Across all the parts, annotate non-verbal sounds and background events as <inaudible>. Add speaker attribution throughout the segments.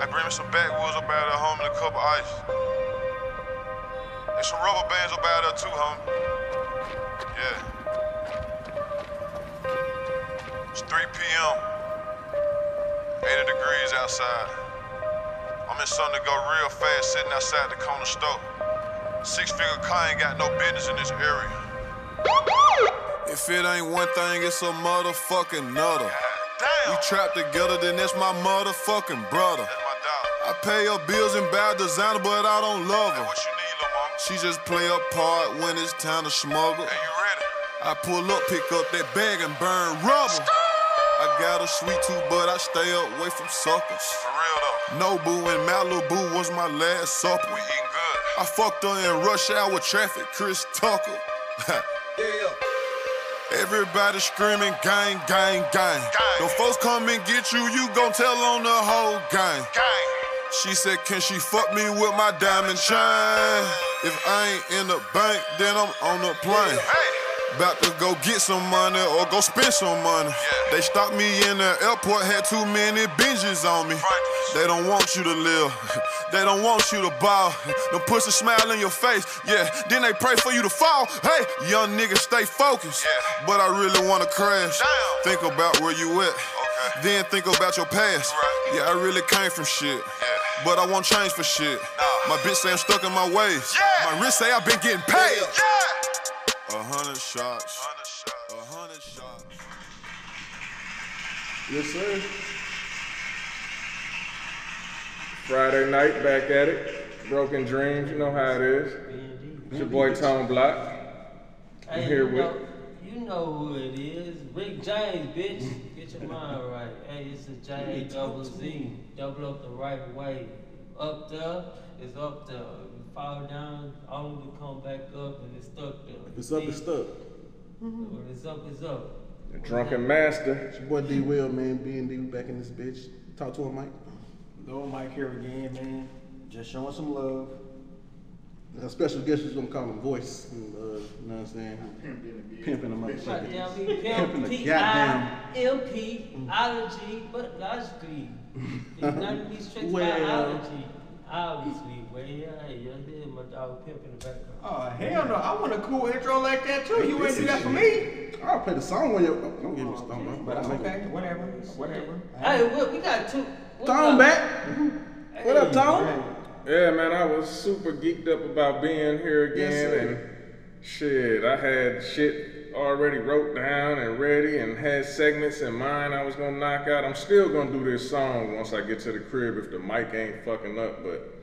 Speaker 1: I bring me some backwoods up out there, homie, and a cup of ice. And some rubber bands up out there too, homie. Yeah. It's 3 p.m. 80 degrees outside. I'm in something to go real fast sitting outside the corner store. Six-figure car ain't got no business in this area.
Speaker 2: If it ain't one thing, it's a motherfucking nutter.
Speaker 1: Damn!
Speaker 2: We trapped together, then that's my motherfucking brother.
Speaker 1: That's my dog.
Speaker 2: I pay her bills and buy designer, but I don't love
Speaker 1: Hey,
Speaker 2: her.
Speaker 1: what you need, little mama?
Speaker 2: She just play a part when it's time to
Speaker 1: Hey, you
Speaker 2: smuggle.
Speaker 1: ready?
Speaker 2: I pull up, pick up that bag and burn rubber. I got a sweet tooth, but I stay away from suckers.
Speaker 1: For real though,
Speaker 2: Nobu and Malibu was my last supper.
Speaker 1: we eating good.
Speaker 2: I fucked her in rush hour traffic, Chris Tucker. <laughs> Everybody screaming, gang, gang, gang.
Speaker 1: Gang.
Speaker 2: The folks come and get you, you gon' tell on the whole gang.
Speaker 1: Gang!
Speaker 2: She said, Can she fuck me with my diamond chain? If I ain't in the bank, then I'm on the plane.
Speaker 1: Hey!
Speaker 2: About to go get some money or go spend some money.
Speaker 1: Yeah.
Speaker 2: They stopped me in the airport, had too many binges on me.
Speaker 1: Right.
Speaker 2: They don't want you to live. They don't want you to bow. Them push a smile in your face. Yeah, then they pray for you to fall. Hey, young nigga, stay focused.
Speaker 1: Yeah.
Speaker 2: But I really wanna crash.
Speaker 1: Damn.
Speaker 2: Think about where you at.
Speaker 1: Okay.
Speaker 2: Then think about your past.
Speaker 1: Right.
Speaker 2: Yeah, I really came from shit.
Speaker 1: Yeah.
Speaker 2: But I won't change for shit.
Speaker 1: Nah.
Speaker 2: My bitch say I'm stuck in my ways.
Speaker 1: Yeah.
Speaker 2: My wrist say I've been getting paid.
Speaker 1: Yeah!
Speaker 2: A hundred shots.
Speaker 1: On the shot.
Speaker 2: A hundred shots.
Speaker 3: Yes, sir. Friday night, back at it. Broken Dreams, you know how it is. It's your boy Tone Block.
Speaker 4: Hey,
Speaker 3: here
Speaker 4: you
Speaker 3: with-
Speaker 4: know, you know who it is. Rick James, bitch. Get your mind right. Hey, it's a J A double Z. Double up the right way. Up there is up there. You fall down, only to come back up and it's stuck there.
Speaker 5: It's up, it's stuck.
Speaker 4: When it's up, it's up.
Speaker 3: The Drunken Master.
Speaker 5: It's your boy D Will, man. B and D back in this bitch. Talk to him, Mike.
Speaker 6: Little Mike here again, man. Just showing some love.
Speaker 5: Our special guest is gonna call him Voice. And, uh, you know what I'm saying? Pimping him up.
Speaker 4: Goddamn
Speaker 5: Pimping the
Speaker 4: P I
Speaker 5: goddamn-
Speaker 4: M P allergy, but
Speaker 5: <laughs>
Speaker 4: logically. There's nothing to be stretched by
Speaker 5: Well.
Speaker 4: allergy. Obviously, well, yeah, hey, you did my dog pimp in the background.
Speaker 6: Oh hell no! I want a cool intro like that too. You ain't do that for me.
Speaker 5: I'll play the song when you. oh, Don't give me stone, bro.
Speaker 6: But
Speaker 5: But
Speaker 6: I'm
Speaker 5: I'm
Speaker 6: okay. Whatever. Whatever.
Speaker 4: Hey, what we got two. what
Speaker 5: Tone
Speaker 4: up?
Speaker 5: back. What up, Tone?
Speaker 3: Yeah, man, I was super geeked up about being here again,
Speaker 5: Yes, sir.
Speaker 3: and shit, I had shit already wrote down and ready, and had segments in mind I was gonna knock out. I'm still gonna do this song once I get to the crib if the mic ain't fucking up, but.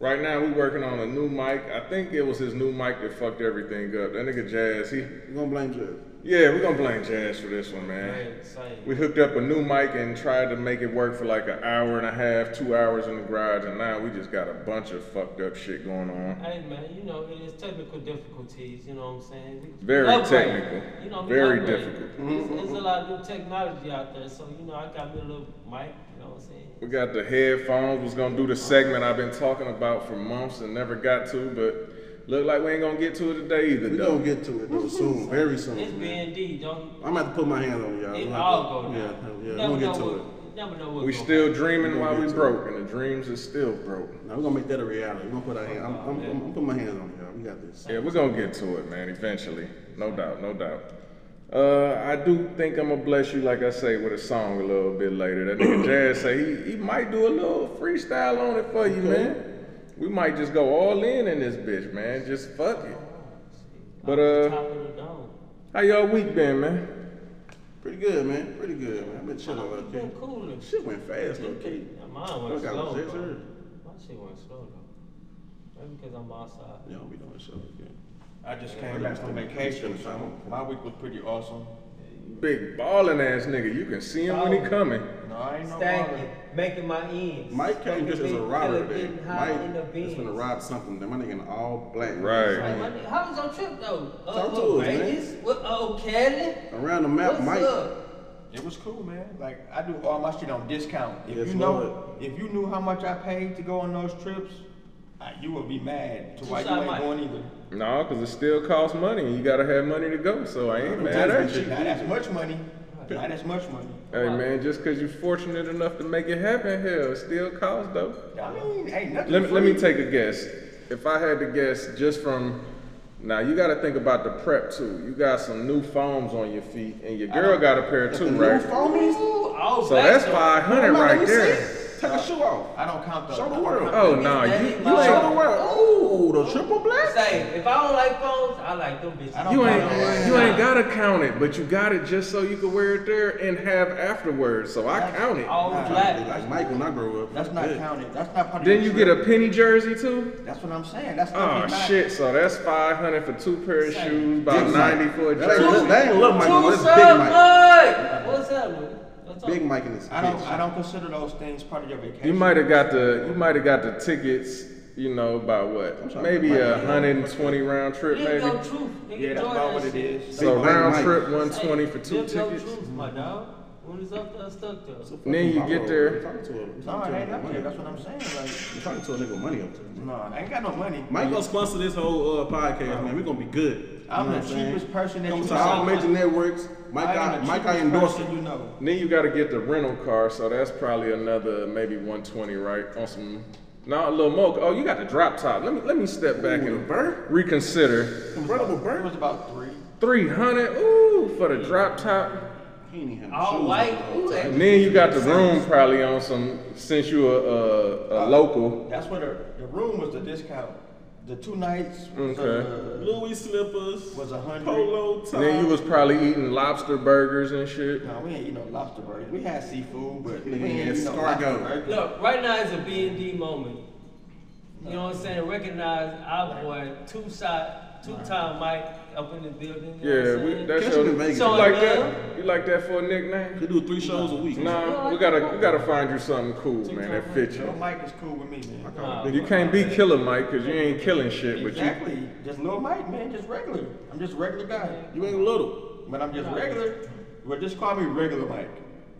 Speaker 3: Right now we working on a new mic. I think it was his new mic that fucked everything up. That nigga Jazz, he
Speaker 5: You gonna blame Jeff?
Speaker 3: Yeah, we're gonna blame Jazz for this one, man.
Speaker 4: Hey, say,
Speaker 3: We hooked up a new mic and tried to make it work for like an hour and a half, two hours in the garage, and now we just got a bunch of fucked up shit going on.
Speaker 4: Hey man, you know it is technical difficulties. You know what I'm saying? We-
Speaker 3: Very
Speaker 4: upgrade.
Speaker 3: technical.
Speaker 4: You know, we
Speaker 3: Very
Speaker 4: upgrade.
Speaker 3: difficult.
Speaker 4: There's, there's a lot of new technology out there, so you know I got me a little mic. You know what I'm saying?
Speaker 3: We got the headphones, was gonna do the segment I've been talking about for months and never got to, but look like we ain't gonna get to it today either,
Speaker 5: We
Speaker 3: though.
Speaker 5: gonna get to it though soon,
Speaker 4: <laughs>
Speaker 5: very
Speaker 4: It's
Speaker 5: soon.
Speaker 4: B
Speaker 5: man.
Speaker 4: and D. Don't
Speaker 5: I'm gonna have to put my hand on y'all.
Speaker 4: it
Speaker 5: I'm
Speaker 4: all go
Speaker 5: gonna-
Speaker 4: down.
Speaker 5: Yeah,
Speaker 4: You
Speaker 5: yeah.
Speaker 4: never
Speaker 5: We're gonna
Speaker 4: know
Speaker 5: get to it.
Speaker 4: what, you Never know what.
Speaker 3: we
Speaker 4: gonna
Speaker 3: still dreaming
Speaker 5: We'll
Speaker 3: while
Speaker 5: get
Speaker 3: we
Speaker 5: to
Speaker 3: broke, and the dreams is still broke.
Speaker 5: Now we're gonna make that a reality. We're gonna put our hand. I'm, I'm, I'm, I'm putting my hands on y'all. We got this.
Speaker 3: Yeah, we're gonna get to it, man, eventually. No doubt, no doubt. Uh, I do think I'm gonna bless you, like I say, with a song a little bit later. That nigga Jazz say he, he might do a little freestyle on it for you, man. We might just go all in in this bitch, man. Just fuck it. But
Speaker 4: happen.
Speaker 3: uh,
Speaker 4: Top of the dome.
Speaker 3: how y'all week been, man?
Speaker 5: Pretty good, man. Pretty good, man. I've been chilling, low
Speaker 4: It's
Speaker 5: key.
Speaker 4: been cooler.
Speaker 5: Shit went fast, low key.
Speaker 4: Yeah, mine
Speaker 5: I
Speaker 4: went
Speaker 5: got
Speaker 4: slow.
Speaker 5: one six
Speaker 4: bro.
Speaker 5: early.
Speaker 4: My shit went slow though. Maybe because I'm outside.
Speaker 5: Yeah, we doing shit like that.
Speaker 6: I just came back from vacation, so my week was pretty awesome.
Speaker 3: Big ballin' ass nigga. You can see him when he coming.
Speaker 6: No, I ain't no
Speaker 4: Stacking,
Speaker 6: bother.
Speaker 4: making my ends.
Speaker 5: Mike came just as a
Speaker 4: Feeling-
Speaker 5: robber
Speaker 4: feeling
Speaker 5: today.
Speaker 4: getting high in the
Speaker 5: Mike is gonna
Speaker 4: beans.
Speaker 5: rob something. That my nigga in all black.
Speaker 3: Right.
Speaker 4: Like, my nigga, How was your trip though? Uh,
Speaker 5: Talk to
Speaker 4: uh,
Speaker 5: us, man.
Speaker 4: Vegas? What, oh, Cali?
Speaker 5: Around the map,
Speaker 4: What's
Speaker 5: Mike.
Speaker 4: up?
Speaker 6: It was cool, man. Like I do all my shit on discount. If
Speaker 5: Yes,
Speaker 6: you know, if you knew how much I paid to go on those trips, uh, you would be mad to why you
Speaker 4: Suicide
Speaker 6: ain't
Speaker 4: Mike.
Speaker 6: going either.
Speaker 3: No, cause it still costs money. You gotta have money to go, so I ain't mad
Speaker 6: Not
Speaker 3: at you.
Speaker 6: that much money. Not as much money.
Speaker 3: Hey man, just because you're fortunate enough to make it happen, hell, it still costs though.
Speaker 6: I mean, ain't nothing
Speaker 3: Let me, let me
Speaker 6: free.
Speaker 3: take a guess. If I had to guess just from now, you got to think about the prep too. You got some new foams on your feet, and your girl got a
Speaker 4: <laughs>
Speaker 3: pair too, right?
Speaker 4: Ooh, oh, all
Speaker 3: So
Speaker 4: black
Speaker 3: that's
Speaker 4: though.
Speaker 3: 500 right there.
Speaker 5: Take a shoe off.
Speaker 6: I don't count the.
Speaker 5: Show the world.
Speaker 3: Oh no,
Speaker 4: That
Speaker 3: you,
Speaker 4: ain't
Speaker 3: you
Speaker 4: my-
Speaker 5: Show the
Speaker 3: ain't
Speaker 5: world. Oh, the triple black.
Speaker 4: Say, if I don't like phones, I like them bitches.
Speaker 6: I don't
Speaker 3: you
Speaker 6: count
Speaker 3: ain't you ain't gotta count it, but you got it just so you can wear it there and have afterwards. So I count it.
Speaker 4: all
Speaker 5: Nah,
Speaker 4: black.
Speaker 5: Like Mike when I grow up.
Speaker 6: That's not
Speaker 5: Good.
Speaker 6: counted. That's not part of
Speaker 3: Then
Speaker 6: the
Speaker 3: you
Speaker 6: trip.
Speaker 3: get a penny jersey too.
Speaker 6: That's what I'm saying. That's
Speaker 3: Oh
Speaker 6: not not-
Speaker 3: shit! So that's 500 for two pair of shoes, about
Speaker 5: Big
Speaker 3: 90
Speaker 5: Mike.
Speaker 3: for a
Speaker 5: That ain't-
Speaker 3: jersey.
Speaker 5: That ain't little Mike.
Speaker 4: What's
Speaker 5: That's
Speaker 4: up,
Speaker 5: big Mike.
Speaker 4: Mike? What's up, Mike? What's up?
Speaker 5: Big Mike in his
Speaker 6: I don't.
Speaker 5: pitch.
Speaker 6: I don't consider those things part of your vacation.
Speaker 3: You might have got the you might have got the tickets, you know, by what?
Speaker 5: sorry,
Speaker 3: Maybe
Speaker 5: Mike.
Speaker 3: a hundred and twenty round trip,
Speaker 4: Live
Speaker 3: maybe.
Speaker 4: your truth. Nigga,
Speaker 6: Yeah, that's
Speaker 4: enjoy
Speaker 6: about
Speaker 4: that
Speaker 6: what it
Speaker 4: shit.
Speaker 6: is.
Speaker 3: So
Speaker 5: Big Mike,
Speaker 3: round
Speaker 5: Mike.
Speaker 3: trip one twenty for two
Speaker 4: Live your
Speaker 3: tickets.
Speaker 4: truth, my dog. When it's up there, stuck there.
Speaker 5: Fucking
Speaker 3: Then you
Speaker 5: Mike
Speaker 3: get
Speaker 5: over
Speaker 3: there.
Speaker 5: I'm Talking to him. I'm
Speaker 6: No, it
Speaker 5: talking to
Speaker 6: ain't
Speaker 5: him
Speaker 6: up
Speaker 5: about
Speaker 6: there.
Speaker 5: money.
Speaker 6: That's what I'm saying. Like,
Speaker 5: I'm talking to a nigga with money up there.
Speaker 6: no, I ain't got no money.
Speaker 5: Mike gonna sponsor this whole uh, podcast, man. We're gonna be good.
Speaker 6: I'm
Speaker 5: You know
Speaker 6: the
Speaker 5: what saying?
Speaker 6: cheapest person that
Speaker 5: Come
Speaker 6: you
Speaker 5: to
Speaker 6: know.
Speaker 5: all major networks. Mike,
Speaker 6: I am
Speaker 5: I,
Speaker 6: the
Speaker 5: Mike, I
Speaker 6: cheapest
Speaker 5: endorse
Speaker 6: person
Speaker 5: it.
Speaker 6: You know.
Speaker 3: Then you got to get the rental car, so that's probably another maybe 120, right? On some, no, a little more. Oh, you got the drop top. Let me let me step back
Speaker 5: Ooh,
Speaker 3: and
Speaker 5: Bert?
Speaker 3: reconsider.
Speaker 5: Convertible
Speaker 6: It
Speaker 5: Bert?
Speaker 6: was about three.
Speaker 3: 300, ooh, for the drop top.
Speaker 5: He ain't even have
Speaker 4: All
Speaker 5: shoes
Speaker 4: white.
Speaker 5: on.
Speaker 4: Ooh, that-
Speaker 3: And then you got the room probably on some since you a,
Speaker 5: Uh,
Speaker 3: a, a local.
Speaker 6: That's where the, the room was the discount. The two nights was
Speaker 3: Okay.
Speaker 6: uh,
Speaker 7: Louis slippers,
Speaker 6: was a hundred.
Speaker 7: polo top.
Speaker 3: And then you was probably eating lobster burgers and shit.
Speaker 6: No, we ain't eat no lobster burgers. We had seafood, but we
Speaker 5: Nigga,
Speaker 6: ain't eat no
Speaker 5: escargot.
Speaker 6: lobster burgers.
Speaker 4: Look, right now is a B and D moment. You know what I'm saying? Recognize our boy, two shot, two time Mike up in the building. You know
Speaker 3: Yeah,
Speaker 4: what I'm
Speaker 3: we,
Speaker 4: saying?
Speaker 3: that's
Speaker 5: Catch
Speaker 3: your.
Speaker 5: him in Vegas.
Speaker 3: You like that?
Speaker 4: Sean
Speaker 3: You like that for a nickname?
Speaker 7: They do three shows a week.
Speaker 3: Nah, we gotta we gotta find you something cool, man, that fits
Speaker 6: Little
Speaker 3: you.
Speaker 6: Mike is cool with me, man.
Speaker 3: You can't be Killer Mike because you ain't killing shit, but you
Speaker 6: Exactly. Just little Mike, man. Just regular. I'm just a regular guy.
Speaker 5: You ain't little.
Speaker 6: But I'm just regular. But just call me regular Mike.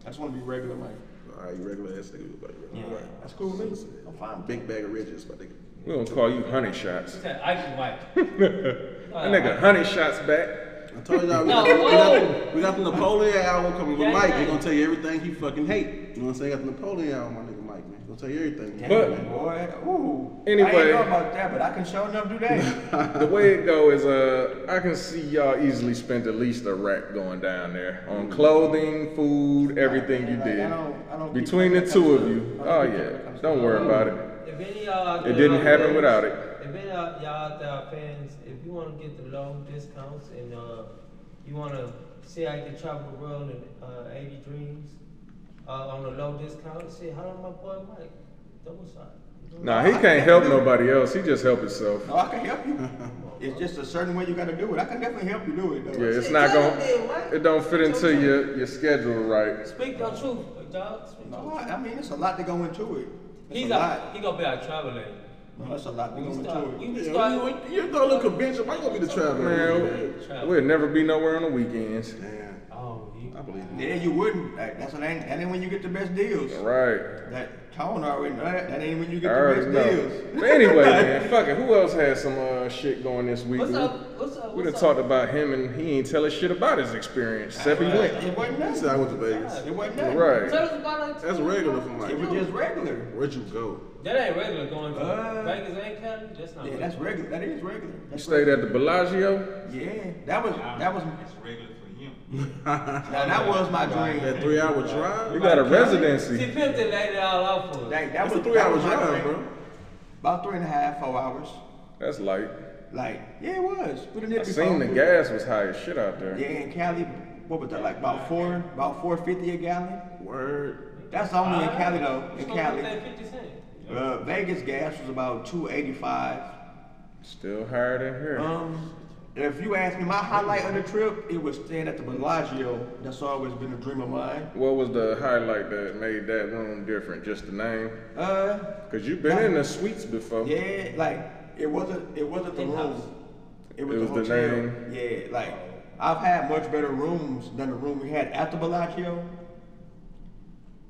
Speaker 6: I just want to be regular Mike.
Speaker 5: All right, you regular ass nigga. But
Speaker 6: Yeah.
Speaker 5: All right.
Speaker 6: That's cool with me. I'm fine.
Speaker 5: Big bag of ridges, my nigga.
Speaker 3: we gonna call you Honey Shots.
Speaker 4: That Ike Mike.
Speaker 3: <laughs> That nigga Honey Shots back.
Speaker 5: I told y'all, we, got,
Speaker 4: No,
Speaker 5: we,
Speaker 4: whoa.
Speaker 5: got, we got the Napoleon album coming with
Speaker 4: Yeah,
Speaker 5: Mike.
Speaker 4: yeah.
Speaker 5: They gonna tell you everything he fucking hate. You know what I'm saying? Got the Napoleon album, my nigga Mike, man. Gonna tell you everything.
Speaker 3: But-
Speaker 6: Boy, ooh. I
Speaker 3: Anyway.
Speaker 6: didn't know about that, but I can show enough do that.
Speaker 3: The way it go is, uh, I can see y'all easily spent at least a rack going down there on clothing, food, everything you
Speaker 6: Like, I
Speaker 3: did.
Speaker 6: don't- I don't keep
Speaker 3: Between the
Speaker 6: track
Speaker 3: two
Speaker 6: of
Speaker 3: of you,
Speaker 6: stuff. I
Speaker 3: oh
Speaker 6: don't keep track
Speaker 3: yeah,
Speaker 6: of
Speaker 3: don't
Speaker 6: stuff.
Speaker 3: worry about it.
Speaker 4: If any of y'all,
Speaker 3: It didn't happen without it.
Speaker 4: If any of y'all out there fans, if you want to get the low discounts and uh, you want to see I can travel the world in uh, 80 dreams uh, on the low discount, shit, how about my boy Mike? Double shot.
Speaker 3: Nah, he can't help nobody else. He just help himself.
Speaker 6: No, I can help you. It's just a certain way you got to do it. I can definitely help you do it, though.
Speaker 3: Yeah, it's not gonna. It don't fit into your your schedule right.
Speaker 4: Speak your truth, dog. Speak your
Speaker 6: No,
Speaker 4: truth.
Speaker 6: I I mean, it's a lot to go into it. It's
Speaker 4: He's
Speaker 6: a
Speaker 4: a,
Speaker 6: lot.
Speaker 4: he gonna be our travel agent.
Speaker 6: No, it's a lot to
Speaker 4: When
Speaker 6: go
Speaker 4: we
Speaker 6: into
Speaker 4: start, we
Speaker 6: it.
Speaker 4: we
Speaker 5: Yeah,
Speaker 4: start.
Speaker 5: you, you- you're gonna look convention. Mike gonna be the traveler.
Speaker 3: Man, we'll never be nowhere on the weekends.
Speaker 5: Damn,
Speaker 4: Oh, he,
Speaker 5: I believe it.
Speaker 6: Yeah, you wouldn't. Like, that's what ain't. That ain't when you get the best deals.
Speaker 3: Right.
Speaker 6: That tone already. know That, that ain't when you
Speaker 3: I
Speaker 6: get
Speaker 3: already
Speaker 6: the best
Speaker 3: know.
Speaker 6: deals.
Speaker 3: But
Speaker 6: <laughs>
Speaker 3: anyway, man, fuck it. Who else has some uh, shit going this week?
Speaker 4: what's
Speaker 3: We-
Speaker 4: up? What's up?
Speaker 3: We done
Speaker 4: What's
Speaker 3: talked
Speaker 4: up?
Speaker 3: about him and he ain't telling shit about his experience. Except he went.
Speaker 6: It wasn't
Speaker 5: He
Speaker 6: nothing.
Speaker 5: said I went to Vegas.
Speaker 6: It wasn't nothing.
Speaker 4: Tell
Speaker 3: Right.
Speaker 4: us about like
Speaker 5: That's regular for Mike.
Speaker 6: It was just regular.
Speaker 5: Where'd you go?
Speaker 4: That ain't regular going to
Speaker 6: Uh,
Speaker 4: Vegas ain't Cali. That's not
Speaker 6: Yeah,
Speaker 4: regular.
Speaker 6: that's regular. That is regular.
Speaker 3: You
Speaker 6: That's
Speaker 3: stayed at the Bellagio?
Speaker 6: regular. Yeah, that was that was
Speaker 7: It's regular for him.
Speaker 6: <laughs> now, that was my dream.
Speaker 5: That three hour drive?
Speaker 3: You got a
Speaker 4: She
Speaker 3: residency.
Speaker 4: pimped it laid it all out for
Speaker 6: That,
Speaker 4: us.
Speaker 6: that
Speaker 5: That's
Speaker 6: was
Speaker 5: a three
Speaker 6: that
Speaker 5: hour
Speaker 6: was my
Speaker 5: drive,
Speaker 6: dream.
Speaker 5: bro.
Speaker 6: About three and a half, four hours.
Speaker 3: That's light.
Speaker 6: Like, yeah, it was. We done did
Speaker 3: I
Speaker 6: before.
Speaker 3: seen the gas was high as shit out
Speaker 6: Yeah,
Speaker 3: there.
Speaker 6: in Cali, what was that like? About four, about four fifty a gallon.
Speaker 5: Word.
Speaker 6: That's only
Speaker 7: Ah,
Speaker 6: in Cali though.
Speaker 4: She
Speaker 6: In
Speaker 4: gonna put
Speaker 6: Cali,
Speaker 4: that 50 cent.
Speaker 6: uh, Vegas gas was about two eighty five.
Speaker 3: Still higher than here.
Speaker 6: Um, if you ask me, my highlight of the trip, it was staying at the Bellagio. That's always been a dream of mine.
Speaker 3: What was the highlight that made that room different? Just the name?
Speaker 6: Uh,
Speaker 3: Cause you've been in the suites before.
Speaker 6: Yeah, like it wasn't it wasn't the
Speaker 4: In-house.
Speaker 6: room. It was,
Speaker 3: It
Speaker 6: the
Speaker 3: was the
Speaker 6: hotel.
Speaker 3: name.
Speaker 6: Yeah, like I've had much better rooms than the room we had at the Bellagio.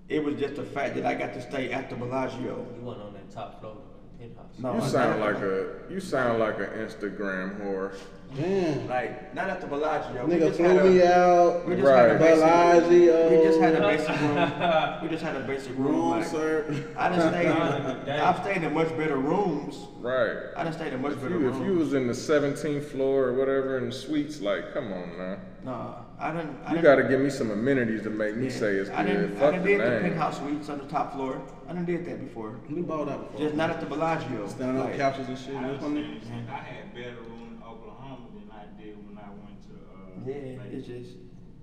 Speaker 6: It was just the fact that I got to stay at the Bellagio.
Speaker 4: You went on that top floor of the penthouse.
Speaker 6: No,
Speaker 3: You
Speaker 6: I-
Speaker 3: sound like a you sound like an Instagram whore.
Speaker 5: Damn.
Speaker 6: Like, not at the Bellagio. We
Speaker 5: Nigga
Speaker 6: just had
Speaker 5: flew
Speaker 6: a-
Speaker 5: me out.
Speaker 6: We just had a
Speaker 3: Right.
Speaker 6: basic
Speaker 5: Bellagio.
Speaker 6: We just had a basic room. We just had a basic room.
Speaker 5: Room,
Speaker 6: Like,
Speaker 5: sir.
Speaker 6: I done stayed.
Speaker 4: Nah,
Speaker 6: I've stayed in much better rooms.
Speaker 3: Right.
Speaker 6: I done stayed in much
Speaker 3: If
Speaker 6: better
Speaker 3: you,
Speaker 6: rooms.
Speaker 3: if you was in the 17th floor or whatever in the suites, like, come on now.
Speaker 6: nah, I done. I
Speaker 3: You
Speaker 6: done-
Speaker 3: gotta give me some amenities to make me
Speaker 6: yeah.
Speaker 3: say it's
Speaker 6: I
Speaker 3: good.
Speaker 6: done, I
Speaker 3: Fuck
Speaker 6: done
Speaker 3: the
Speaker 6: did the
Speaker 3: name.
Speaker 6: penthouse suites on the top floor. I done did that before.
Speaker 5: We balled out before.
Speaker 6: Just not at the Bellagio.
Speaker 5: Standing on
Speaker 6: Like,
Speaker 5: couches and shit.
Speaker 7: I
Speaker 5: that's my nigga.
Speaker 7: understand. since I had better room in Oklahoma than I did when I went to.
Speaker 6: Yeah,
Speaker 7: Uh,
Speaker 6: it's just.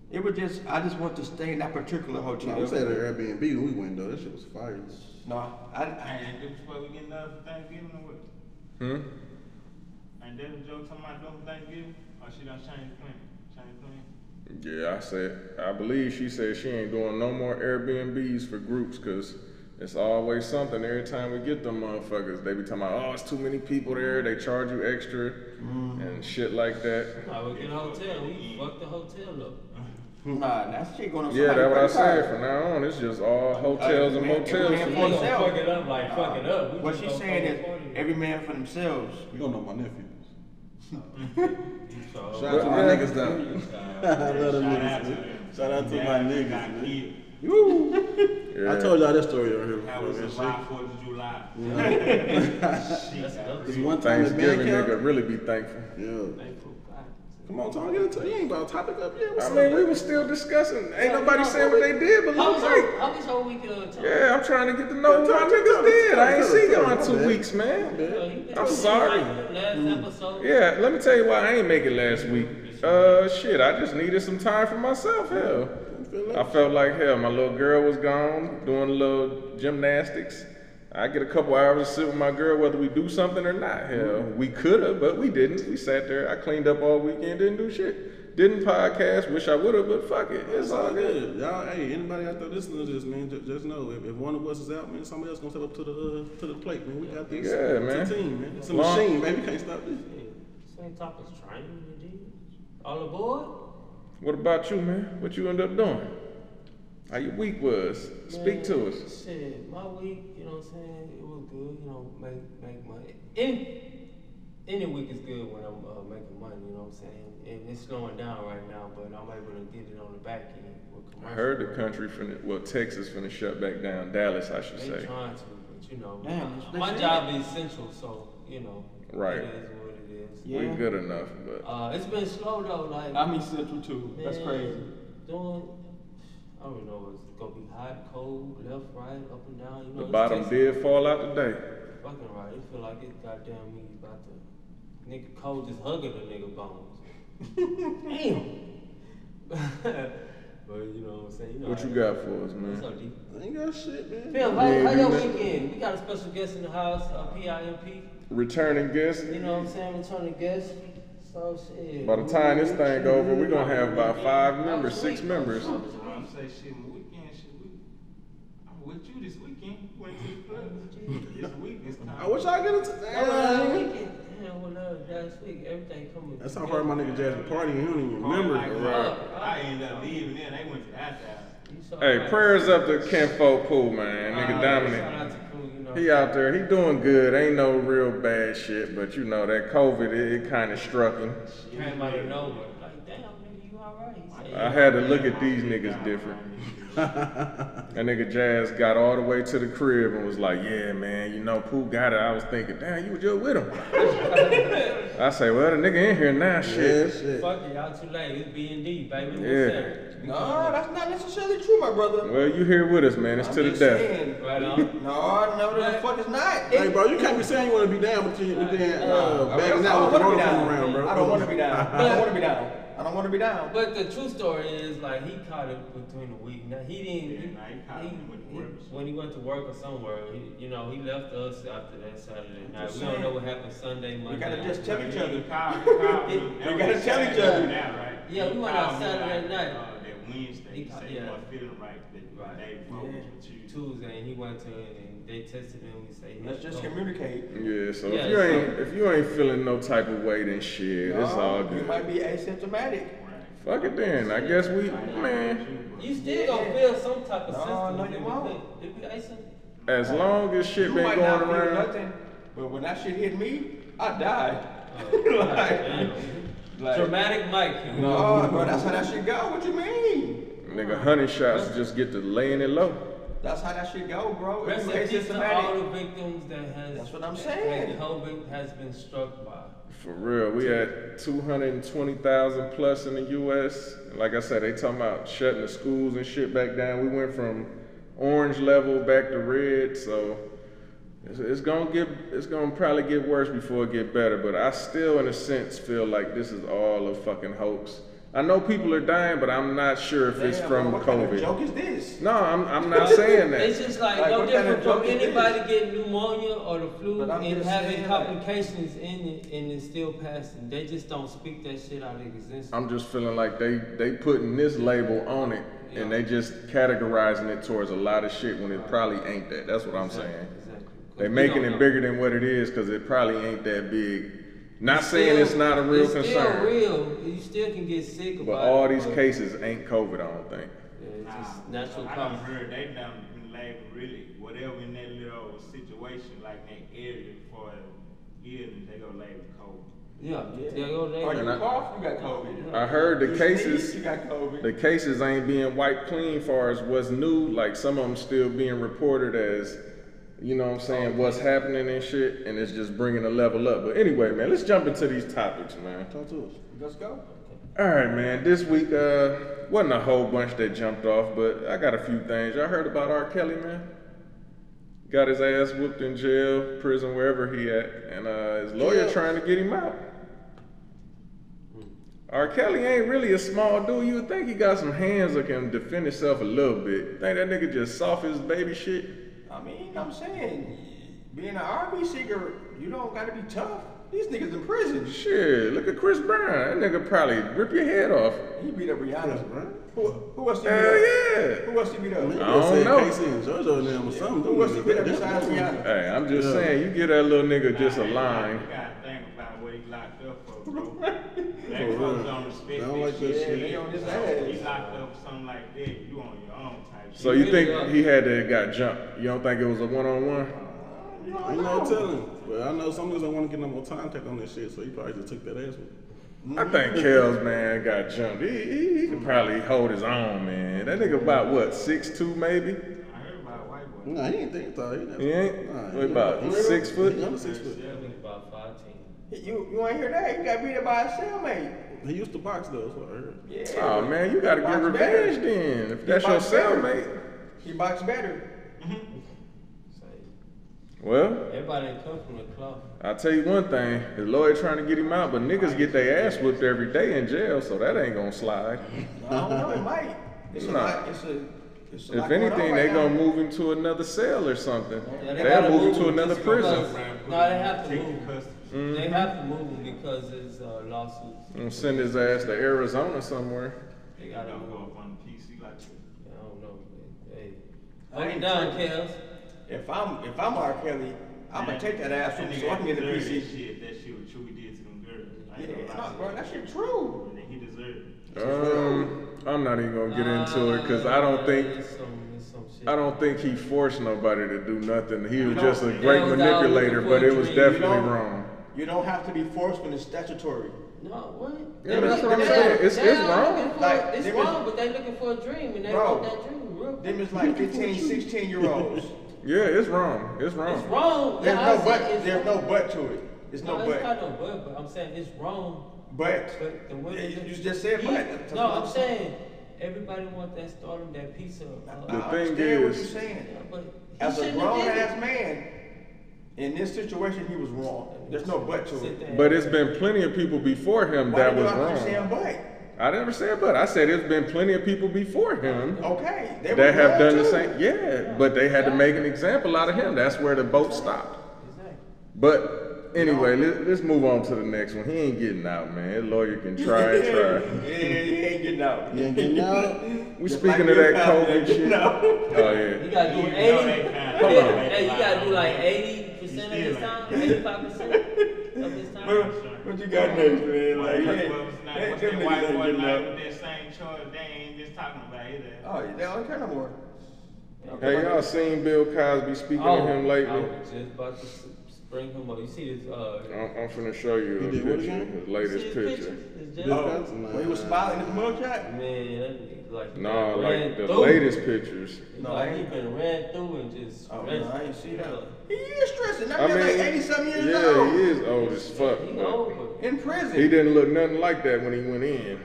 Speaker 6: It was just. I just want to stay in that particular hotel.
Speaker 5: Nah, we stayed at Airbnb when we went though. That shit was fire.
Speaker 6: Nah, I, I,
Speaker 7: And this was we getting up for Thanksgiving or what?
Speaker 3: Hmm?
Speaker 7: And that was Joe talking about doing Thanksgiving? Or she done changed the plan? Changed the plan?
Speaker 3: Yeah, I said, I believe she said she ain't doing no more Airbnbs for groups because it's always something. Every time we get them motherfuckers, they be talking about, oh, it's too many people there. They charge you extra
Speaker 6: Mm-hmm.
Speaker 3: and shit like that.
Speaker 4: I would get a hotel. We fucked the hotel up.
Speaker 6: nah, that shit going on.
Speaker 3: Yeah,
Speaker 6: somebody's
Speaker 3: that's what I
Speaker 6: credit
Speaker 3: said.
Speaker 6: card.
Speaker 3: From now on, it's just all hotels and
Speaker 6: man, if we
Speaker 3: motels.
Speaker 6: have
Speaker 4: We
Speaker 6: For
Speaker 4: gonna
Speaker 6: sale.
Speaker 4: fuck it up like fuck it up. We
Speaker 6: What
Speaker 4: just
Speaker 6: she's
Speaker 4: gonna
Speaker 6: saying
Speaker 4: throw a
Speaker 6: is
Speaker 4: party.
Speaker 6: every man for themselves.
Speaker 5: You don't know my nephews.
Speaker 7: <laughs>
Speaker 4: So,
Speaker 5: Shout out to my
Speaker 3: Yeah.
Speaker 5: niggas though. I <laughs> love them
Speaker 7: Shout out to
Speaker 5: niggas.
Speaker 7: them.
Speaker 5: man. Shout out to
Speaker 7: Yeah,
Speaker 5: my
Speaker 7: they got
Speaker 5: niggas. man.
Speaker 7: killed.
Speaker 3: Yeah.
Speaker 5: I told y'all that story on here.
Speaker 7: That was
Speaker 5: before,
Speaker 7: the
Speaker 5: man.
Speaker 7: July Fourth of July. Shit,
Speaker 4: That's
Speaker 7: that
Speaker 4: dope.
Speaker 5: This one time at band
Speaker 3: Thanksgiving,
Speaker 5: camp.
Speaker 3: nigga, really be thankful.
Speaker 5: Yeah.
Speaker 4: thankful God.
Speaker 5: Come on, Tom, get into it. You ain't about to topic up. Yeah, what's
Speaker 3: I
Speaker 5: up?
Speaker 3: mean, we was still discussing. Ain't nobody saying what they did, but
Speaker 4: I was
Speaker 3: look like.
Speaker 4: I was uh, hoping we could. talk.
Speaker 3: Yeah, I'm trying to get to know what my
Speaker 5: Tell- tell-
Speaker 3: niggas
Speaker 5: tell-
Speaker 3: did.
Speaker 5: tell-
Speaker 3: I ain't
Speaker 5: tell-
Speaker 3: seen
Speaker 5: tell-
Speaker 3: y'all in
Speaker 5: tell-
Speaker 3: two weeks, man.
Speaker 4: Well, he been-
Speaker 3: I'm sorry.
Speaker 4: Last
Speaker 6: Mm.
Speaker 4: episode.
Speaker 3: Yeah, let me tell you why I ain't make it last week. Uh, shit, I just needed some time for myself. Hell, I felt like hell. My little girl was gone doing a little gymnastics. I get a couple hours to sit with my girl, whether we do something or not. Hell, we coulda, but we didn't. We sat there. I cleaned up all weekend, didn't do shit. Didn't podcast. Wish I woulda, but fuck it.
Speaker 5: It's all
Speaker 3: good.
Speaker 5: good. Y'all, hey, anybody out there listening to this, man, just, just know if, if one of us is out, man, somebody else gonna step up to the uh, to the plate, man. We got this.
Speaker 3: Yeah,
Speaker 5: It's a
Speaker 3: man.
Speaker 5: team, man. It's a
Speaker 3: Long-
Speaker 5: machine, man. We can't stop this.
Speaker 4: Same topic as training, you did. All aboard?
Speaker 3: What about you, man? What you end up doing? How your week was? Speak to us.
Speaker 4: Shit, my week, you know what I'm saying? It was good, you know, make make money. Any any week is good when I'm uh, making money, you know what I'm saying? And it's slowing down right now, but I'm able to get it on the back end with
Speaker 3: I
Speaker 4: commercial.
Speaker 3: heard the
Speaker 4: work.
Speaker 3: country finna, well, Texas finna shut back down. Dallas, I should
Speaker 4: They
Speaker 3: say.
Speaker 4: trying to, but you know,
Speaker 6: Damn, it's-
Speaker 4: my
Speaker 6: they
Speaker 4: job is essential, so you know,
Speaker 3: Right.
Speaker 4: It is what it is.
Speaker 3: We good enough, but
Speaker 4: Uh, it's been slow though, like
Speaker 6: I mean Central too. That's
Speaker 4: Man,
Speaker 6: crazy.
Speaker 4: Doing, I don't know. It's gonna be hot, cold, left, right, up and down. You know,
Speaker 3: the
Speaker 4: it's
Speaker 3: bottom
Speaker 4: just
Speaker 3: did fall out today.
Speaker 4: Fucking right. It feel like it. Goddamn, me about to. Nigga, cold just hugging the
Speaker 5: <laughs>
Speaker 4: nigga bones. Damn. <laughs> but you know what I'm saying. You know
Speaker 3: What
Speaker 4: how
Speaker 3: you
Speaker 4: it
Speaker 3: got for us,
Speaker 4: is. What's
Speaker 3: man?
Speaker 4: up, D?
Speaker 5: I ain't got shit, man.
Speaker 4: Phil, how, how
Speaker 5: Yeah,
Speaker 4: your
Speaker 5: man.
Speaker 4: weekend? We got a special guest in the house, uh, PIMP.
Speaker 3: Returning guests.
Speaker 4: You know what I'm saying? Returning guest. So shit.
Speaker 3: By the time this thing over, we gonna have about five members, six members.
Speaker 7: I'm saying shit, my weekend shit. We, I'm with you this weekend. Went to the club. this week, this time.
Speaker 5: I wish I could have.
Speaker 4: That was last
Speaker 5: Damn.
Speaker 4: weekend. Damn, well, uh, last week, everything coming.
Speaker 5: That's how hard my nigga Jasmine party. He don't even
Speaker 7: Party
Speaker 5: remember.
Speaker 6: Oh
Speaker 7: like
Speaker 3: Right.
Speaker 7: fuck. I ended up leaving. Then they went to the after. hours.
Speaker 4: You saw
Speaker 3: Hey,
Speaker 4: right.
Speaker 3: prayers up to Kenfo Pooh, man. Nigga
Speaker 4: Uh, Shout
Speaker 3: Dominic.
Speaker 4: out to Cool, you know.
Speaker 3: He out there, he doing good. Ain't no real bad shit, but you know that COVID, it, it kind of struck him.
Speaker 4: Came out of nowhere. Like, damn, nigga, you alright? He said,
Speaker 3: I had to look at these niggas different. <laughs> That nigga Jazz got all the way to the crib and was like, "Yeah, man, you know, Pooh got it." I was thinking, "Damn, you was just with him."
Speaker 4: <laughs>
Speaker 3: I say, "Well, the nigga in here now,
Speaker 5: Yeah,
Speaker 3: shit."
Speaker 5: shit.
Speaker 4: Fuck it, y'all too late. It's B and D, baby. What's
Speaker 3: Yeah.
Speaker 4: that?
Speaker 6: No, that's not necessarily true, my brother.
Speaker 3: Well, you here with us, man. It's to the death.
Speaker 6: Saying,
Speaker 4: Right on.
Speaker 6: no, no, the fuck it's not.
Speaker 5: Hey, bro, you can't be saying you want to be down, but you but then uh,
Speaker 6: I
Speaker 5: backing
Speaker 6: don't
Speaker 5: out when Corona
Speaker 6: wanna be
Speaker 5: come
Speaker 6: down.
Speaker 5: around, bro.
Speaker 6: I don't want to be down.
Speaker 5: <laughs>
Speaker 6: I don't want to be down. I don't want to be down.
Speaker 4: But the true story is, like, he caught it between the week. Now, he didn't.
Speaker 7: Yeah, nah, he caught it when he went to work.
Speaker 4: when he went to work or somewhere, he, you know, he left us after that Saturday night.
Speaker 6: just
Speaker 4: We don't
Speaker 6: saying.
Speaker 4: know what happened Sunday, Monday.
Speaker 6: We gotta just
Speaker 7: Tell
Speaker 6: tell
Speaker 7: each
Speaker 6: each
Speaker 7: other,
Speaker 6: <laughs> other.
Speaker 7: Kyle, Kyle,
Speaker 6: We
Speaker 7: that
Speaker 6: gotta
Speaker 7: was
Speaker 6: tell each
Speaker 7: Saturday
Speaker 6: other.
Speaker 7: Now, right?
Speaker 4: Yeah, we went
Speaker 7: Kyle
Speaker 4: out
Speaker 7: knew,
Speaker 4: Saturday
Speaker 7: like,
Speaker 4: night.
Speaker 7: Uh, that Wednesday,
Speaker 4: He
Speaker 7: he
Speaker 4: ca-
Speaker 7: said
Speaker 4: yeah.
Speaker 7: he wasn't feeling right. That
Speaker 4: Right.
Speaker 7: the day before
Speaker 6: Yeah.
Speaker 7: was with you.
Speaker 4: Tuesday, and he went to it, and they tested him. We say,
Speaker 6: Let's just
Speaker 4: go.
Speaker 6: communicate.
Speaker 3: Yeah. So
Speaker 4: Yeah,
Speaker 3: if you
Speaker 4: so-
Speaker 3: ain't if you ain't feeling no type of way, then shit, it's all
Speaker 6: Um, You
Speaker 3: good.
Speaker 6: might be asymptomatic.
Speaker 3: Fuck it then. I guess we, man.
Speaker 4: You still gonna feel some type of
Speaker 6: No,
Speaker 4: system.
Speaker 6: no,
Speaker 4: if
Speaker 6: you
Speaker 4: it-
Speaker 6: won't.
Speaker 4: If you async,
Speaker 3: As long as shit
Speaker 6: You
Speaker 3: been
Speaker 6: might
Speaker 3: going
Speaker 6: not feel
Speaker 3: around,
Speaker 6: nothing, but when that shit hit me, I died.
Speaker 4: God
Speaker 6: <laughs> like,
Speaker 4: damn.
Speaker 6: Like,
Speaker 4: Dramatic Mike. him.
Speaker 6: oh, bro, that's how that shit go. What you mean?
Speaker 3: Nigga, honey shots just get to laying it low.
Speaker 6: That's how that shit go, bro. If
Speaker 4: Rest
Speaker 6: you
Speaker 4: in peace to all
Speaker 6: asymptomatic,
Speaker 4: the victims that has.
Speaker 6: That's what I'm
Speaker 4: that-
Speaker 6: saying.
Speaker 4: That COVID has been struck by.
Speaker 3: For real, we at 220,000 plus in the US. Like I said, they talking about shutting the schools and shit back down. We went from orange level back to red, so it's, it's gonna get, it's gonna probably get worse before it get better. But I still, in a sense, feel like this is all a fucking hoax. I know people are dying, but I'm not sure if it's
Speaker 6: damn,
Speaker 3: from
Speaker 6: what Kind of
Speaker 3: COVID.
Speaker 6: joke is this?
Speaker 3: no, I'm, I'm not saying that.
Speaker 4: It's just like,
Speaker 6: Like,
Speaker 4: no
Speaker 6: what kind
Speaker 4: different
Speaker 6: of
Speaker 4: from
Speaker 6: joke it
Speaker 4: anybody getting pneumonia or the flu
Speaker 6: But I'm
Speaker 4: and
Speaker 6: just
Speaker 4: having
Speaker 6: saying, like-
Speaker 4: complications in it and it's still passing. They just don't speak that shit out of existence.
Speaker 3: I'm just feeling like they they putting this label on it and they just categorizing it towards a lot of shit when it probably ain't that. That's what I'm saying.
Speaker 4: Exactly. 'Cause
Speaker 3: They
Speaker 4: we
Speaker 3: making
Speaker 4: don't
Speaker 3: it
Speaker 4: know.
Speaker 3: bigger than what it is because it probably ain't that big. Not
Speaker 4: It's
Speaker 3: saying
Speaker 4: still-
Speaker 3: it's not a real
Speaker 4: it's
Speaker 3: concern,
Speaker 4: Still real. You still can get sick
Speaker 3: but
Speaker 4: about it,
Speaker 3: all these
Speaker 4: but- uh,
Speaker 3: cases ain't COVID. I don't think.
Speaker 4: Yeah, it's just
Speaker 7: Nah,
Speaker 4: natural
Speaker 7: I done
Speaker 4: common.
Speaker 7: heard they done been labeled really whatever in that little situation like that area for years they gonna label COVID.
Speaker 4: Yeah, they go
Speaker 6: Or you
Speaker 4: there.
Speaker 6: cough, you got COVID.
Speaker 3: I heard
Speaker 6: You
Speaker 3: the
Speaker 6: sneeze,
Speaker 3: cases
Speaker 6: you got COVID.
Speaker 3: the cases ain't being wiped clean far as what's new. Like some of them still being reported as. You know what I'm saying? What's happening and shit, and it's just bringing the level up. But anyway, man, let's jump into these topics, man.
Speaker 5: Talk to us.
Speaker 6: Let's go.
Speaker 3: All right, man. This week uh, wasn't a whole bunch that jumped off, but I got a few things. Y'all heard about R. Kelly, man? Got his ass whooped in jail, prison, wherever he at, and uh, his lawyer
Speaker 6: Jail. Hmm.
Speaker 3: trying to get him out. R. Kelly ain't really a small dude. You would think he got some hands that can defend himself a little bit. Think that nigga just soft as baby shit?
Speaker 6: I mean, I'm saying, being an army seeker, you don't gotta be tough. These niggas in prison.
Speaker 3: Shit, look at Chris Brown. That nigga probably rip your head off.
Speaker 6: He beat up Rihanna,
Speaker 5: Right?
Speaker 6: Who, who else he beat up?
Speaker 3: Hell yeah.
Speaker 6: Who else he beat up?
Speaker 5: Man, you
Speaker 3: don't
Speaker 5: said
Speaker 3: know.
Speaker 5: Casey and JoJo and them or something.
Speaker 6: Who else he beat up
Speaker 5: That's-
Speaker 6: besides Rihanna?
Speaker 3: Hey, I'm just saying, you give that little nigga just a
Speaker 7: Nah,
Speaker 3: line.
Speaker 7: You gotta think about what he locked up for,
Speaker 4: <laughs>
Speaker 7: bro. Black folks don't
Speaker 5: They
Speaker 7: respect
Speaker 5: don't like
Speaker 7: that
Speaker 5: that
Speaker 7: shit.
Speaker 5: shit.
Speaker 6: They on his
Speaker 7: He
Speaker 6: ass.
Speaker 7: locked up for something like that, you on your own type shit.
Speaker 3: So you think he had to got jumped? You don't think it was a one on one?
Speaker 5: Ain't no telling. But I know some niggas don't want to get no more time tech on that shit, so he probably just took that ass with him.
Speaker 3: I think Kells man got jumped. He, he, he can probably hold his own, man. That nigga about what six two maybe?
Speaker 7: I heard about white boy.
Speaker 5: Nah, he ain't think tall. He, never,
Speaker 3: He ain't?
Speaker 5: Nah,
Speaker 3: What about,
Speaker 5: never-
Speaker 3: he's six foot?
Speaker 5: He under six foot.
Speaker 4: About five ten.
Speaker 6: You, you ain't hear that? You got beat up by a cellmate.
Speaker 5: He used to box though, so I heard.
Speaker 6: Yeah.
Speaker 3: Oh man, you gotta get
Speaker 6: Box
Speaker 3: revenge then. If that's your
Speaker 6: boxed
Speaker 3: cellmate,
Speaker 6: He boxed better.
Speaker 3: well,
Speaker 4: Everybody that come from the club.
Speaker 3: I tell you one thing: his lawyer trying to get him out, but niggas get their ass whipped every day in jail, so that ain't gonna slide.
Speaker 6: I don't know. <laughs> It might. It's a
Speaker 3: Nah.
Speaker 6: lot. It's a. It's a
Speaker 3: If
Speaker 6: lot going on
Speaker 3: anything,
Speaker 6: right
Speaker 3: they
Speaker 6: now.
Speaker 3: gonna move him to another cell or something.
Speaker 4: Yeah, they
Speaker 3: They'll
Speaker 4: gotta
Speaker 3: move him to
Speaker 4: him
Speaker 3: another
Speaker 4: just
Speaker 3: prison. Mm-hmm.
Speaker 4: because- No, they have to
Speaker 7: Take
Speaker 4: move. him.
Speaker 7: custody.
Speaker 4: They have to move him because it's uh, lawsuits.
Speaker 3: And send his ass to Arizona somewhere.
Speaker 7: They
Speaker 4: gotta
Speaker 7: don't go
Speaker 4: move.
Speaker 7: up on the PC like that.
Speaker 4: I don't know. man. Hey,
Speaker 6: I
Speaker 4: hold it
Speaker 6: ain't
Speaker 4: down,
Speaker 6: tripping.
Speaker 4: Kels.
Speaker 6: If I'm if I'm R. Kelly, I'm gonna take that ass from
Speaker 7: That
Speaker 6: him
Speaker 7: nigga
Speaker 6: so I can get the
Speaker 7: deserved that
Speaker 6: PC.
Speaker 7: Shit, that shit what Chewy did to them girls. I ain't
Speaker 6: Yeah,
Speaker 7: gonna lie
Speaker 6: nah,
Speaker 7: to
Speaker 6: bro,
Speaker 7: you.
Speaker 6: that shit true.
Speaker 7: And he deserved it.
Speaker 3: Um, I'm not even gonna get into it because I
Speaker 4: Nah,
Speaker 3: don't think
Speaker 4: Uh, it's some- it's some shit.
Speaker 3: I don't think he forced nobody to do nothing. He was
Speaker 6: No.
Speaker 3: just a
Speaker 6: That
Speaker 3: great
Speaker 4: was all
Speaker 3: manipulator,
Speaker 4: looking
Speaker 3: but
Speaker 4: for a
Speaker 3: it was
Speaker 4: dream.
Speaker 3: definitely
Speaker 6: You know?
Speaker 3: wrong.
Speaker 6: You don't have to be forced when it's statutory.
Speaker 4: No, what?
Speaker 3: Yeah,
Speaker 6: that's what I'm
Speaker 4: They-
Speaker 6: saying.
Speaker 3: It's-
Speaker 4: they
Speaker 3: it's
Speaker 4: all
Speaker 3: wrong.
Speaker 4: looking for-
Speaker 6: Like,
Speaker 4: it's
Speaker 6: they was-
Speaker 4: wrong, but they looking for a dream and they
Speaker 6: Bro,
Speaker 4: want that dream real.
Speaker 6: Them is like 15, 16 year <laughs> olds.
Speaker 3: Yeah, it's wrong. It's wrong.
Speaker 4: It's wrong.
Speaker 6: There's
Speaker 4: Yeah, I
Speaker 6: no
Speaker 4: said
Speaker 6: but.
Speaker 4: it's
Speaker 6: There's no
Speaker 4: wrong.
Speaker 6: but to it. There's
Speaker 4: No,
Speaker 6: no
Speaker 4: it's not
Speaker 6: but.
Speaker 4: no but, but I'm saying it's wrong.
Speaker 6: But
Speaker 4: But the women.
Speaker 6: you just said
Speaker 4: He-
Speaker 6: but. That's
Speaker 4: No,
Speaker 6: what
Speaker 4: I'm saying everybody want that stardom, that piece of.
Speaker 6: I
Speaker 3: The
Speaker 4: Uh,
Speaker 3: thing
Speaker 6: understand what
Speaker 3: is-
Speaker 6: you're saying.
Speaker 4: but he
Speaker 6: As a
Speaker 4: shouldn't
Speaker 6: grown
Speaker 4: have did it.
Speaker 6: ass man, in this situation, he was wrong. There's no but to
Speaker 4: Sit
Speaker 6: it.
Speaker 4: down.
Speaker 3: But it's been plenty of people before him
Speaker 6: Why
Speaker 3: that
Speaker 6: do
Speaker 3: was
Speaker 6: y'all keep saying
Speaker 3: wrong.
Speaker 6: but?
Speaker 3: I never said but. I said it's been plenty of people before him
Speaker 6: Okay, they
Speaker 3: that
Speaker 6: was
Speaker 3: have
Speaker 6: wrong
Speaker 3: done the
Speaker 6: too.
Speaker 3: same. Yeah, but they had to make an example out of him. That's where the boat stopped.
Speaker 4: Exactly.
Speaker 3: But anyway, let, let's move on to the next one. He ain't getting out, man. That lawyer can try
Speaker 6: <laughs>
Speaker 3: and try.
Speaker 6: Yeah, he ain't getting out.
Speaker 5: He ain't getting
Speaker 6: <laughs>
Speaker 5: out.
Speaker 3: We
Speaker 6: Just
Speaker 3: speaking
Speaker 6: like
Speaker 3: of that
Speaker 6: your family
Speaker 3: COVID
Speaker 6: ain't getting
Speaker 3: shit.
Speaker 6: out.
Speaker 3: Oh
Speaker 4: You
Speaker 3: yeah.
Speaker 4: gotta
Speaker 7: You
Speaker 4: do
Speaker 7: know
Speaker 4: eighty.
Speaker 7: they found-
Speaker 3: Come on.
Speaker 4: Hey, you gotta do like eighty percent of
Speaker 7: You
Speaker 4: his
Speaker 7: still
Speaker 4: time, eighty-five percent of his time.
Speaker 6: What what you got next, man?
Speaker 7: Like,
Speaker 6: Like,
Speaker 7: yeah,
Speaker 6: hey,
Speaker 7: well, it's not
Speaker 6: hey,
Speaker 7: what
Speaker 6: them
Speaker 7: that
Speaker 6: niggas
Speaker 7: white
Speaker 6: ain't
Speaker 7: boy
Speaker 6: getting
Speaker 7: like
Speaker 6: out.
Speaker 7: with that same charge, they ain't just talking about it. uh,
Speaker 6: Oh, they don't care no more.
Speaker 3: Hey, y'all seen Bill Cosby speaking
Speaker 4: Oh,
Speaker 3: of him lately?
Speaker 4: I was just about to s- Bring him up. You see this? Uh,
Speaker 3: I'm, I'm finna show you
Speaker 5: He
Speaker 3: a
Speaker 5: did what
Speaker 3: picture,
Speaker 5: again?
Speaker 3: his
Speaker 4: you see
Speaker 3: latest
Speaker 4: his
Speaker 3: picture.
Speaker 4: His
Speaker 5: Oh.
Speaker 4: jacket?
Speaker 6: When he was smiling in his mugshot?
Speaker 4: Man, that nigga like he
Speaker 3: Nah,
Speaker 4: been ran
Speaker 3: like the
Speaker 4: through.
Speaker 3: latest pictures.
Speaker 4: No, like he been ran through and just.
Speaker 6: Oh,
Speaker 4: dressed
Speaker 6: no, I ain't see that.
Speaker 4: up.
Speaker 6: He is stressing. That
Speaker 3: I
Speaker 6: man
Speaker 3: mean,
Speaker 6: like 87 years
Speaker 3: yeah,
Speaker 6: old.
Speaker 3: he is old as fuck.
Speaker 4: He
Speaker 3: but
Speaker 4: old,
Speaker 6: In prison.
Speaker 3: He didn't look nothing like that when he went in.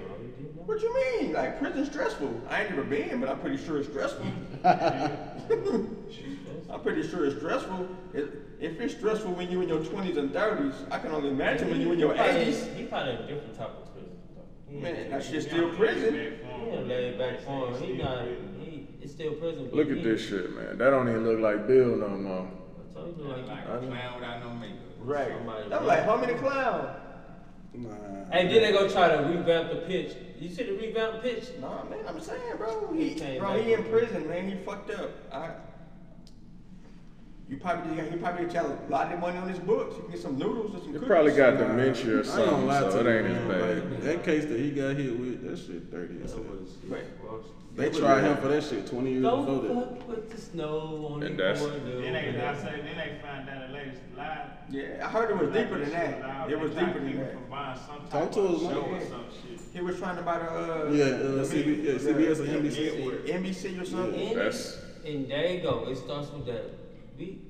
Speaker 6: What you mean? Like prison stressful? I ain't never been, but I'm pretty sure it's
Speaker 4: <laughs>
Speaker 6: stressful. I'm pretty sure it's stressful. If, if it's stressful when you're in your 20s and 30s, I can only
Speaker 4: but
Speaker 6: imagine when you're in your
Speaker 4: he probably-
Speaker 6: 80s.
Speaker 4: He probably in a different type of prison though. He ain't-
Speaker 6: Man, that shit's
Speaker 7: He
Speaker 6: still
Speaker 7: don't
Speaker 6: prison.
Speaker 7: laid back
Speaker 4: He
Speaker 7: form.
Speaker 4: ain't laid back for him. He
Speaker 7: Still
Speaker 4: not.
Speaker 7: prison.
Speaker 4: He it's still prison. but
Speaker 3: Look at
Speaker 4: he-
Speaker 3: this shit, man. That don't even look like Bill no more.
Speaker 4: I told you, like,
Speaker 7: Like a clown without no makeup.
Speaker 6: Right.
Speaker 4: Somebody-
Speaker 6: I'm like, homie the clown.
Speaker 5: Nah.
Speaker 4: And then they gonna try to revamp the pitch. You see the revamp pitch?
Speaker 6: Nah, man, I'm saying, bro.
Speaker 4: He
Speaker 6: He,
Speaker 4: came
Speaker 6: bro,
Speaker 4: back.
Speaker 6: he in prison, man. He fucked up. I, you probably just got, he probably got a lot of money on his books. You can get some noodles and some
Speaker 3: He
Speaker 6: cookies.
Speaker 3: probably got
Speaker 5: Nah,
Speaker 3: dementia or
Speaker 5: I
Speaker 3: something,
Speaker 5: ain't gonna lie
Speaker 3: so
Speaker 5: to
Speaker 3: it
Speaker 5: you,
Speaker 3: ain't as
Speaker 5: man.
Speaker 3: bad.
Speaker 5: Like, that case that he got hit with, that shit dirty as hell.
Speaker 6: Right.
Speaker 5: They tried him for that shit 20 years
Speaker 4: Don't
Speaker 5: before that.
Speaker 4: fuck with the snow on
Speaker 3: And
Speaker 4: the
Speaker 3: that's-
Speaker 4: corner.
Speaker 7: Then they, I say, then they find out the latest lie.
Speaker 6: Yeah, I heard it was deeper than that. It was deeper than that.
Speaker 5: Talk to us, man.
Speaker 7: Show or some shit.
Speaker 6: He was trying to buy the uh,
Speaker 5: Yeah, uh, CB, yeah, CBS or NBC.
Speaker 6: NBC or something.
Speaker 4: And,
Speaker 3: That's-
Speaker 4: and there you go. It starts with that beat.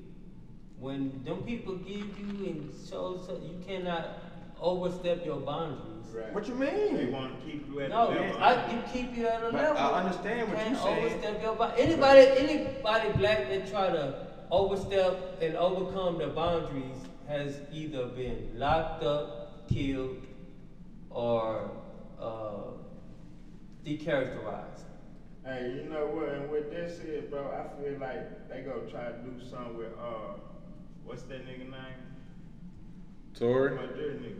Speaker 4: When them people give you and show so you cannot overstep your boundaries.
Speaker 6: What you
Speaker 7: They
Speaker 6: mean?
Speaker 7: want to keep you at
Speaker 4: No,
Speaker 7: the level.
Speaker 4: I, you keep you at a
Speaker 6: But
Speaker 4: level.
Speaker 6: I understand what you
Speaker 4: you can't
Speaker 6: saying.
Speaker 4: overstep your bound. Anybody, anybody black that try to overstep and overcome the boundaries has either been locked up, killed, or uh, decharacterized.
Speaker 7: Hey, you know what? And with this is, bro, I feel like they gonna try to do something with uh, what's that nigga name?
Speaker 3: Tory?
Speaker 7: My dear nigga.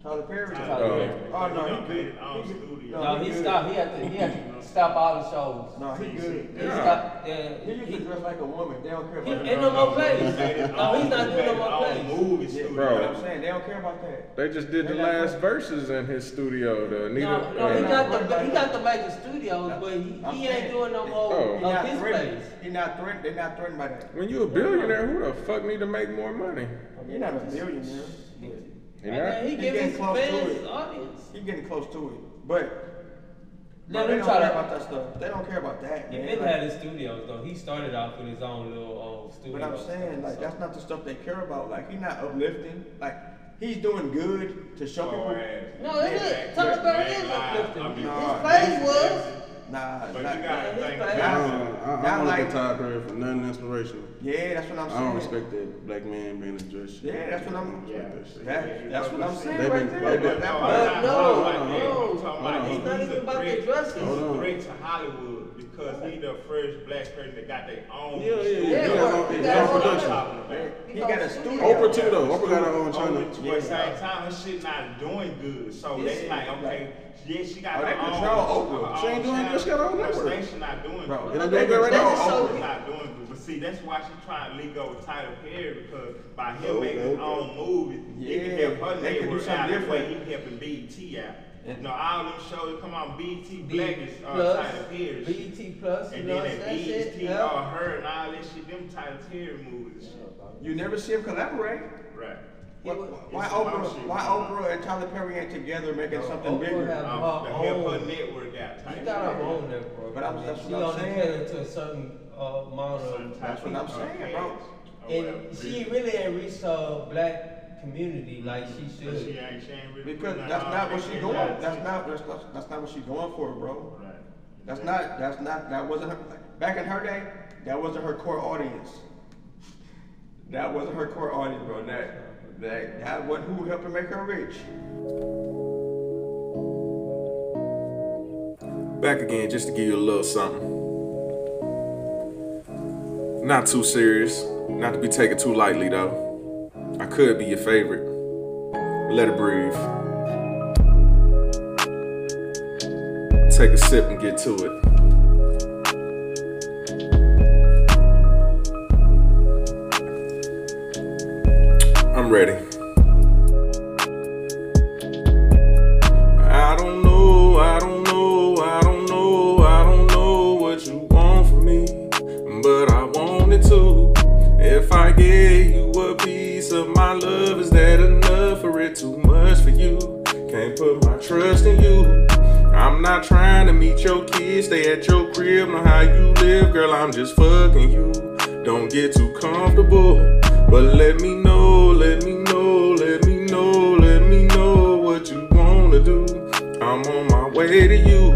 Speaker 6: Tyler Perry.
Speaker 7: Tyler
Speaker 3: Perry.
Speaker 6: Oh
Speaker 7: He
Speaker 6: no,
Speaker 7: done did
Speaker 6: he,
Speaker 7: it on studio.
Speaker 4: No, he stopped. He had to.
Speaker 6: <laughs>
Speaker 4: He had to stop all the shows.
Speaker 6: no, he good.
Speaker 4: He stopped. Yeah,
Speaker 6: He
Speaker 4: he,
Speaker 6: used to dress like a woman. They don't care
Speaker 4: he-
Speaker 6: about that.
Speaker 4: ain't no more
Speaker 6: <laughs>
Speaker 4: plays.
Speaker 7: He made it
Speaker 4: No, he's
Speaker 7: on-
Speaker 4: not
Speaker 7: he
Speaker 4: doing no
Speaker 7: made it
Speaker 4: more
Speaker 7: on
Speaker 4: plays.
Speaker 7: Movie
Speaker 6: Yeah,
Speaker 7: studio.
Speaker 3: Bro.
Speaker 6: what I'm saying they don't care about that.
Speaker 3: They just did the last verses in his studio, the Anita.
Speaker 4: No, no, he
Speaker 3: uh,
Speaker 4: got the he got the major studios, but
Speaker 6: I'm
Speaker 4: he, he
Speaker 6: saying-
Speaker 4: ain't doing no
Speaker 3: Oh.
Speaker 4: more
Speaker 6: He
Speaker 4: of
Speaker 6: not
Speaker 4: his
Speaker 6: threatened.
Speaker 4: plays.
Speaker 6: He not threatened. They're not threatened by that.
Speaker 3: when you a billionaire, who the fuck need to make more money?
Speaker 6: You're not a billionaire.
Speaker 3: You
Speaker 4: And
Speaker 3: know?
Speaker 4: he
Speaker 6: He
Speaker 4: give
Speaker 6: getting
Speaker 4: his
Speaker 6: close to
Speaker 4: fans
Speaker 6: it.
Speaker 4: his audience.
Speaker 6: He's getting close to it, but bro,
Speaker 4: Now
Speaker 6: they
Speaker 4: they
Speaker 6: don't
Speaker 4: try
Speaker 6: care
Speaker 4: to-
Speaker 6: about that stuff. They don't care about that.
Speaker 4: He
Speaker 6: man.
Speaker 4: been
Speaker 6: Like,
Speaker 4: had his studios though. He started off with his own little old studio.
Speaker 6: But I'm saying, like, that's not the stuff they care about. Like, he's not uplifting. Like, he's doing good to
Speaker 4: Oh,
Speaker 6: show
Speaker 7: Sorry,
Speaker 6: people.
Speaker 7: ass.
Speaker 4: no, it is. Tyler Perry is uplifting.
Speaker 7: I'm
Speaker 4: His
Speaker 6: just-
Speaker 4: plays was.
Speaker 6: Nah,
Speaker 7: But you
Speaker 6: not-
Speaker 7: gotta
Speaker 4: his
Speaker 7: think
Speaker 4: face-
Speaker 5: I
Speaker 7: about
Speaker 5: don't,
Speaker 7: it.
Speaker 5: I, I
Speaker 6: Not
Speaker 5: don't like
Speaker 6: like-
Speaker 5: Tyler Perry for nothing inspirational.
Speaker 6: yeah, that's what I'm
Speaker 5: I
Speaker 6: saying.
Speaker 5: don't respect that black man being addressed.
Speaker 6: Yeah, that's what I'm.
Speaker 5: I don't respect that shit.
Speaker 6: That, that's what I'm saying
Speaker 5: They
Speaker 6: right
Speaker 5: been- they
Speaker 6: there.
Speaker 5: been-
Speaker 6: That
Speaker 7: No,
Speaker 6: part-
Speaker 4: But
Speaker 7: I'm
Speaker 4: no,
Speaker 7: not talking
Speaker 4: no.
Speaker 7: about that. I'm talking
Speaker 4: It's not
Speaker 7: he's
Speaker 4: even
Speaker 7: a
Speaker 4: about the
Speaker 7: threat-
Speaker 4: dresses.
Speaker 7: He's
Speaker 5: Hold
Speaker 7: a
Speaker 5: on.
Speaker 7: threat to Hollywood because he the first black person that got their own.
Speaker 5: Yeah, yeah, yeah. He
Speaker 7: studio.
Speaker 5: got his own- his own
Speaker 4: Yeah, well,
Speaker 5: production.
Speaker 6: He got a studio.
Speaker 5: Oprah too though. Oprah got her own
Speaker 7: Only two
Speaker 5: channel.
Speaker 7: at the same time, her shit not doing good. So
Speaker 6: Yes.
Speaker 7: they like, okay, yeah, she got
Speaker 6: Oh, they
Speaker 7: her own.
Speaker 6: control Oprah.
Speaker 7: her
Speaker 5: She ain't
Speaker 7: own
Speaker 5: doing good. She got
Speaker 7: channel.
Speaker 5: her own
Speaker 7: Her
Speaker 5: network.
Speaker 7: station not doing
Speaker 6: Bro,
Speaker 5: And
Speaker 7: good.
Speaker 5: I'm doing good right
Speaker 6: They
Speaker 5: now.
Speaker 6: just so-
Speaker 7: Oprah's not doing good. But see, that's why she trying to link up with Tyler Perry because by him
Speaker 5: Okay,
Speaker 7: making his
Speaker 5: okay.
Speaker 7: own movies, he
Speaker 6: Yeah,
Speaker 7: can help her
Speaker 6: they could do
Speaker 7: network
Speaker 6: something
Speaker 7: out the way
Speaker 6: different.
Speaker 7: he helping BT out.
Speaker 6: Yeah.
Speaker 7: You know, all them shows come on
Speaker 6: E
Speaker 7: BT Black
Speaker 4: B
Speaker 7: is uh,
Speaker 4: plus,
Speaker 7: Tyler Perry. shit.
Speaker 4: BT plus, you
Speaker 7: And
Speaker 4: know
Speaker 7: then
Speaker 4: what
Speaker 7: that
Speaker 4: I'm saying?
Speaker 7: BT,
Speaker 4: Yeah.
Speaker 7: all uh, her and all that shit, them Tyler Perry movies.
Speaker 6: You never see him collaborate.
Speaker 7: Right.
Speaker 4: He
Speaker 6: Why,
Speaker 4: was-
Speaker 6: why
Speaker 7: It's
Speaker 6: Oprah?
Speaker 7: bullshit.
Speaker 6: Why Oprah and Tyler Perry ain't together making something
Speaker 4: Oprah
Speaker 6: bigger?
Speaker 4: have-
Speaker 7: Um, the help
Speaker 4: Oh.
Speaker 7: her network out type.
Speaker 4: She got her
Speaker 7: shit.
Speaker 4: own network.
Speaker 6: But I'm-
Speaker 4: I mean,
Speaker 6: that's what
Speaker 4: she
Speaker 6: I'm
Speaker 4: only
Speaker 6: saying.
Speaker 4: catered to a certain uh, amount
Speaker 7: Certain
Speaker 4: of.
Speaker 7: type
Speaker 6: what I'm
Speaker 7: of
Speaker 6: saying,
Speaker 7: cash
Speaker 6: bro.
Speaker 7: or whatever.
Speaker 4: And she really ain't reached her black community like she
Speaker 7: But she
Speaker 4: should.
Speaker 7: ain't, she ain't really
Speaker 6: Because
Speaker 7: putting
Speaker 6: that's
Speaker 7: out
Speaker 6: not
Speaker 7: all
Speaker 6: what
Speaker 7: that
Speaker 6: she
Speaker 7: shit
Speaker 6: going.
Speaker 7: out.
Speaker 6: That's not. That's not. That's not what she going for, bro.
Speaker 7: Right.
Speaker 6: That's not. That's not. That wasn't her. Back in her day, that wasn't her core audience. That wasn't her core audience, bro. That. That. That wasn't who helped her make her rich.
Speaker 8: Back again just to give you a little something. Not too serious, not to be taken too lightly though. I could be your favorite. Let it breathe. Take a sip and get to it. I'm ready. I don't know, I don't know, I don't know, I don't know what you want from me, but I want it too. If I gave you a piece piece of my love, is that enough or it too much for you? Can't put my trust in you. I'm not trying to meet your kids, stay at your crib, know how you live, girl. I'm just fucking you. Don't get too comfortable, but let me know, let me know, let me know, let me know what you wanna do. I'm on my way to you,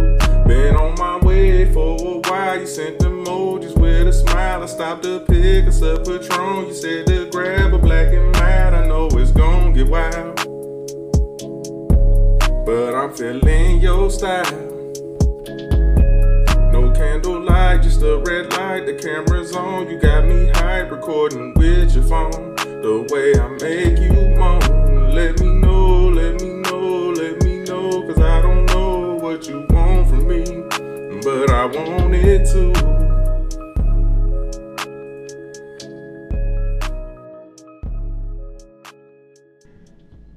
Speaker 8: been on my way for a while. You sent them emojis with a smile. I stopped to pick us up a Patron. You said to grab a black and mild. I know it's gonna get wild. But I'm feeling your style. No candlelight, just a red light. The camera's on. You got me hype, recording with your phone. The way I make you moan. Let me know, let me know, let me know. Cause I don't know what you want from me. But I want it too.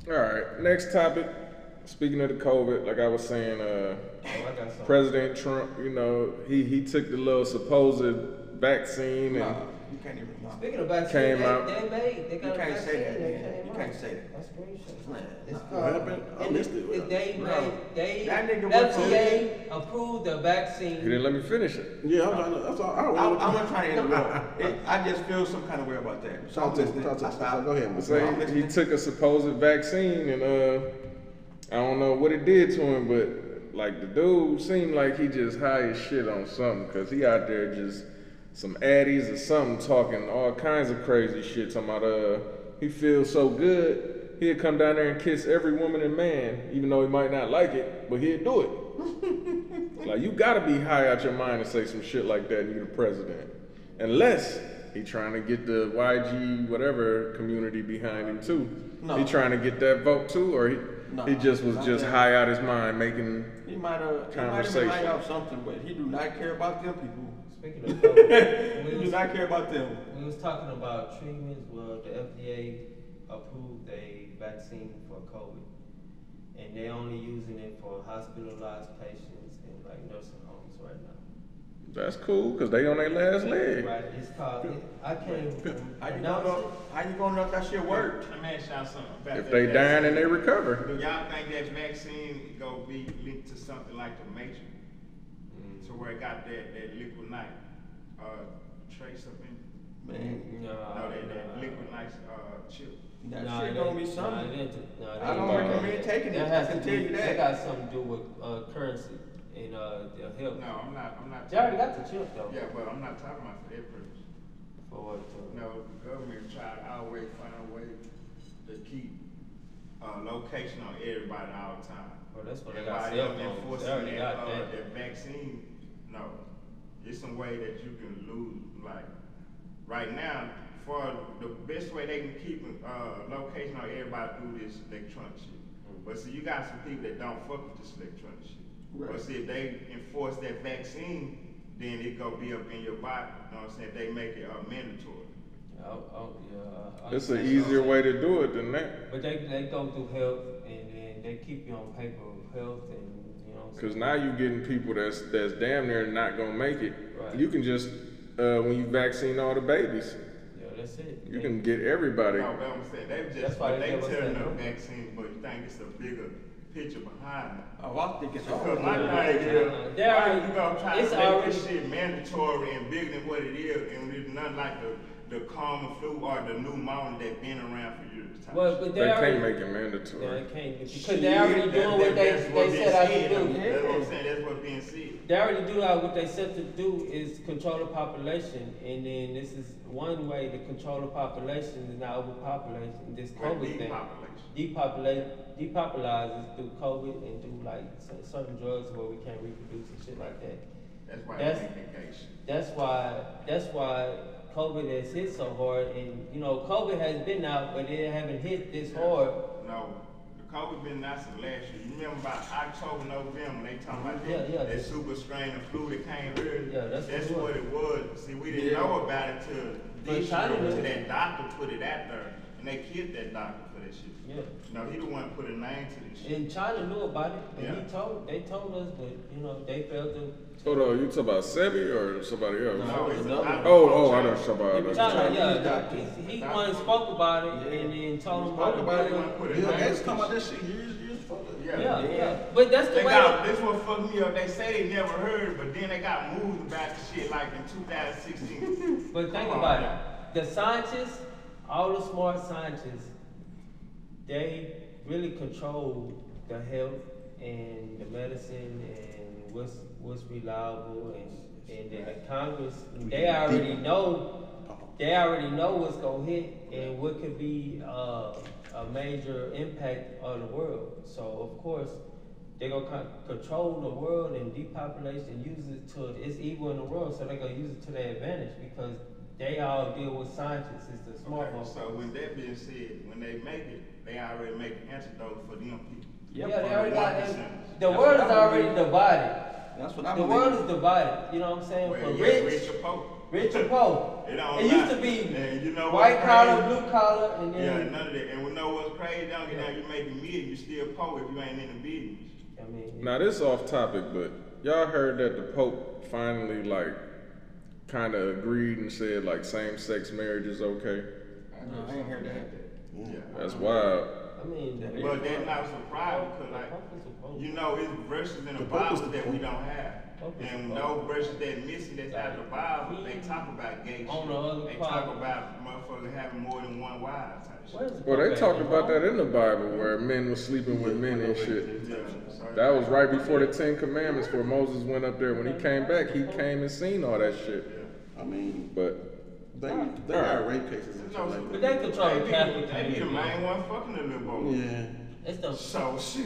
Speaker 3: All right, next topic. Speaking of the COVID, like I was saying, uh,
Speaker 4: Oh, I got something.
Speaker 3: President Trump, you know, he he took the little supposed vaccine and
Speaker 6: Nah, you can't even. Nah.
Speaker 4: Speaking of vaccine,
Speaker 3: Came
Speaker 4: they,
Speaker 3: out.
Speaker 4: they made, they
Speaker 6: You
Speaker 4: got a
Speaker 6: can't
Speaker 4: vaccine
Speaker 6: say that,
Speaker 4: that
Speaker 6: man.
Speaker 4: came
Speaker 6: You
Speaker 4: out.
Speaker 6: can't say that.
Speaker 4: I screenshot it. It's called.
Speaker 5: What happened? I
Speaker 4: and
Speaker 5: missed
Speaker 4: it-
Speaker 5: it.
Speaker 4: it- They
Speaker 6: Bro,
Speaker 4: made, they,
Speaker 6: that nigga went to-
Speaker 4: FDA approved
Speaker 6: <laughs>
Speaker 4: the
Speaker 3: he
Speaker 4: vaccine.
Speaker 3: didn't let me finish it.
Speaker 5: Yeah, I'm trying to. That's all. I don't
Speaker 6: I'm,
Speaker 5: know.
Speaker 6: I'm not trying to interrupt. It, I just feel some kind of way about that. So I'm
Speaker 5: Talk to-
Speaker 6: listening.
Speaker 5: talk to-
Speaker 6: I stopped.
Speaker 5: go ahead, man.
Speaker 6: No, I'm
Speaker 3: So he, he
Speaker 6: listening.
Speaker 3: took a supposed vaccine and uh, I don't know what it did to him, but like the dude seemed like he just high as shit on something, cause he out there just some addies or something talking all kinds of crazy shit. Talking about uh, he feels so good, he'll come down there and kiss every woman and man, even though he might not like it, but he'll do it. Like you gotta be high out your mind to say some shit like that. and You the president, unless he trying to get the YG whatever community behind him too.
Speaker 6: No.
Speaker 3: He trying to get that vote too, or he
Speaker 6: No,
Speaker 3: he just was
Speaker 6: not
Speaker 3: just
Speaker 6: that.
Speaker 3: high out his mind making.
Speaker 6: He might have. He might have
Speaker 3: Conversation.
Speaker 6: been lying off something, but he do not care about them people.
Speaker 4: Speaking
Speaker 6: <laughs>
Speaker 4: of COVID,
Speaker 6: He
Speaker 4: we
Speaker 6: do
Speaker 4: was,
Speaker 6: not care about them.
Speaker 4: we was talking about treatments. Well, the FDA approved a vaccine for COVID, and they only using it for hospitalized patients and like nursing homes right now.
Speaker 3: That's cool, cause they on their last leg.
Speaker 4: Right? It's called. It, I can't
Speaker 6: How you
Speaker 4: pronounce
Speaker 6: gonna?
Speaker 4: it.
Speaker 6: How you gonna know if that shit worked?
Speaker 7: Let me ask y'all something. about
Speaker 3: If
Speaker 7: that
Speaker 3: they dying
Speaker 7: vaccine.
Speaker 3: and they recover,
Speaker 7: Do y'all think that vaccine gonna be linked to something like the Matrix? To where it got that, that liquid night, uh, trace up in,
Speaker 6: Man,
Speaker 7: no, that, that
Speaker 4: nah.
Speaker 7: liquid night, uh, chip.
Speaker 6: that
Speaker 4: Nah,
Speaker 6: shit
Speaker 4: that-
Speaker 6: gonna be
Speaker 4: nah,
Speaker 6: something.
Speaker 4: that- nah, that
Speaker 6: I don't
Speaker 4: ain't
Speaker 6: recommend
Speaker 4: about-
Speaker 6: taking it,
Speaker 4: that
Speaker 6: I
Speaker 4: has
Speaker 6: can
Speaker 4: to
Speaker 6: tell
Speaker 4: do-
Speaker 6: you that.
Speaker 4: got something to do with uh, currency and uh, their health.
Speaker 7: No, I'm not, I'm not.
Speaker 4: They already got the chip though.
Speaker 7: Yeah, but I'm not talking about for that purpose.
Speaker 4: For what? uh,
Speaker 7: No, the government tried to always find a way to keep, uh, location on everybody all the time.
Speaker 4: Well, that's what they
Speaker 7: And
Speaker 4: got
Speaker 7: by
Speaker 4: cell
Speaker 7: them
Speaker 4: phones.
Speaker 7: enforcing
Speaker 4: They already
Speaker 7: that,
Speaker 4: got
Speaker 7: uh,
Speaker 4: that.
Speaker 7: that vaccine, no, it's some way that you can lose, like, right now, for the best way they can keep, uh, location on everybody through this electronic shit.
Speaker 4: Mm-hmm.
Speaker 7: But see, you got some people that don't fuck with this electronic shit.
Speaker 6: Right.
Speaker 7: But see, if they enforce that vaccine, then it go be up in your body, you know what I'm saying, they make it, uh, mandatory.
Speaker 4: I- I- yeah, I
Speaker 3: it's an
Speaker 4: understand.
Speaker 3: easier way to do it than that.
Speaker 4: But they they go through health and then they keep you on paper with health and you know.
Speaker 3: Cause now you getting people that's that's damn near not gonna make it.
Speaker 4: Right.
Speaker 3: You can just uh, when you vaccine all the babies,
Speaker 4: yeah, that's it.
Speaker 3: you
Speaker 4: They-
Speaker 3: can get everybody.
Speaker 7: No, but I'm saying they
Speaker 4: That's
Speaker 7: just
Speaker 4: why
Speaker 7: but
Speaker 4: they
Speaker 7: they
Speaker 4: give us
Speaker 7: tearing
Speaker 4: that
Speaker 7: up
Speaker 4: number.
Speaker 7: vaccine, but you think it's a bigger picture behind it.
Speaker 6: Oh, I think it's
Speaker 7: Because
Speaker 6: over.
Speaker 7: my thing is,
Speaker 4: They
Speaker 7: why
Speaker 4: already-
Speaker 7: you gonna try to
Speaker 4: it's
Speaker 7: make
Speaker 4: already-
Speaker 7: this shit mandatory and bigger than what it is, and it's nothing like the the common flu or the new pneumonia that been around for years. type
Speaker 4: Well,
Speaker 7: shit.
Speaker 4: but
Speaker 3: They
Speaker 4: they,
Speaker 3: can't
Speaker 4: already,
Speaker 3: make it
Speaker 4: No,
Speaker 3: mandatory.
Speaker 4: they can't because
Speaker 7: Shit,
Speaker 4: they already doing
Speaker 7: that-
Speaker 4: what
Speaker 7: that-
Speaker 4: they,
Speaker 7: that's what
Speaker 4: they
Speaker 7: been
Speaker 4: said I could
Speaker 7: said.
Speaker 4: do.
Speaker 7: That's what I'm saying. That's what being said.
Speaker 4: They already do like what they set to do is control the population, and then this is one way to control the population is not overpopulation. This
Speaker 7: Or
Speaker 4: COVID thing,
Speaker 7: depopulation.
Speaker 4: depopulate, depopulizes through COVID and through like cer- certain drugs where we can't reproduce and shit like that.
Speaker 7: That's why
Speaker 4: That's-
Speaker 7: they make that gay shit.
Speaker 4: That's why that's why COVID has hit so hard, and you know COVID has been out, but it haven't hit this hard.
Speaker 7: No, the COVID been not since last year. You remember by October, November, they talking about that,
Speaker 4: Yeah, yeah.
Speaker 7: that super strain of flu that came early.
Speaker 4: Yeah, that's what it
Speaker 7: what it was. See, we didn't know about it till
Speaker 4: But
Speaker 7: this
Speaker 4: China
Speaker 7: year,
Speaker 4: knew.
Speaker 7: till that doctor put it out there. And And they killed that doctor for that shit.
Speaker 4: Yeah.
Speaker 7: No, he the one put a name to this shit.
Speaker 4: And China knew about it, but
Speaker 7: Yeah.
Speaker 4: he told they told us, but you know they failed to.
Speaker 3: Hold on, you talking about Sebi or somebody else?
Speaker 7: No, it's
Speaker 4: another
Speaker 7: another
Speaker 3: Oh,
Speaker 7: one.
Speaker 3: oh, I know somebody else.
Speaker 4: China,
Speaker 6: Chinese
Speaker 4: yeah,
Speaker 6: doctor.
Speaker 4: he- he one spoke about it and then told them
Speaker 7: Spoke about it
Speaker 4: do
Speaker 7: when I put it.
Speaker 5: Yeah,
Speaker 7: down.
Speaker 5: they was talking about that shit years, years before.
Speaker 7: Yeah.
Speaker 4: Yeah, yeah, but that's the
Speaker 7: They
Speaker 4: way.
Speaker 7: got, this one fucked me up. They say they never heard, but then they got moved about the shit like in
Speaker 4: <laughs>
Speaker 7: 2016.
Speaker 4: But think
Speaker 7: Come on
Speaker 4: about
Speaker 7: now.
Speaker 4: it. The scientists, all the smart scientists, they really control the health and the medicine and what's what's reliable and and then the Congress they already know they already know what's gonna hit and what could be uh, a major impact on the world. So of course they're gonna con- control the world and depopulation and use it to it's evil in the world, so they're gonna use it to their advantage because they all deal with scientists, it's the smart
Speaker 7: Okay,
Speaker 4: ones.
Speaker 7: so with that being said, when they make it, they already make an antidote for them people.
Speaker 6: Yep.
Speaker 4: Yeah, they already
Speaker 7: One
Speaker 4: got
Speaker 7: percent.
Speaker 4: the
Speaker 6: That's
Speaker 4: world
Speaker 6: what
Speaker 4: is
Speaker 6: I
Speaker 4: already
Speaker 6: believe.
Speaker 4: divided.
Speaker 6: That's what I
Speaker 4: The
Speaker 6: believe.
Speaker 4: world is divided. You know what I'm saying?
Speaker 7: Well,
Speaker 4: For
Speaker 7: yeah,
Speaker 4: rich,
Speaker 7: or poor. <laughs>
Speaker 4: rich or poor.
Speaker 7: It don't
Speaker 4: It used to
Speaker 7: matter.
Speaker 4: be
Speaker 7: And you know
Speaker 4: white
Speaker 7: what's
Speaker 4: collar,
Speaker 7: crazy?
Speaker 4: blue collar, and
Speaker 7: Yeah,
Speaker 4: then
Speaker 7: none of that. And we know what's crazy, don't get down, you making million, you still poor if you ain't in the business.
Speaker 4: I mean,
Speaker 3: Now this off topic, but y'all heard that the Pope finally like kind of agreed and said like same sex marriage is okay.
Speaker 6: I ain't heard that.
Speaker 7: Yeah.
Speaker 3: That's wild.
Speaker 4: I mean, the
Speaker 7: But that's not surprising because like,
Speaker 4: Pope is a pope.
Speaker 7: You know, it's verses in the,
Speaker 5: Pope is
Speaker 7: Bible
Speaker 5: the
Speaker 7: that we don't have.
Speaker 4: Pope is
Speaker 7: And
Speaker 4: the
Speaker 7: no verses that missing that's out of the Bible,
Speaker 4: He-
Speaker 7: they talk about gay shit.
Speaker 4: on the other
Speaker 7: They talk
Speaker 4: part.
Speaker 7: about motherfuckers having more than one wife type
Speaker 4: Where
Speaker 7: shit.
Speaker 4: is the
Speaker 3: Well,
Speaker 4: Pope
Speaker 3: they
Speaker 4: at?
Speaker 3: talked
Speaker 4: In
Speaker 3: about
Speaker 4: Rome?
Speaker 3: that in the Bible where men was sleeping with men and shit.
Speaker 7: Yeah, so-
Speaker 3: That was right before the Ten Commandments where Moses went up there. When he came back, he came and seen all that shit.
Speaker 5: I mean,
Speaker 3: But
Speaker 5: they they got rape cases and shit
Speaker 7: No,
Speaker 5: like
Speaker 4: But
Speaker 5: that.
Speaker 4: they control
Speaker 7: They
Speaker 4: the
Speaker 7: be-
Speaker 4: Catholic
Speaker 7: They be the
Speaker 4: thing.
Speaker 7: main one fucking the little boy.
Speaker 5: Yeah.
Speaker 4: It's the
Speaker 7: So shit.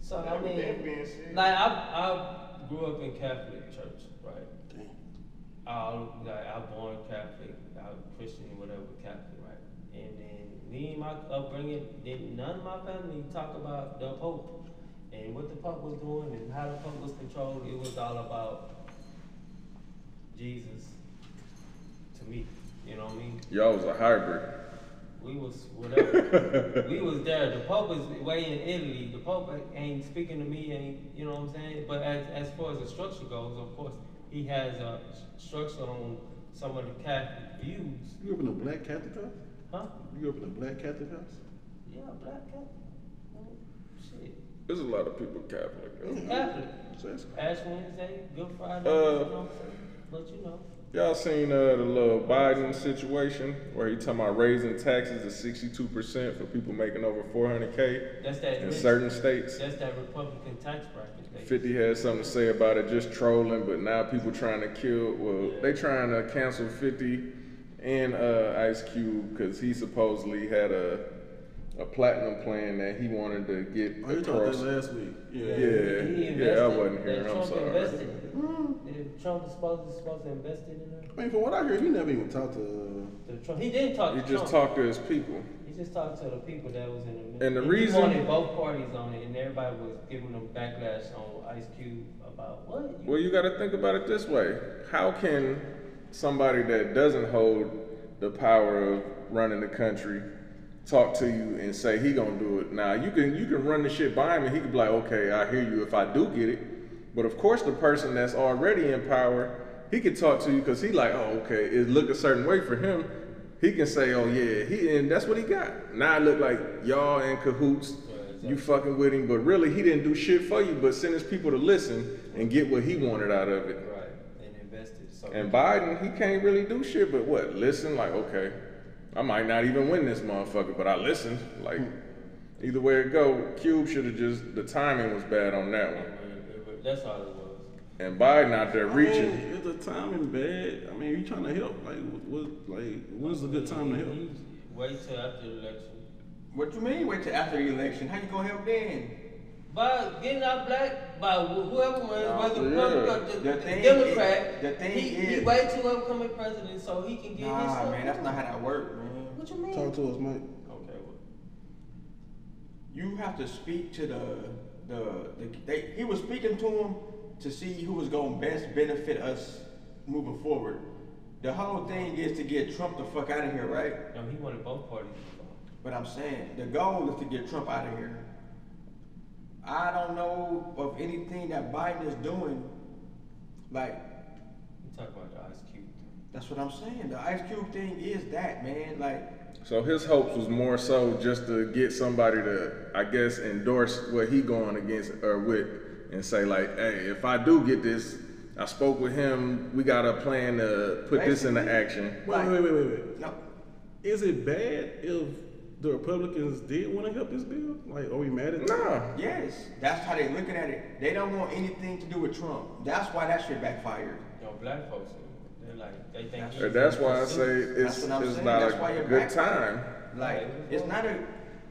Speaker 4: So I
Speaker 7: That-
Speaker 4: mean,
Speaker 7: that being said-
Speaker 4: like I, I grew up in Catholic church, right? I like I born Catholic, I was Christian, whatever Catholic, right? And then me and my upbringing, didn't none of my family talk about the Pope and what the Pope was doing and how the Pope was controlled. It was all about Jesus to me. You know what I mean?
Speaker 3: y'all was a hybrid.
Speaker 4: We was
Speaker 3: <laughs>
Speaker 4: whatever. we was there. The Pope was way in Italy. The Pope ain't speaking to me. Ain't you know what I'm saying? But as as far as the structure goes, of course, he has a s- structure on some of the Catholic views,
Speaker 5: You grew up in a black Catholic house?
Speaker 4: huh?
Speaker 5: You grew up in a black Catholic house?
Speaker 4: Yeah, black Catholic. Well, Shit,
Speaker 3: There's a lot of people Catholic. Though.
Speaker 4: Catholic.
Speaker 5: So that's
Speaker 4: Ash Wednesday, Good Friday.
Speaker 3: Uh,
Speaker 4: you know what I'm saying? But you know,
Speaker 3: Y'all seen uh, the little Biden situation where he talking about raising taxes to 62% for people making over 400k
Speaker 4: that's that.
Speaker 3: in
Speaker 4: rich-
Speaker 3: certain states?
Speaker 4: That's that Republican tax bracket. They,
Speaker 3: 50 had something to say about it, just trolling, but now people trying to kill. Well, they trying to cancel 50 and uh, Ice Cube because he supposedly had a a platinum plan that he wanted to get
Speaker 5: Oh, you talked about
Speaker 3: across.
Speaker 5: that last week.
Speaker 3: yeah,
Speaker 5: Yeah.
Speaker 3: yeah,
Speaker 4: He
Speaker 3: I
Speaker 4: invested-
Speaker 3: wasn't
Speaker 4: that
Speaker 3: here. I'm
Speaker 4: Trump
Speaker 3: sorry.
Speaker 4: invested. If Trump is supposed to, supposed to invest in it.
Speaker 5: I mean, from what I hear, he never even talked to. uh,
Speaker 4: The Trump. He didn't talk
Speaker 3: He
Speaker 4: to
Speaker 3: just
Speaker 4: Trump.
Speaker 3: talked to his people.
Speaker 4: he just talked to the people that was in the middle.
Speaker 3: And the
Speaker 4: he
Speaker 3: reason-
Speaker 4: wanted both parties on it, and everybody was giving them backlash on Ice Cube about what? You,
Speaker 3: Well, you got to think about it this way: How can somebody that doesn't hold the power of running the country talk to you and say he gonna do it? Now you can you can run the shit by him and he can be like, okay, I hear you if I do get it. But of course, the person that's already in power, he can talk to you because he like, oh, okay, it look a certain way for him. He can say, oh yeah, he and that's what he got. Now it look like y'all in cahoots. You fucking with him, but really he didn't do shit for you, but send his people to listen and get what he wanted out of it.
Speaker 4: right, and invested. So
Speaker 3: And Biden, he can't really do shit but what? Listen, like, okay, I might not even win this motherfucker, but I listened. Like, either way it go, Cube should have just, the timing was bad on that one.
Speaker 4: that's all it was.
Speaker 3: And Biden out there
Speaker 5: I
Speaker 3: reaching.
Speaker 5: mean, is the timing bad? I mean, you trying to help? Like, what, what, like, when's a good time to help?
Speaker 4: He wait till after the election.
Speaker 6: What you mean? Wait till after the election. How you gonna help then?
Speaker 4: By getting out black, by wh- whoever wins,
Speaker 6: No,
Speaker 4: whether
Speaker 3: yeah.
Speaker 4: Republican or
Speaker 6: The
Speaker 4: the-
Speaker 6: thing
Speaker 4: Democrat,
Speaker 6: is- the thing
Speaker 4: he, he
Speaker 6: is-
Speaker 4: wait till upcoming president so he can get his
Speaker 6: Nah,
Speaker 4: stuff.
Speaker 6: man, that's not how that works, man.
Speaker 4: what you mean?
Speaker 5: Talk to us, Mike.
Speaker 4: Okay, well.
Speaker 6: You have to speak to the the, the they, he was speaking to him to see who was going to best benefit us moving forward. The whole thing is to get Trump the fuck out of here, right?
Speaker 4: No, he wanted both parties involved.
Speaker 6: But I'm saying the goal is to get Trump out of here. I don't know of anything that Biden is doing. Like
Speaker 4: You talk about the Ice Cube thing.
Speaker 6: that's what I'm saying. The Ice Cube thing is that man. Like
Speaker 3: So his hopes was more so just to get somebody to, I guess, endorse what he going against or with, and say like, hey, if I do get this, I spoke with him. We got a plan to put this into action.
Speaker 5: Wait, wait, wait, wait, wait.
Speaker 6: no,
Speaker 5: Is it bad if the Republicans did want to help this bill? Like, are we mad at that?
Speaker 3: Nah,
Speaker 6: yes, that's how they're looking at it. They don't want anything to do with Trump. That's why that shit backfired.
Speaker 4: You know, black folks, they're like, they think
Speaker 3: Or
Speaker 4: he's
Speaker 3: that's why I say it's
Speaker 6: That's what I'm
Speaker 3: it's
Speaker 6: saying.
Speaker 3: not
Speaker 6: That's why
Speaker 3: a
Speaker 6: you're
Speaker 3: good
Speaker 6: back.
Speaker 3: time.
Speaker 6: Like it's not a.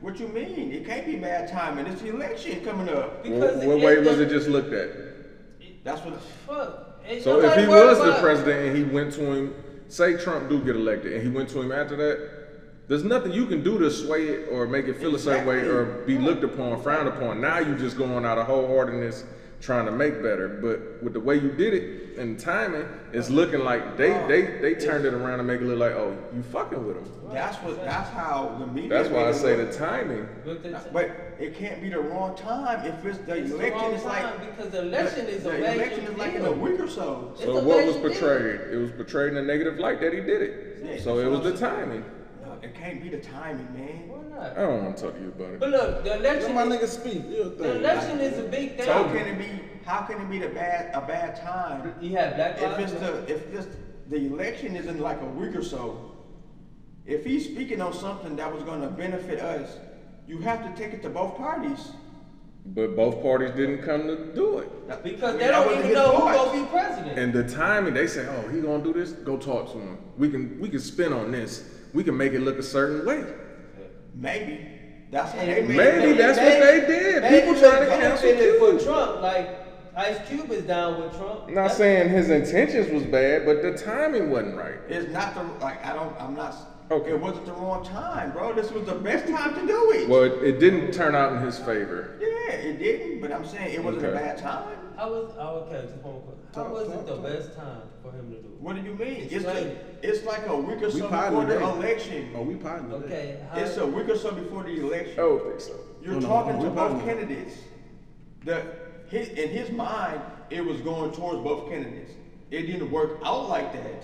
Speaker 6: What you mean? It can't be bad timing. It's the election coming up.
Speaker 3: What,
Speaker 4: Because
Speaker 3: what
Speaker 4: it
Speaker 3: way
Speaker 4: is
Speaker 3: was
Speaker 4: the-
Speaker 3: it just looked at?
Speaker 6: That's what.
Speaker 4: Fuck. Ain't
Speaker 3: So if
Speaker 4: nobody
Speaker 3: he
Speaker 4: worried
Speaker 3: was the
Speaker 4: about-
Speaker 3: president and he went to him, say Trump do get elected and he went to him after that, there's nothing you can do to sway it or make it feel a certain way or be looked upon, frowned upon. Now you just going out of wholeheartedness trying to make better. But with the way you did it and timing, it's looking like they they they turned it around and make it look like, oh, you fucking with him.
Speaker 6: That's what. That's how the media.
Speaker 3: That's why I
Speaker 6: made it
Speaker 3: say
Speaker 6: look.
Speaker 3: the timing.
Speaker 4: But the,
Speaker 6: But it can't be the wrong time if it's the
Speaker 4: it's the
Speaker 6: election.
Speaker 4: wrong
Speaker 6: it's like
Speaker 4: time because the election is a
Speaker 6: the
Speaker 4: major
Speaker 6: election is like in a
Speaker 4: deal.
Speaker 6: week or so.
Speaker 4: It's
Speaker 3: So
Speaker 4: a
Speaker 3: what was
Speaker 4: major deal.
Speaker 3: portrayed? It was portrayed in a negative light that he did
Speaker 6: Yeah,
Speaker 3: it. So
Speaker 6: that's
Speaker 3: it was
Speaker 6: what I'm
Speaker 3: the
Speaker 6: saying.
Speaker 3: timing.
Speaker 6: No, it can't be the timing, man.
Speaker 4: Why
Speaker 3: I
Speaker 4: not?
Speaker 3: don't want to talk to you about it.
Speaker 4: But look, the
Speaker 5: Let
Speaker 4: election,
Speaker 5: my nigga speak. Your
Speaker 4: the
Speaker 5: thing.
Speaker 4: election is a big thing.
Speaker 6: How can it be? How can it be the bad a bad time
Speaker 4: You have black
Speaker 6: if
Speaker 4: lives
Speaker 6: it's the if this the election is in like a week or so? If he's speaking on something that was going to benefit us, you have to take it to both parties.
Speaker 3: But both parties didn't come to do it.
Speaker 6: That- I
Speaker 4: because
Speaker 6: mean,
Speaker 4: they
Speaker 6: that
Speaker 4: don't
Speaker 6: wasn't
Speaker 4: even
Speaker 6: his
Speaker 4: know who's
Speaker 6: voice.
Speaker 4: gonna be president.
Speaker 3: And the timing, they say, "Oh, he gonna do this? Go talk to him. We can we can spin on this. We can make it look a certain way."
Speaker 6: Maybe that's how they made
Speaker 3: Maybe
Speaker 6: it.
Speaker 3: that's what they did.
Speaker 4: Maybe
Speaker 3: People
Speaker 4: they
Speaker 3: trying to cancel
Speaker 4: benefited from
Speaker 3: Q.
Speaker 4: Trump, like Ice Cube is down with Trump.
Speaker 3: I'm not saying his intentions was bad, but the timing wasn't right.
Speaker 6: It's not the like I don't I'm not
Speaker 3: Okay.
Speaker 6: it wasn't the wrong time, bro. This was the best time to do it.
Speaker 3: Well, it, it didn't turn out in his favor.
Speaker 6: yeah, it didn't, but I'm saying it wasn't
Speaker 3: Okay.
Speaker 6: a bad time.
Speaker 4: How was oh, okay? Just one question. How was it the best time for him to do?
Speaker 6: What do you mean? It's
Speaker 4: Explain
Speaker 6: like Oh.
Speaker 4: it.
Speaker 6: it's like a week or
Speaker 5: We
Speaker 6: so before
Speaker 5: potting
Speaker 6: the
Speaker 5: today.
Speaker 6: election.
Speaker 5: Are we potting
Speaker 4: it?
Speaker 5: today?
Speaker 4: Okay, how,
Speaker 6: It's a week or so before the election.
Speaker 3: I don't think so.
Speaker 6: You're
Speaker 5: No, no,
Speaker 6: talking
Speaker 5: no,
Speaker 6: to
Speaker 5: we
Speaker 6: both
Speaker 5: probably-
Speaker 6: candidates. The his, in his mind, it was going towards both candidates. It didn't work out like that.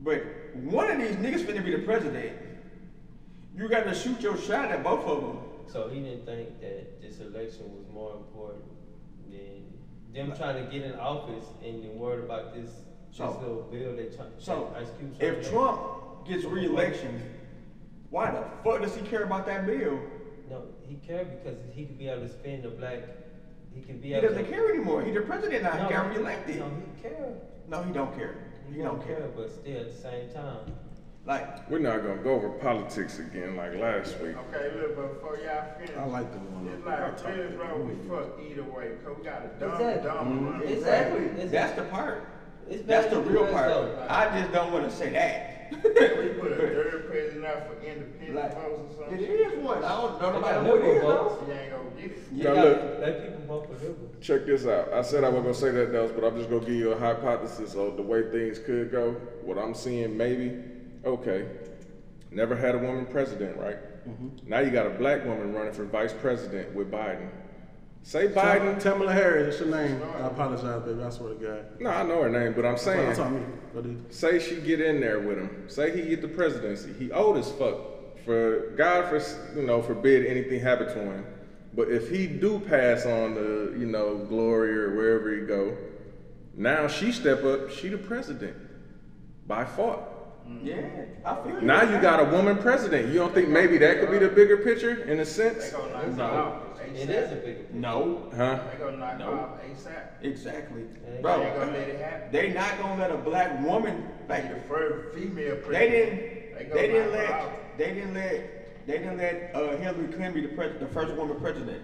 Speaker 6: But one of these niggas finna be the president. You got to shoot your shot at both of them.
Speaker 4: so he didn't think that this election was more important than them trying to get in office and then worried about this
Speaker 6: So-
Speaker 4: this little bill they trying
Speaker 6: So
Speaker 4: Ice Cube. trying to
Speaker 6: if
Speaker 4: make.
Speaker 6: Trump gets re-election, why the fuck does he care about that bill?
Speaker 4: no, he cared because he could be able to spend the black. He could be
Speaker 6: He
Speaker 4: able.
Speaker 6: doesn't
Speaker 4: to,
Speaker 6: care anymore. He the president now.
Speaker 4: No,
Speaker 6: He got re-elected.
Speaker 4: No, he cared.
Speaker 6: No, he don't care. He don't care.
Speaker 4: but still at the same time.
Speaker 6: Like
Speaker 3: We're not gonna go over politics again like last week.
Speaker 7: Okay, look, but before y'all finish,
Speaker 5: I like the one.
Speaker 7: it's
Speaker 5: I'll
Speaker 7: like
Speaker 5: talk
Speaker 7: really,
Speaker 5: to
Speaker 7: bro, we fuck either way, cause we got a dumb,
Speaker 4: Exactly.
Speaker 7: dumb one.
Speaker 4: It's-
Speaker 6: Exactly.
Speaker 4: Exactly.
Speaker 6: That's the part.
Speaker 4: It's
Speaker 6: That's the
Speaker 4: better than
Speaker 6: real
Speaker 4: the
Speaker 6: part.
Speaker 4: rest of it.
Speaker 6: I just don't want to say that.
Speaker 7: We put a third president out for independent
Speaker 6: Like,
Speaker 7: votes or
Speaker 6: it
Speaker 7: something.
Speaker 6: is one. I don't, don't
Speaker 4: They
Speaker 6: nobody
Speaker 4: got
Speaker 6: know what it is.
Speaker 4: liberal
Speaker 6: though.
Speaker 4: votes.
Speaker 7: You ain't gonna get it.
Speaker 6: You
Speaker 3: Now
Speaker 6: got-
Speaker 3: look,
Speaker 4: Black people vote for liberals.
Speaker 3: Check this out. I said I was gonna say that else, but I'm just gonna give you a hypothesis of the way things could go. What I'm seeing, maybe. Okay. Never had a woman president, right?
Speaker 5: Mm-hmm.
Speaker 3: Now you got a black woman running for vice president with Biden. Say
Speaker 5: Biden,
Speaker 3: Biden.
Speaker 5: Tamala Harris, that's your name. I apologize, baby. I swear to God.
Speaker 3: No, I know her name, but I'm
Speaker 5: I'm
Speaker 3: saying.
Speaker 5: talking to you, buddy.
Speaker 3: Say she get in there with him. Say he get the presidency. He old as fuck. For God, for you know, forbid anything happen to him. But if he do pass on to you know glory or wherever he go, now she step up. She the president by far.
Speaker 6: Yeah, I feel you.
Speaker 3: Now you got a woman president. You don't think maybe that could be the bigger picture in a sense,
Speaker 4: It is a big.
Speaker 6: No.
Speaker 3: huh?
Speaker 7: They gonna knock her off ASAP.
Speaker 6: Exactly.
Speaker 7: They ain't gonna
Speaker 6: Bro,
Speaker 7: let it happen.
Speaker 6: they not going to let a black woman, like,
Speaker 7: The first female president.
Speaker 6: they didn't,
Speaker 7: gonna
Speaker 6: they didn't
Speaker 7: knock her off.
Speaker 6: let, they didn't let, they didn't let uh, Hillary Clinton be the, pres- the first woman president.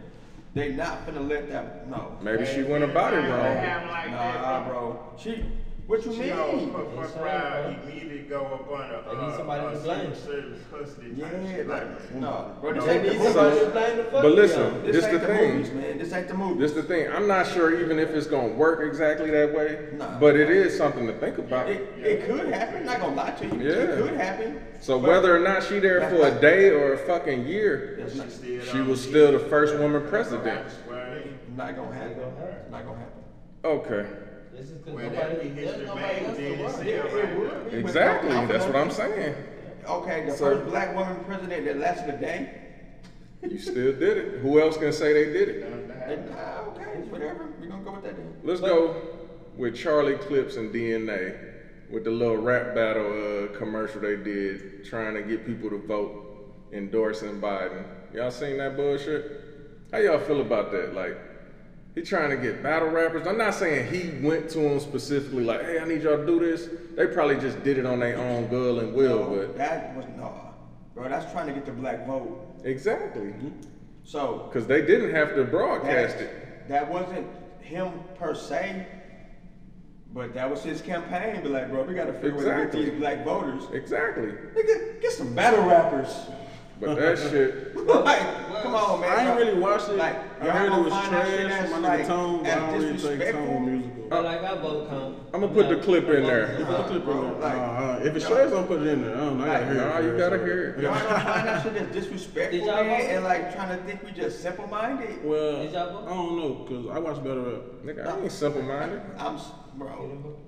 Speaker 6: They not finna let that, no.
Speaker 3: Maybe she went about it
Speaker 7: They ain't gonna
Speaker 3: wrong.
Speaker 7: have 'em like that,
Speaker 6: Nah,
Speaker 7: bro.
Speaker 6: bro. She What you
Speaker 7: She always
Speaker 6: mean?
Speaker 7: put
Speaker 4: That's
Speaker 7: fuck
Speaker 4: right,
Speaker 7: around,
Speaker 4: bro.
Speaker 7: immediately go up on a,
Speaker 4: They need
Speaker 7: uh,
Speaker 4: somebody
Speaker 7: a
Speaker 4: to blame.
Speaker 7: Secret Service custody type
Speaker 6: Yeah,
Speaker 7: shit like
Speaker 6: like,
Speaker 7: that.
Speaker 6: no, bro. This
Speaker 7: No.
Speaker 6: ain't
Speaker 7: So-
Speaker 6: these somebody to blame the fuck
Speaker 3: but listen,
Speaker 6: out.
Speaker 3: this
Speaker 6: ain't
Speaker 3: the thing.
Speaker 6: movies, man. This ain't the
Speaker 3: This
Speaker 6: movies.
Speaker 3: the thing. I'm not sure even if it's gonna work exactly that way,
Speaker 6: Nah.
Speaker 3: but it is something to think about.
Speaker 6: It, it could happen. Not gonna lie to you.
Speaker 3: Yeah.
Speaker 6: It could happen.
Speaker 3: so whether or not she there for a day or a fucking year,
Speaker 6: It's not,
Speaker 7: Still
Speaker 3: she
Speaker 7: on
Speaker 3: was
Speaker 7: me.
Speaker 3: still the first woman president.
Speaker 7: I swear.
Speaker 6: not gonna happen. Not gonna happen.
Speaker 3: Okay,
Speaker 4: This is 'cause
Speaker 7: Well, that'd
Speaker 4: nobody,
Speaker 7: be
Speaker 4: there's
Speaker 7: history
Speaker 4: nobody
Speaker 7: made then
Speaker 4: else to
Speaker 7: it's
Speaker 4: work.
Speaker 7: still right now.
Speaker 6: would be, but
Speaker 3: exactly.
Speaker 6: no,
Speaker 3: That's what I'm
Speaker 6: no-
Speaker 3: saying.
Speaker 6: Okay, the
Speaker 3: So-
Speaker 6: first black woman president that lasted a day.
Speaker 3: You still did it. Who else can say they did it?
Speaker 6: And, uh, okay, whatever. We're gonna go with that then.
Speaker 3: Let's go with Charlie Clips and DNA with the little rap battle uh, commercial they did trying to get people to vote endorsing Biden. Y'all seen that bullshit? How y'all feel about that? Like, he trying to get battle rappers. I'm not saying he went to them specifically like, hey, I need y'all to do this. They probably just did it on their own will and will,
Speaker 6: No,
Speaker 3: but
Speaker 6: that was nah. Bro, that's trying to get the black vote.
Speaker 3: exactly.
Speaker 6: So
Speaker 3: Because they didn't have to broadcast
Speaker 6: that,
Speaker 3: it.
Speaker 6: that wasn't him per se, but that was his campaign. Be like, bro, we gotta figure out
Speaker 3: Exactly.
Speaker 6: these black voters.
Speaker 3: Exactly.
Speaker 6: Nigga, get some battle rappers.
Speaker 3: But that shit.
Speaker 6: like, come on, man.
Speaker 5: I ain't
Speaker 6: bro.
Speaker 5: really watched it.
Speaker 6: Like,
Speaker 5: I
Speaker 6: y'all
Speaker 5: heard it
Speaker 6: gonna
Speaker 5: was
Speaker 6: find out shit
Speaker 5: trash.
Speaker 6: that's,
Speaker 5: My nigga
Speaker 6: like,
Speaker 5: Tone, but I
Speaker 6: that's
Speaker 5: don't really take
Speaker 6: disrespectful.
Speaker 5: Tone musical.
Speaker 4: But like I vote count.
Speaker 3: I'ma put the
Speaker 4: Like,
Speaker 3: clip in
Speaker 4: I
Speaker 3: there.
Speaker 4: vote
Speaker 5: Put the
Speaker 4: count.
Speaker 5: clip in
Speaker 6: bro,
Speaker 5: there.
Speaker 6: like-
Speaker 5: Nah, uh, if it's trash, don't put it in there. I don't know. I gotta
Speaker 6: Like,
Speaker 5: hear it.
Speaker 3: Nah, you
Speaker 5: first.
Speaker 3: gotta hear it.
Speaker 6: Y'all gonna find out shit that's disrespectful,
Speaker 4: Did y'all
Speaker 6: man,
Speaker 4: vote?
Speaker 6: and like trying to think we just simple minded.
Speaker 5: Well,
Speaker 4: Did y'all vote?
Speaker 5: I don't know, cause I watch Better uh, Rap.
Speaker 3: Nigga, I ain't simple minded.
Speaker 6: I'm, s- bro.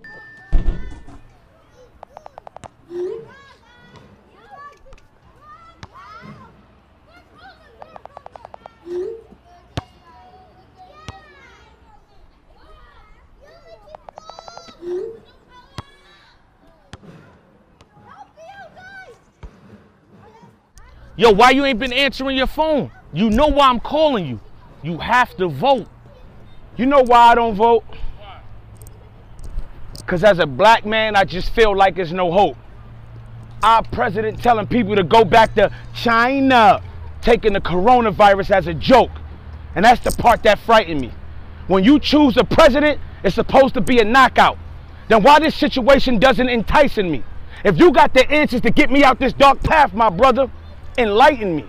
Speaker 9: Yo, why you ain't been answering your phone? You know why I'm calling you. You have to vote. You know why I don't vote? Because as a black man, I just feel like there's no hope. Our president telling people to go back to China, taking the coronavirus as a joke. And that's the part that frightened me. When you choose a president, it's supposed to be a knockout. Then why this situation doesn't entice in me? If you got the answers to get me out this dark path, my brother, enlighten me.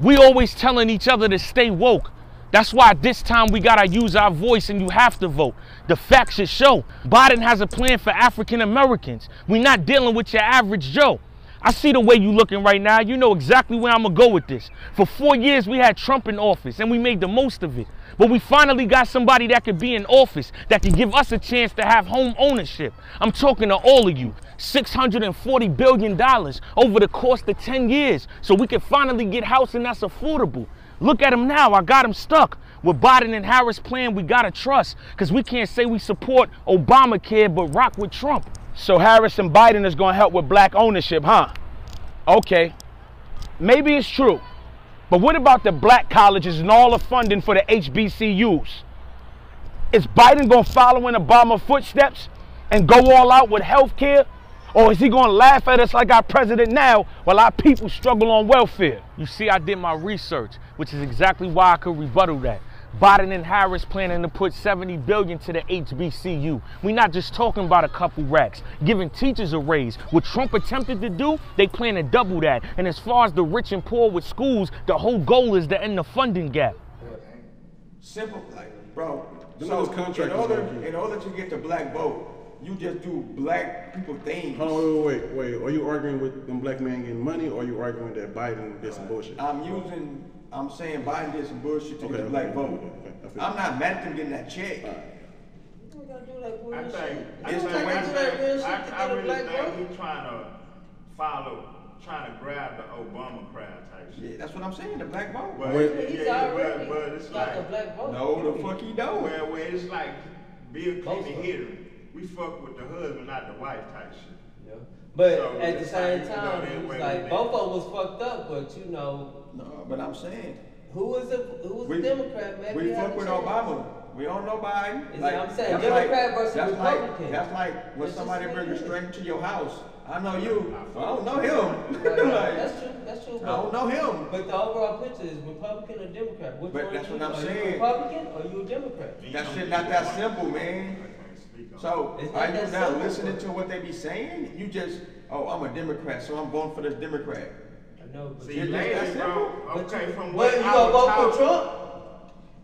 Speaker 9: We always telling each other to stay woke. That's why this time we gotta use our voice and you have to vote. The facts should show. Biden has a plan for African Americans. We're not dealing with your average Joe. I see the way you looking right now. You know exactly where I'm gonna go with this. For four years, we had Trump in office, and we made the most of it. But we finally got somebody that could be in office that could give us a chance to have home ownership. I'm talking to all of you. $640 billion over the course of 10 years, so we can finally get housing that's affordable. Look at him now. I got him stuck. With Biden and Harris plan, we gotta trust, because we can't say we support Obamacare but rock with Trump. So Harris and Biden is gonna help with black ownership, huh? Okay. Maybe it's true. But what about the black colleges and all the funding for the HBCUs? Is Biden gonna follow in Obama footsteps and go all out with health care? Or is he gonna laugh at us like our president now while our people struggle on welfare? You see, I did my research, which is exactly why I could rebuttal that. Biden and Harris planning to put 70 billion to the HBCU. We're not just talking about a couple racks, giving teachers a raise. What Trump attempted to do, they plan to double that. And as far as the rich and poor with schools, the whole goal is to end the funding gap.
Speaker 6: Simple, like, bro.
Speaker 5: Them
Speaker 6: so
Speaker 5: niggas contractors
Speaker 6: in order,
Speaker 5: gonna get-
Speaker 6: in order to get the black vote, you just do black people things.
Speaker 5: Hold on, wait, wait, wait. Are you arguing with them black men getting money, or are you arguing that Biden did some bullshit?
Speaker 6: I'm using, I'm saying Biden did some bullshit to
Speaker 5: Okay,
Speaker 6: get the
Speaker 5: okay,
Speaker 6: black
Speaker 5: okay,
Speaker 6: vote.
Speaker 5: okay, okay, I feel
Speaker 6: I'm
Speaker 5: you.
Speaker 6: not mad at them getting that check.
Speaker 4: They gonna do that
Speaker 7: I
Speaker 4: bullshit.
Speaker 7: think, I
Speaker 6: It's
Speaker 7: think,
Speaker 6: the way-
Speaker 7: I, think,
Speaker 4: Shit to
Speaker 7: I, I
Speaker 4: get a
Speaker 7: really
Speaker 4: black
Speaker 7: think
Speaker 4: vote.
Speaker 7: he's trying to follow, trying to grab the Obama crowd type shit.
Speaker 6: Yeah, that's what I'm saying. The black vote.
Speaker 7: But,
Speaker 4: He's
Speaker 7: yeah, yeah,
Speaker 4: already
Speaker 7: but, but it's
Speaker 4: got the
Speaker 7: like,
Speaker 4: black vote.
Speaker 6: no, the fuck he don't.
Speaker 7: well, well, it's like Bill
Speaker 4: Both of
Speaker 7: Clinton
Speaker 4: 'em.
Speaker 7: hit him. We fuck with the husband, not the wife type shit.
Speaker 4: Yeah. But
Speaker 7: So,
Speaker 4: at the
Speaker 7: it's
Speaker 4: same
Speaker 7: like, you know,
Speaker 4: time,
Speaker 7: they
Speaker 4: it was
Speaker 7: went
Speaker 4: like
Speaker 7: with
Speaker 4: both of us fucked up, but you know,
Speaker 6: no, but I'm saying
Speaker 4: who was a who was
Speaker 6: we
Speaker 4: a Democrat? Maybe
Speaker 6: we
Speaker 4: had
Speaker 6: fuck
Speaker 4: a
Speaker 6: with
Speaker 4: chance.
Speaker 6: Obama. We don't know Biden.
Speaker 4: Is that what I'm saying? Democrat versus
Speaker 6: that's
Speaker 4: Republican.
Speaker 6: Like, that's like when
Speaker 4: It's just
Speaker 6: somebody
Speaker 4: what it
Speaker 6: brings a
Speaker 4: is.
Speaker 6: stranger to your house. I know you. I don't know him. <laughs> Like,
Speaker 4: that's true. That's true.
Speaker 6: I don't know him.
Speaker 4: But the overall picture is Republican or Democrat. Which
Speaker 6: But
Speaker 4: one
Speaker 6: that's
Speaker 4: you,
Speaker 6: what I'm
Speaker 4: are you
Speaker 6: saying.
Speaker 4: Republican or you a Democrat?
Speaker 6: That shit not that simple, man.
Speaker 7: speak on.
Speaker 6: So
Speaker 4: It's
Speaker 6: are
Speaker 4: not
Speaker 6: you
Speaker 4: that
Speaker 6: not
Speaker 4: simple.
Speaker 6: listening to what they be saying? You just, oh, I'm a Democrat, so I'm voting for this Democrat.
Speaker 4: I know, but
Speaker 7: See,
Speaker 6: It-
Speaker 4: you-
Speaker 7: lately,
Speaker 6: that's
Speaker 7: bro,
Speaker 4: but
Speaker 7: okay,
Speaker 4: you-
Speaker 7: from
Speaker 6: Well,
Speaker 7: what
Speaker 6: you
Speaker 7: I
Speaker 6: gonna
Speaker 7: was
Speaker 6: vote for
Speaker 7: taught-
Speaker 6: Trump?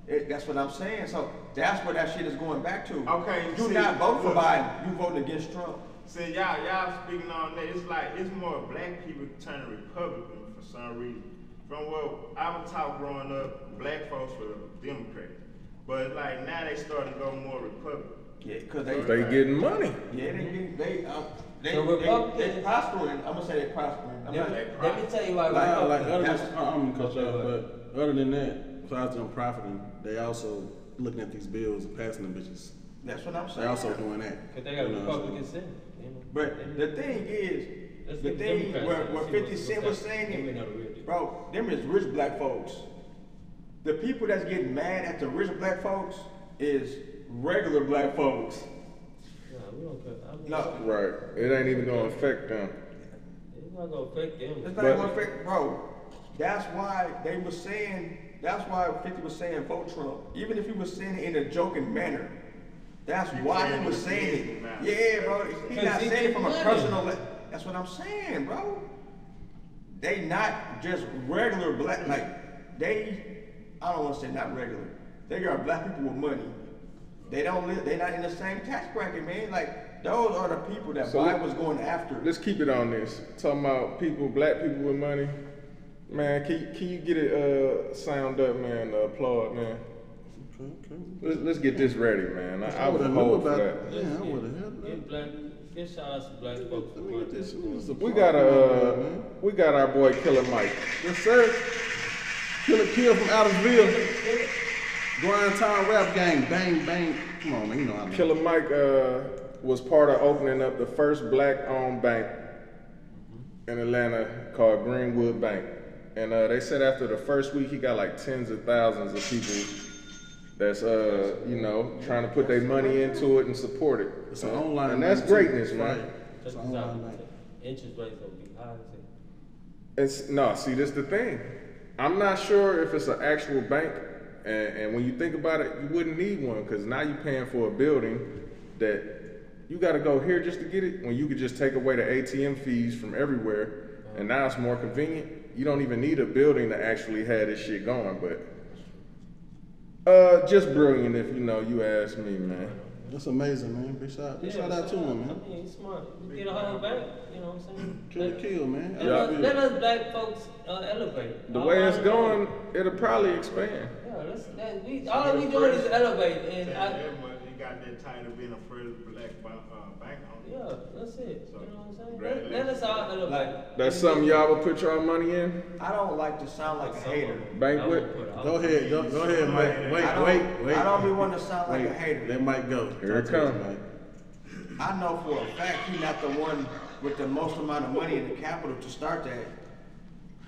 Speaker 6: It, that's what I'm saying. So that's what that shit is going back to.
Speaker 7: Okay,
Speaker 6: you
Speaker 7: see,
Speaker 6: not voting for
Speaker 7: look.
Speaker 6: Biden. You voting against Trump.
Speaker 7: See, y'all, y'all speaking on that. It's like it's more black people turning Republican for some reason. From what I was taught growing up, black folks were Democrats, but like now they starting to go more Republican.
Speaker 6: Yeah, because they,
Speaker 3: They getting money.
Speaker 6: yeah, they, get- they, um, they,
Speaker 4: The
Speaker 6: they, they,
Speaker 4: Republicans-
Speaker 6: prospering. I'm gonna say they prospering. I'm
Speaker 4: Let
Speaker 6: gonna-
Speaker 4: me- let me tell you why
Speaker 6: Like- uh,
Speaker 5: Nah, like
Speaker 4: Republicans-
Speaker 5: other
Speaker 6: That's-
Speaker 5: than, I- I'm gonna cut you off, but other than that, besides them profiting, they also looking at these bills and passing them bitches.
Speaker 6: That's what I'm saying.
Speaker 5: They also doing that.
Speaker 4: Cause they got
Speaker 5: You know what I'm saying?
Speaker 4: Republican senate. you know.
Speaker 6: But the thing
Speaker 4: Let's
Speaker 6: is, the
Speaker 4: get
Speaker 6: thing
Speaker 4: Democrats
Speaker 6: where, where
Speaker 4: to see
Speaker 6: 50
Speaker 4: what's-
Speaker 6: Cent was
Speaker 4: what's
Speaker 6: saying,
Speaker 4: happening. They may
Speaker 6: it,
Speaker 4: not real deal.
Speaker 6: bro, them is rich black folks. The people that's getting mad at the rich black folks is regular black folks.
Speaker 4: Nah, we don't care. I mean,
Speaker 6: No,
Speaker 3: Right. It ain't even gonna affect them.
Speaker 4: It's not gonna affect
Speaker 6: it's
Speaker 4: them.
Speaker 6: not
Speaker 3: But-
Speaker 6: gonna affect, bro. That's why they were saying, that's why 50 was saying vote Trump, even if he was saying it in a joking manner. That's why he
Speaker 7: saying
Speaker 6: was
Speaker 7: it
Speaker 6: saying
Speaker 7: in a
Speaker 6: it. Yeah,
Speaker 7: business
Speaker 6: bro.
Speaker 7: manner.
Speaker 6: He
Speaker 4: Cause
Speaker 6: not
Speaker 4: he
Speaker 6: saying it
Speaker 4: get
Speaker 6: from a
Speaker 4: money.
Speaker 6: personal. Le- that's what I'm saying, bro. They not just regular black. Like they, I don't want to say not regular. They are black people with money. They don't live. They not in the same tax bracket, man. Like those are the people that
Speaker 3: So
Speaker 6: Biden
Speaker 3: let-
Speaker 6: was going after.
Speaker 3: Let's keep it on this. Talking about people, black people with money. Man, can you, can you get it uh, sound up, man? The applaud, man.
Speaker 5: Okay, okay.
Speaker 3: Let's, let's get this ready, man. I, I would
Speaker 5: would've knew
Speaker 3: hold for
Speaker 5: about-
Speaker 3: that.
Speaker 5: Yeah, I would have helped.
Speaker 4: Get black, get shout out to black folks.
Speaker 5: Let me get this. let me get this
Speaker 3: We got a
Speaker 5: apartment,
Speaker 3: uh,
Speaker 5: man.
Speaker 3: we got our boy Killer Mike.
Speaker 5: Yes, sir. Killer Kill from Outersville. Grind Town Rap Gang. Bang, bang. Come on, man. You know how I
Speaker 3: Killer Mike uh, was part of opening up the first black-owned bank in Atlanta called Greenwood Bank, and uh, they said after the first week he got like tens of thousands of people that's uh, you know trying to put their money into it and support it.
Speaker 5: It's an online.
Speaker 3: and that's
Speaker 5: thing, too.
Speaker 3: greatness, man.
Speaker 5: It's
Speaker 4: Check
Speaker 5: an
Speaker 4: this out.
Speaker 5: online thing.
Speaker 4: Interest rates gonna be high as hell.
Speaker 3: It's no, see, this the thing. I'm not sure if it's an actual bank, and, and when you think about it, you wouldn't need one because now you're paying for a building that you got to go here just to get it. When you could just take away the ATM fees from everywhere, and now it's more convenient. You don't even need a building to actually have this shit going, but uh, just brilliant if you know you ask me, man.
Speaker 5: That's amazing, man. Big shout, big shout out to him, man.
Speaker 4: I mean, he's smart. He Get a hundred back. You know what I'm saying?
Speaker 5: Killer
Speaker 4: Let-
Speaker 5: Kill, man.
Speaker 4: Let, us, let us black folks uh, elevate.
Speaker 3: The
Speaker 4: All
Speaker 3: way
Speaker 4: I
Speaker 3: it's
Speaker 4: know-
Speaker 3: going, it'll probably expand.
Speaker 4: Yeah, that's, that, we, all we doing is elevate, and
Speaker 7: Tell
Speaker 4: I,
Speaker 7: everyone he got that title of being a first black ba- uh, bank owner.
Speaker 4: yeah, that's it. You
Speaker 7: So,
Speaker 4: know what I'm saying? Let,
Speaker 7: congratulations.
Speaker 4: let us all elevate.
Speaker 3: That's something y'all would put y'all money in.
Speaker 6: I don't like to sound like a hater.
Speaker 3: Banquet.
Speaker 5: Go ahead, go, go ahead, Mike.
Speaker 6: I
Speaker 5: Wait,
Speaker 6: don't-
Speaker 5: wait, wait.
Speaker 6: I don't be wanting to sound like
Speaker 5: wait.
Speaker 6: a hater.
Speaker 5: Let Mike go.
Speaker 3: Here it
Speaker 5: Talk to
Speaker 3: come.
Speaker 5: us, Mike.
Speaker 6: I know for a fact he not the one with the most amount of money in the capital to start that.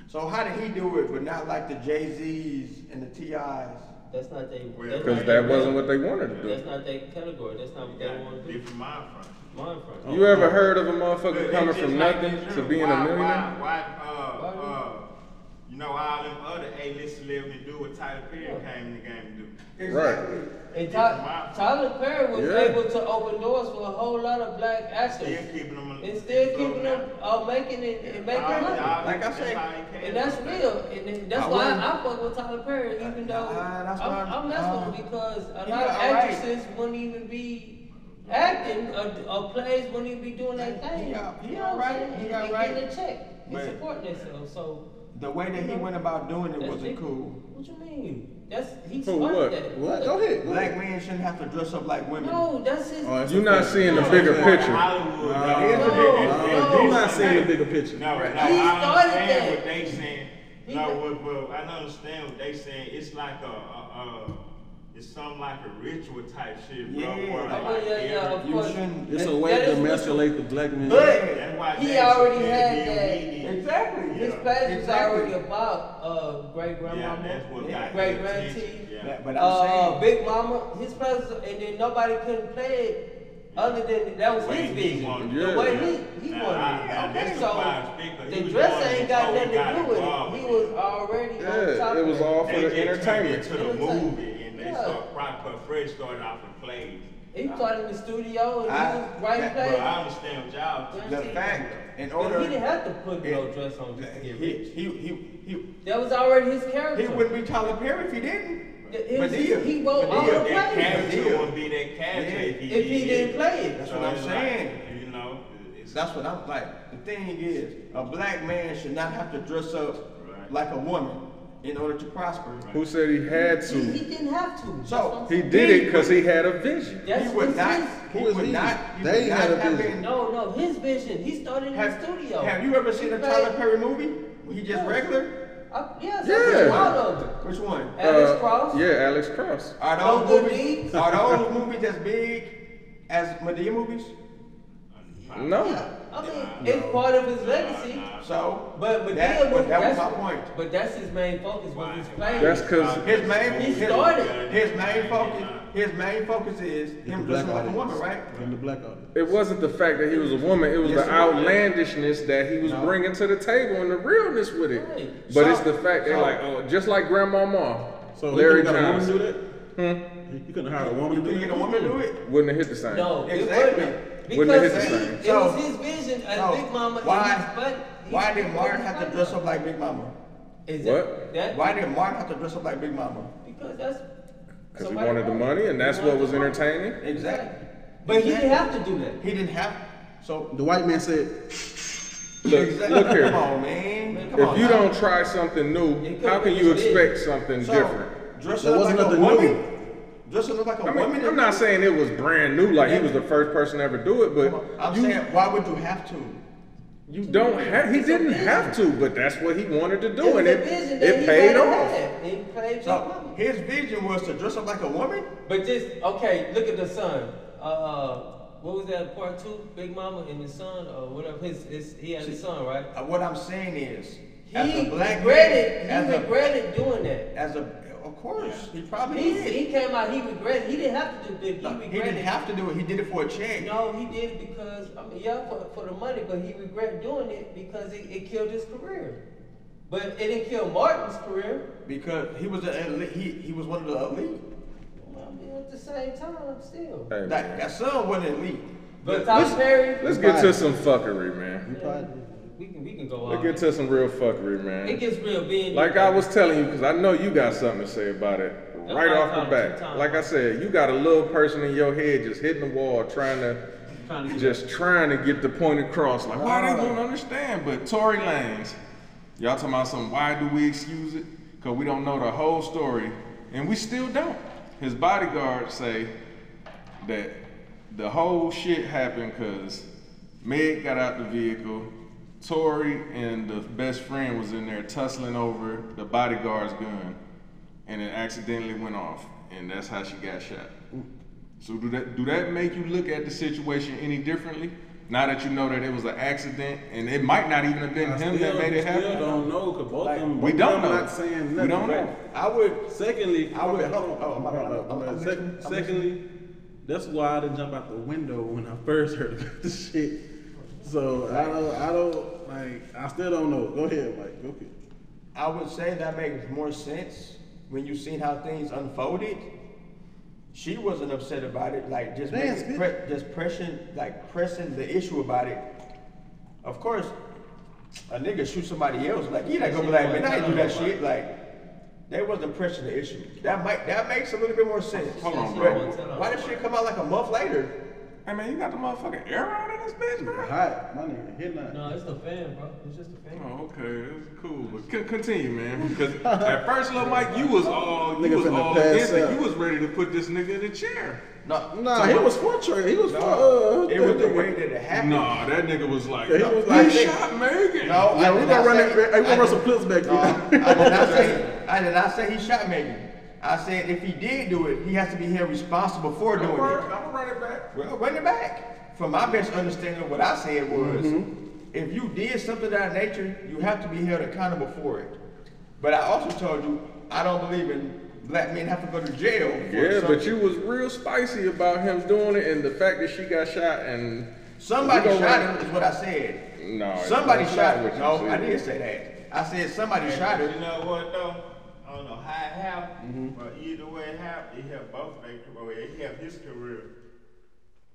Speaker 6: So how did he do it, but not like the Jay Z's and the Ti's?
Speaker 4: That's not they.
Speaker 7: Well,
Speaker 4: that's
Speaker 3: Because
Speaker 4: not
Speaker 3: that
Speaker 4: they-
Speaker 3: wasn't what they wanted to do.
Speaker 4: That's not their category. That's not what
Speaker 7: Got
Speaker 4: they want to do.
Speaker 7: different mind frame.
Speaker 4: Mine from.
Speaker 3: You ever heard of a
Speaker 7: Look,
Speaker 3: motherfucker
Speaker 7: it's
Speaker 3: coming
Speaker 7: just
Speaker 3: from
Speaker 7: like
Speaker 3: nothing
Speaker 7: this
Speaker 3: to
Speaker 7: room.
Speaker 3: being
Speaker 7: why,
Speaker 3: a millionaire?
Speaker 7: Why, why, uh,
Speaker 4: Why
Speaker 7: uh, you know, all them other A-list celebrities do what Tyler Perry came in the game to do.
Speaker 3: Right.
Speaker 4: And Ty, Tyler Perry was
Speaker 3: Yeah.
Speaker 4: able to open doors for a whole lot of black actors.
Speaker 7: Still keeping them.
Speaker 4: And still keeping them, uh, making it, and making money.
Speaker 6: Like I said,
Speaker 4: And that's real. And then that's
Speaker 6: I
Speaker 4: why
Speaker 6: wouldn't-
Speaker 4: I, fuck with Tyler Perry, even though
Speaker 6: Nah, that's
Speaker 4: I'm,
Speaker 6: why- uh-huh.
Speaker 4: I'm messing with
Speaker 6: nah.
Speaker 4: him because a lot
Speaker 6: You
Speaker 4: of
Speaker 6: alright.
Speaker 4: actresses wouldn't even be acting or, or plays wouldn't even be doing that thing.
Speaker 6: He al- he
Speaker 4: You know what I'm
Speaker 6: alright,
Speaker 4: saying?
Speaker 6: he
Speaker 4: And
Speaker 6: alright.
Speaker 4: getting a check.
Speaker 6: But-
Speaker 4: And supporting themselves. So
Speaker 6: The way that he went about doing it
Speaker 4: that's
Speaker 6: wasn't
Speaker 4: different.
Speaker 6: cool.
Speaker 4: What you mean? That's he
Speaker 3: For
Speaker 4: started
Speaker 3: what?
Speaker 4: that.
Speaker 5: What? Go ahead. Go
Speaker 6: Black
Speaker 5: ahead.
Speaker 6: men shouldn't have to dress up like women.
Speaker 4: No, that's his.
Speaker 5: Oh, that's
Speaker 3: You're not
Speaker 5: okay.
Speaker 3: seeing the bigger picture.
Speaker 7: Hollywood.
Speaker 5: No, you're Uh, not seeing the bigger picture.
Speaker 7: No, no, I
Speaker 4: He
Speaker 7: understand
Speaker 4: started
Speaker 7: what
Speaker 4: that.
Speaker 7: they saying.
Speaker 4: He
Speaker 7: no,
Speaker 4: got-
Speaker 7: what, what, I don't understand what they saying. It's like a, a, a it's something like a ritual type shit, bro.
Speaker 6: Yeah.
Speaker 7: where,
Speaker 6: Oh,
Speaker 7: like,
Speaker 4: yeah, yeah,
Speaker 7: every-
Speaker 4: of
Speaker 6: You
Speaker 4: course.
Speaker 6: shouldn't.
Speaker 5: It's a
Speaker 4: That-
Speaker 5: way
Speaker 4: that
Speaker 5: to
Speaker 4: is what-
Speaker 5: emasculate the black man.
Speaker 6: But
Speaker 7: That's why
Speaker 4: He
Speaker 7: Jackson
Speaker 4: already
Speaker 7: Kid
Speaker 4: had
Speaker 7: did what he
Speaker 4: that.
Speaker 7: did.
Speaker 6: exactly.
Speaker 4: His
Speaker 7: Yeah.
Speaker 4: page was
Speaker 6: Exactly.
Speaker 4: already about uh, great
Speaker 7: Yeah,
Speaker 4: grandmama,
Speaker 7: that's what got
Speaker 4: great
Speaker 7: the attention.
Speaker 4: grandtie,
Speaker 7: Yeah.
Speaker 6: But, but I'm saying,
Speaker 4: uh, big mama. His page, and then nobody couldn't play it other than that was
Speaker 7: Way
Speaker 4: his
Speaker 7: he
Speaker 4: vision.
Speaker 7: wanted
Speaker 4: The
Speaker 3: it.
Speaker 4: way
Speaker 3: Yeah.
Speaker 4: he, he
Speaker 7: Now,
Speaker 4: wanted
Speaker 7: I- now,
Speaker 4: it.
Speaker 7: that's
Speaker 4: Okay,
Speaker 7: the
Speaker 4: so
Speaker 7: vibe speaker. He
Speaker 4: the
Speaker 7: was
Speaker 4: dress
Speaker 7: doing
Speaker 4: ain't
Speaker 7: it before
Speaker 4: got nothing
Speaker 7: we got
Speaker 4: to do with
Speaker 7: involved
Speaker 4: it. He
Speaker 7: with
Speaker 4: was
Speaker 7: it.
Speaker 4: already on top
Speaker 3: Yeah, it
Speaker 4: of
Speaker 3: was all for the
Speaker 7: They just turned it
Speaker 3: entertainment.
Speaker 7: to the
Speaker 4: Entertainment.
Speaker 7: movie, and they
Speaker 4: Yeah.
Speaker 7: start proper fresh started off with plays.
Speaker 4: He started in the studio and
Speaker 6: I-
Speaker 4: he was writing
Speaker 6: that-
Speaker 7: Bro, I
Speaker 4: plays.
Speaker 7: understand what y'all.
Speaker 4: That
Speaker 6: The
Speaker 4: shit-
Speaker 6: fact, in
Speaker 4: But
Speaker 6: order,
Speaker 4: he didn't have to put
Speaker 6: it-
Speaker 4: no dress on just to
Speaker 6: he,
Speaker 4: get
Speaker 6: he,
Speaker 4: rich.
Speaker 6: he, he,
Speaker 4: That was already his character.
Speaker 6: he wouldn't be Tyler Perry if he didn't.
Speaker 4: Th- it was-
Speaker 6: Medea.
Speaker 4: he wrote all
Speaker 6: Medea.
Speaker 4: the
Speaker 7: That
Speaker 4: plays.
Speaker 6: Yeah.
Speaker 7: character would be that character
Speaker 6: Yeah.
Speaker 7: if he,
Speaker 4: If he didn't play it.
Speaker 6: That's
Speaker 7: So
Speaker 6: what I'm
Speaker 7: it's
Speaker 6: saying.
Speaker 7: Like, you know, it's
Speaker 6: That's what I'm like. The thing is, a black man should not have to dress up
Speaker 7: Right.
Speaker 6: like a woman in order to prosper.
Speaker 3: Who said he had
Speaker 4: He, he
Speaker 3: to?
Speaker 4: didn't have to. That's
Speaker 6: So,
Speaker 4: what I'm
Speaker 3: He
Speaker 4: saying.
Speaker 3: did it because he had a vision.
Speaker 4: That's
Speaker 6: He would
Speaker 4: his
Speaker 6: not.
Speaker 4: vision.
Speaker 6: He
Speaker 5: Who is
Speaker 6: would
Speaker 5: he?
Speaker 6: not. he
Speaker 5: They
Speaker 6: would
Speaker 5: ain't had
Speaker 6: not
Speaker 5: a
Speaker 6: have
Speaker 5: vision.
Speaker 6: been-
Speaker 4: No, no, his vision. He started in
Speaker 6: Have,
Speaker 4: the studio.
Speaker 6: have you ever seen a
Speaker 4: He
Speaker 6: Tyler
Speaker 4: played-
Speaker 6: Perry movie? Where he just
Speaker 4: Yeah.
Speaker 6: regular?
Speaker 4: I, yes,
Speaker 3: Yeah.
Speaker 4: yeah. Proud of them.
Speaker 6: Which one?
Speaker 4: Alex
Speaker 3: Uh,
Speaker 4: Cross.
Speaker 3: Yeah, Alex Cross.
Speaker 6: Are
Speaker 4: No
Speaker 6: those
Speaker 4: Good
Speaker 6: movies?
Speaker 4: Deeds?
Speaker 6: Are those movies as big as Medea movies?
Speaker 3: No.
Speaker 4: I mean, it's part of his legacy.
Speaker 6: So,
Speaker 4: But but
Speaker 6: that,
Speaker 4: then
Speaker 6: but
Speaker 4: what-
Speaker 6: that was
Speaker 4: that's
Speaker 6: my
Speaker 4: what-
Speaker 6: point.
Speaker 4: But that's his main focus was his playing.
Speaker 3: That's because
Speaker 6: His main
Speaker 4: He
Speaker 6: his,
Speaker 4: started.
Speaker 6: His main focus. His main focus is him dressing like a woman, right?
Speaker 5: From the black audience.
Speaker 3: it wasn't the fact that he was a woman, it was
Speaker 6: Yes, it
Speaker 3: the
Speaker 6: was.
Speaker 3: outlandishness that he was
Speaker 6: No.
Speaker 3: bringing to the table and the realness with it.
Speaker 4: Right.
Speaker 3: But
Speaker 6: So-
Speaker 3: it's the fact they're
Speaker 6: so-
Speaker 3: like, oh, just like Grandma Ma,
Speaker 5: So
Speaker 3: Larry
Speaker 5: you couldn't have a woman
Speaker 3: Johnson
Speaker 5: do that? Hmm? You couldn't hire a woman
Speaker 6: You
Speaker 5: to do
Speaker 6: can
Speaker 5: that?
Speaker 6: get a woman to do it.
Speaker 3: wouldn't have hit the same.
Speaker 4: No,
Speaker 6: Exactly.
Speaker 4: it
Speaker 3: Wouldn't
Speaker 4: wasn't.
Speaker 3: have hit the
Speaker 4: Because he,
Speaker 3: same.
Speaker 4: it
Speaker 6: So-
Speaker 4: was his vision as
Speaker 6: So,
Speaker 4: Big Mama. and
Speaker 6: why?
Speaker 4: his butt- he-
Speaker 6: Why did Martin have to dress up like Big Mama?
Speaker 4: Is
Speaker 3: What?
Speaker 4: That, that,
Speaker 6: Why did Martin have to dress up like Big Mama?
Speaker 4: Because that's.
Speaker 3: Because he
Speaker 4: somebody
Speaker 3: wanted the
Speaker 4: wrote it.
Speaker 3: money and that's
Speaker 4: He
Speaker 3: what
Speaker 4: wanted
Speaker 3: was
Speaker 4: the money.
Speaker 3: entertaining.
Speaker 6: Exactly.
Speaker 4: But he didn't have to do that.
Speaker 6: He didn't have. So
Speaker 5: The white man said,
Speaker 3: Look,
Speaker 6: exactly.
Speaker 3: look here.
Speaker 6: Come on, man. Come
Speaker 3: If
Speaker 6: on,
Speaker 3: you
Speaker 6: now.
Speaker 3: don't try something new,
Speaker 4: It
Speaker 3: how can
Speaker 4: could've been
Speaker 3: you
Speaker 4: what it
Speaker 3: expect
Speaker 4: is.
Speaker 3: something
Speaker 6: so,
Speaker 3: different?
Speaker 6: dress
Speaker 5: There
Speaker 6: up
Speaker 5: wasn't
Speaker 6: like
Speaker 5: nothing
Speaker 6: a
Speaker 5: new.
Speaker 6: woman. Dress up like a
Speaker 3: I
Speaker 6: woman.
Speaker 3: mean,
Speaker 6: is-
Speaker 3: I'm not saying it was brand new, like he was the first person to ever do it, but
Speaker 6: I'm
Speaker 3: you,
Speaker 6: saying, why would you have to?
Speaker 3: you don't have, he didn't have to, but that's what he wanted to do, and
Speaker 4: was a
Speaker 3: it,
Speaker 4: vision that
Speaker 3: it
Speaker 4: he
Speaker 3: paid
Speaker 4: wanted
Speaker 3: off.
Speaker 4: to have. He played Big
Speaker 6: So
Speaker 4: Mama.
Speaker 6: his vision was to dress up like a woman.
Speaker 4: But this, okay, look at the son. Uh, what was that part two? Big Mama and his son, or whatever. His, his he had a son, right?
Speaker 6: Uh, What I'm saying is, as
Speaker 4: He
Speaker 6: a black
Speaker 4: regretted.
Speaker 6: man,
Speaker 4: he
Speaker 6: as a
Speaker 4: regretted doing that.
Speaker 6: as a of course he probably
Speaker 4: He,
Speaker 6: did.
Speaker 4: he came out. He regretted. He didn't have to do big. He
Speaker 6: No,
Speaker 4: regretted.
Speaker 6: he didn't have to do it. He did it for a check.
Speaker 4: No, he did it because I mean, yeah, for, for the money, but he regretted doing it because it, it killed his career. But it didn't kill Martin's career.
Speaker 6: Because he was a, elite- he he was one of the elite.
Speaker 4: I mean, at the same time, still.
Speaker 3: Hey,
Speaker 6: That that son wasn't elite.
Speaker 4: But Tyler Perry,
Speaker 3: Let's get to some fuckery, man.
Speaker 5: you probably,
Speaker 4: we can we can go
Speaker 3: Let's
Speaker 4: on.
Speaker 3: get to some real fuckery,
Speaker 4: It
Speaker 3: man.
Speaker 4: gets real being
Speaker 3: Like I was telling you, because I know you got something to say about it right off the bat. Like I said, you got a little person in your head just hitting the wall trying to
Speaker 4: trying to get
Speaker 3: just trying to get the point across. Like, why they won't understand? But Tory Lanez, y'all talking about some, why do we excuse it? Because we don't know the whole story. And we still don't. His bodyguards say that the whole shit happened because Meg got out the vehicle. Tori and the best friend was in there tussling over the bodyguard's gun, and it accidentally went off, and that's how she got shot. So do that do that make you look at the situation any differently? Now that you know that it was an accident, and it might not even have been
Speaker 5: I
Speaker 3: him
Speaker 5: still,
Speaker 3: that made it
Speaker 5: still
Speaker 3: happen.
Speaker 5: don't know because both of them,
Speaker 3: We
Speaker 5: both
Speaker 3: don't
Speaker 5: of them
Speaker 3: know.
Speaker 5: not saying nothing.
Speaker 3: We don't
Speaker 5: right?
Speaker 3: know.
Speaker 6: I would.
Speaker 5: Secondly,
Speaker 6: I would- hold on, hold on,
Speaker 5: hold on, hold on, hold on.
Speaker 6: I'm
Speaker 5: Sec-
Speaker 6: listening, I'm
Speaker 5: Secondly, that's why I didn't jump out the window when I first heard about this shit. So I don't, I don't like. I still don't know. Go ahead, Mike. Go ahead.
Speaker 6: I would say that makes more sense when you seen how things unfolded. She wasn't upset about it, like just
Speaker 5: Damn,
Speaker 6: making
Speaker 5: bitch.
Speaker 6: pre- just pressing, like pressing the issue about it. Of course, a nigga shoot somebody else, like you not gonna be like, man, I didn't do that shit. Like they wasn't pressing the issue. That might that makes a little bit more sense.
Speaker 3: Hold on, bro.
Speaker 6: But why did shit come out like a month later?
Speaker 3: Hey man, you got the motherfucking arrow in this bitch, bro.
Speaker 5: Hot, my nigga, hit nine.
Speaker 4: No, it's the fan, bro. It's just the fan.
Speaker 3: Oh, okay, that's cool. But c- continue, man. Because at first, little Mike, you was all you
Speaker 5: Nigga
Speaker 3: was
Speaker 5: finna
Speaker 3: all
Speaker 5: pass
Speaker 3: against it.
Speaker 5: out.
Speaker 3: You was ready to put this nigga in the chair.
Speaker 6: No,
Speaker 5: Nah, he was for Trey. He was for. Uh,
Speaker 6: it
Speaker 5: that
Speaker 6: was the
Speaker 5: nigga.
Speaker 6: way that it happened.
Speaker 3: Nah, that nigga was like,
Speaker 5: Yeah,
Speaker 3: he
Speaker 5: he was like, nigga-
Speaker 3: shot Megan.
Speaker 6: No,
Speaker 5: Yeah,
Speaker 6: I
Speaker 5: we
Speaker 6: did
Speaker 5: gonna
Speaker 6: not
Speaker 5: run
Speaker 6: say-
Speaker 5: it- we gonna
Speaker 6: I
Speaker 5: run some
Speaker 6: did-
Speaker 5: clips back
Speaker 6: No,
Speaker 5: here.
Speaker 6: I did not say. I did not say he shot Megan. I said if he did do it, he has to be held responsible for doing
Speaker 3: I'm
Speaker 6: it.
Speaker 3: gonna run it back.
Speaker 6: Well, run it back. From my best understanding, of what I said was, if you did something of that nature, you have to be held accountable for it. But I also told you, I don't believe in black men have to go to jail. For
Speaker 3: Yeah, but
Speaker 6: something.
Speaker 3: you was real spicy about him doing it, and the fact that she got shot and
Speaker 6: somebody
Speaker 3: we gonna
Speaker 6: shot
Speaker 3: run-
Speaker 6: him is what I said.
Speaker 3: No, it's-
Speaker 6: somebody
Speaker 3: that's
Speaker 6: shot
Speaker 3: not what
Speaker 6: him.
Speaker 3: you
Speaker 6: No, I
Speaker 3: said.
Speaker 6: didn't say that. I said somebody shot
Speaker 7: But
Speaker 6: him.
Speaker 7: You know what though? I don't know how it happened, but either way it happened, it helped both their career. It helped his career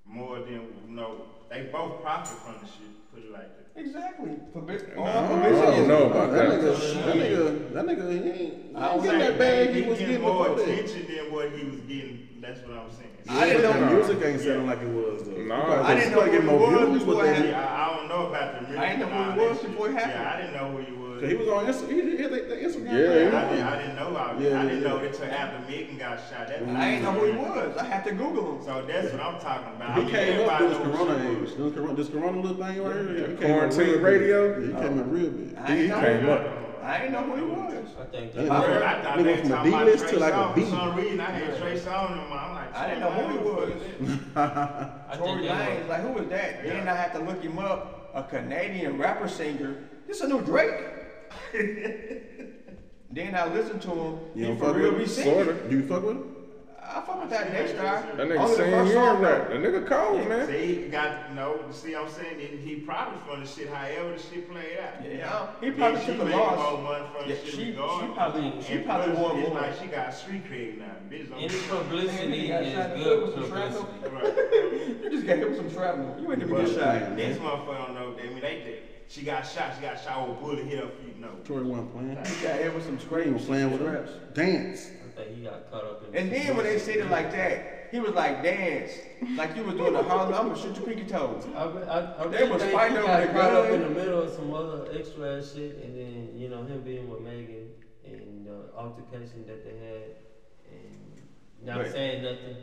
Speaker 7: more than you know. They both profit from the shit. Put it like that.
Speaker 6: Exactly. uh, Public- all
Speaker 3: I don't
Speaker 6: publicity
Speaker 3: know
Speaker 6: is-
Speaker 3: about
Speaker 5: That
Speaker 3: Oh, that.
Speaker 5: nigga, that nigga, that nigga, he ain't, he
Speaker 7: I
Speaker 5: ain't
Speaker 7: was
Speaker 5: getting that
Speaker 7: saying
Speaker 5: bag
Speaker 7: he
Speaker 5: he was getting
Speaker 7: more
Speaker 5: before that.
Speaker 7: attention than what he was getting. That's what I'm saying.
Speaker 5: I didn't know
Speaker 3: Nah.
Speaker 5: music ain't sounding like it was though.
Speaker 3: Nah,
Speaker 5: You gotta-
Speaker 3: I
Speaker 6: didn't
Speaker 5: you
Speaker 6: know
Speaker 5: gotta get
Speaker 6: who it
Speaker 5: more
Speaker 6: was
Speaker 5: views with
Speaker 6: before
Speaker 5: that.
Speaker 6: I had-
Speaker 7: I, I don't know about the music.
Speaker 6: I didn't know who
Speaker 7: and
Speaker 6: he
Speaker 7: all
Speaker 6: was
Speaker 7: that
Speaker 6: before it
Speaker 7: shit.
Speaker 6: happened.
Speaker 7: Yeah, I didn't know who he was.
Speaker 5: He was on Instagram. He did they, they Instagram.
Speaker 3: Yeah,
Speaker 7: I, didn't, I didn't know. I,
Speaker 5: Yeah,
Speaker 7: I didn't
Speaker 5: yeah.
Speaker 7: know until after Megan got shot. That
Speaker 6: I ain't know who he was. I had to Google him.
Speaker 7: So that's what I'm talking about. I
Speaker 5: He
Speaker 7: mean,
Speaker 5: came up
Speaker 7: everybody
Speaker 5: through this
Speaker 7: knows
Speaker 5: Corona
Speaker 7: who he
Speaker 5: age.
Speaker 7: was.
Speaker 5: This Corona, this Corona little thing right here. he came up
Speaker 3: Quarantine
Speaker 5: real big.
Speaker 3: radio?
Speaker 5: Yeah, He came in real big.
Speaker 6: I ain't know
Speaker 3: came
Speaker 6: who-
Speaker 3: up.
Speaker 6: I ain't know who he was.
Speaker 4: I think
Speaker 5: Yeah,
Speaker 4: that.
Speaker 5: I-
Speaker 7: Bro, I thought
Speaker 5: Nigga
Speaker 7: they
Speaker 5: went from a
Speaker 7: talking about
Speaker 5: D-list
Speaker 7: Trey
Speaker 5: to, like, a
Speaker 7: Songz.
Speaker 5: B.
Speaker 7: For some reason, I had Trey Songz in my mind. I'm like,
Speaker 6: I didn't know who he was.
Speaker 5: I
Speaker 4: I think
Speaker 6: Tory
Speaker 4: that.
Speaker 6: Lanez, like who was that? Then I had to look him up. A Canadian rapper singer. This a new Drake. <laughs> then I listened to him.
Speaker 5: You
Speaker 6: he
Speaker 5: don't
Speaker 6: for
Speaker 5: fuck
Speaker 6: real
Speaker 5: with
Speaker 6: be
Speaker 5: him?
Speaker 6: singing.
Speaker 3: Sorta.
Speaker 5: Do you fuck with him?
Speaker 6: I fuck with that next star.
Speaker 3: That nigga saying you ain't rap. That nigga cold, man.
Speaker 7: See, he got no. See, I'm saying that he probably from the shit. However, the shit played out.
Speaker 6: Yeah, he
Speaker 7: Then
Speaker 6: probably
Speaker 7: she
Speaker 6: took a
Speaker 7: made
Speaker 6: loss.
Speaker 7: more money from the
Speaker 6: Yeah,
Speaker 7: shit
Speaker 6: she- she
Speaker 7: regardless.
Speaker 6: probably- she
Speaker 7: And
Speaker 6: probably
Speaker 7: plus,
Speaker 6: won
Speaker 7: It's
Speaker 6: more.
Speaker 7: like she got street cred now, bitch. I'm
Speaker 4: Any publicity
Speaker 6: Yeah, he got shot
Speaker 4: is
Speaker 6: in the
Speaker 4: good
Speaker 6: foot with some
Speaker 4: publicity.
Speaker 6: shrapnel. <laughs>
Speaker 7: Right.
Speaker 6: You just got hit with some shrapnel. You ain't even
Speaker 7: But
Speaker 6: get shot.
Speaker 7: This motherfucker don't know. I mean, they did. She got shot. She got shot with a bullet hit her feet. No.
Speaker 5: Tory wasn't playing.
Speaker 6: You got hit with some
Speaker 5: He was
Speaker 6: scrapes.
Speaker 5: playing with him.
Speaker 6: scraps.
Speaker 5: Dance.
Speaker 4: I think he got caught up in.
Speaker 6: And then when they said it like that, he was like, dance. Like you was doing a Harlem, I'm gonna shoot your pinky toes.
Speaker 4: I, re- I, I
Speaker 6: They
Speaker 4: really
Speaker 6: was
Speaker 4: think
Speaker 6: fighting
Speaker 4: he
Speaker 6: over
Speaker 4: got
Speaker 6: the
Speaker 4: caught up
Speaker 6: gun.
Speaker 4: in the middle of some other extra ass shit, and then you know him being with Megan and the altercation that they had, and you know what
Speaker 6: Right.
Speaker 4: I'm saying nothing.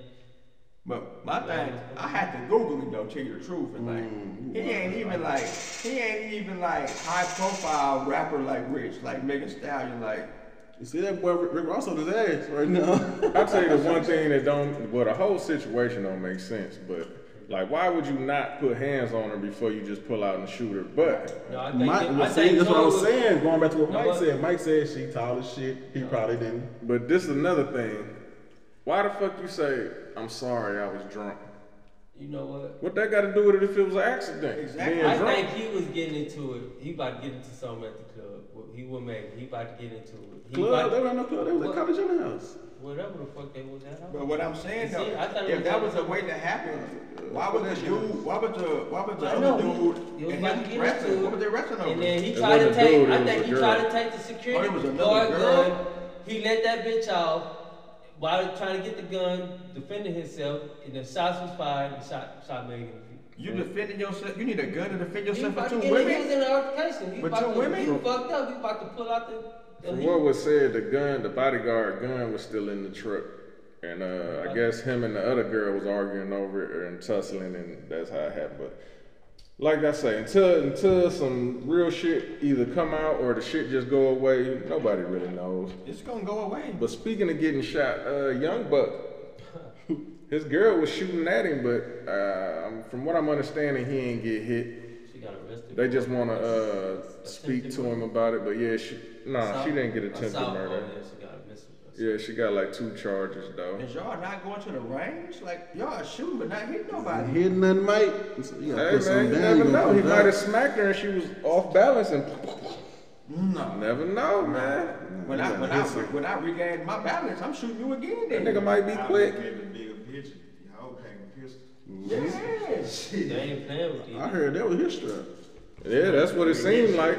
Speaker 6: But my thing, I had to Google him though, tell you the truth. And
Speaker 4: Mm-hmm.
Speaker 6: like, he ain't even like, he ain't even like high profile rapper like Rich, like Megan Stallion, like.
Speaker 5: You see that boy Rick Rick Ross on his ass right now.
Speaker 3: I'll tell you the one thing that don't, well, the whole situation don't make sense, but like, why would you not put hands on her before you just pull out and shoot her? But
Speaker 4: No, I think
Speaker 5: Mike,
Speaker 4: that, I
Speaker 5: see,
Speaker 4: think
Speaker 5: that's what I
Speaker 4: Tory
Speaker 5: was saying. Going back to what
Speaker 4: No,
Speaker 5: Mike
Speaker 4: but-
Speaker 5: said. Mike said she tall as shit. He probably didn't.
Speaker 3: but this is another thing. Why the fuck you say, I'm sorry, I was drunk?
Speaker 4: You know what?
Speaker 3: What that got to do with it if it was an accident?
Speaker 6: Exactly.
Speaker 3: Being
Speaker 4: I
Speaker 3: drunk.
Speaker 4: think he was getting into it. He about to get into something at the club. Well, He was Megan. He about to get into it. He
Speaker 5: Club. They
Speaker 4: about-
Speaker 5: were in the club. They was at
Speaker 4: What?
Speaker 5: College Inn House.
Speaker 4: whatever the fuck they was at. I
Speaker 6: But what I'm saying
Speaker 4: You
Speaker 6: though,
Speaker 4: see, I thought it
Speaker 6: if
Speaker 4: was
Speaker 6: that
Speaker 4: like-
Speaker 6: was a way to happen, why would the dude, why would the, why would the
Speaker 4: I know.
Speaker 6: other
Speaker 4: He
Speaker 6: dude and
Speaker 4: was about to
Speaker 6: him
Speaker 4: get into
Speaker 6: wrestling?
Speaker 4: it.
Speaker 6: What were they wrestling over?
Speaker 4: And then he
Speaker 3: It
Speaker 4: tried to
Speaker 3: wasn't a
Speaker 4: take.
Speaker 3: dude, it
Speaker 4: I
Speaker 3: was
Speaker 4: think
Speaker 3: a
Speaker 4: he
Speaker 3: girl.
Speaker 4: tried to take the
Speaker 6: Oh,
Speaker 4: security
Speaker 6: it was another
Speaker 4: guard
Speaker 6: girl.
Speaker 4: gun. He let that bitch off while trying to get the gun, defending himself, and the shots was fired. And shot shot Megan.
Speaker 6: You defending yourself. You need a gun to defend
Speaker 4: He was
Speaker 6: yourself
Speaker 4: about to
Speaker 6: for two
Speaker 4: get in- He was
Speaker 6: women.
Speaker 4: in an altercation. He
Speaker 6: With
Speaker 4: about
Speaker 6: two
Speaker 4: to,
Speaker 6: women?
Speaker 4: He fucked up. He about to pull out the.
Speaker 3: From what was said, the gun, the bodyguard gun was still in the truck. And uh, I guess him and the other girl was arguing over it and tussling, and that's how it happened. But like I say, until until some real shit either come out or the shit just go away, nobody really knows.
Speaker 6: It's gonna go away.
Speaker 3: But speaking of getting shot, uh, Young Buck, his girl was shooting at him, but uh, from what I'm understanding, he ain't get hit.
Speaker 4: she got arrested.
Speaker 3: They just want to uh, speak to him about it, but yeah, she nah, she didn't get attempted
Speaker 4: Assault.
Speaker 3: murder.
Speaker 4: Oh, yeah, she got a missile.
Speaker 3: Yeah, she got like two charges though.
Speaker 6: Is y'all not going to the range? Like y'all are shooting but not hitting nobody.
Speaker 5: Hitting nothing, Mike. So you gotta
Speaker 3: Hey
Speaker 5: put something
Speaker 3: man, you
Speaker 5: down,
Speaker 3: never
Speaker 5: gonna
Speaker 3: know.
Speaker 5: put
Speaker 3: He
Speaker 5: it
Speaker 3: might
Speaker 5: down.
Speaker 3: have smacked her and she was off balance and
Speaker 6: No.
Speaker 3: never know, man.
Speaker 6: When I when I when I regain my balance, I'm shooting you again.
Speaker 3: That
Speaker 6: Then.
Speaker 3: nigga might be
Speaker 7: I
Speaker 3: quick.
Speaker 7: looked at the bigger picture. The whole came with pistol.
Speaker 6: Yes.
Speaker 4: They ain't playing with these.
Speaker 5: I heard that was his strap.
Speaker 3: Yeah, that's what it seemed like.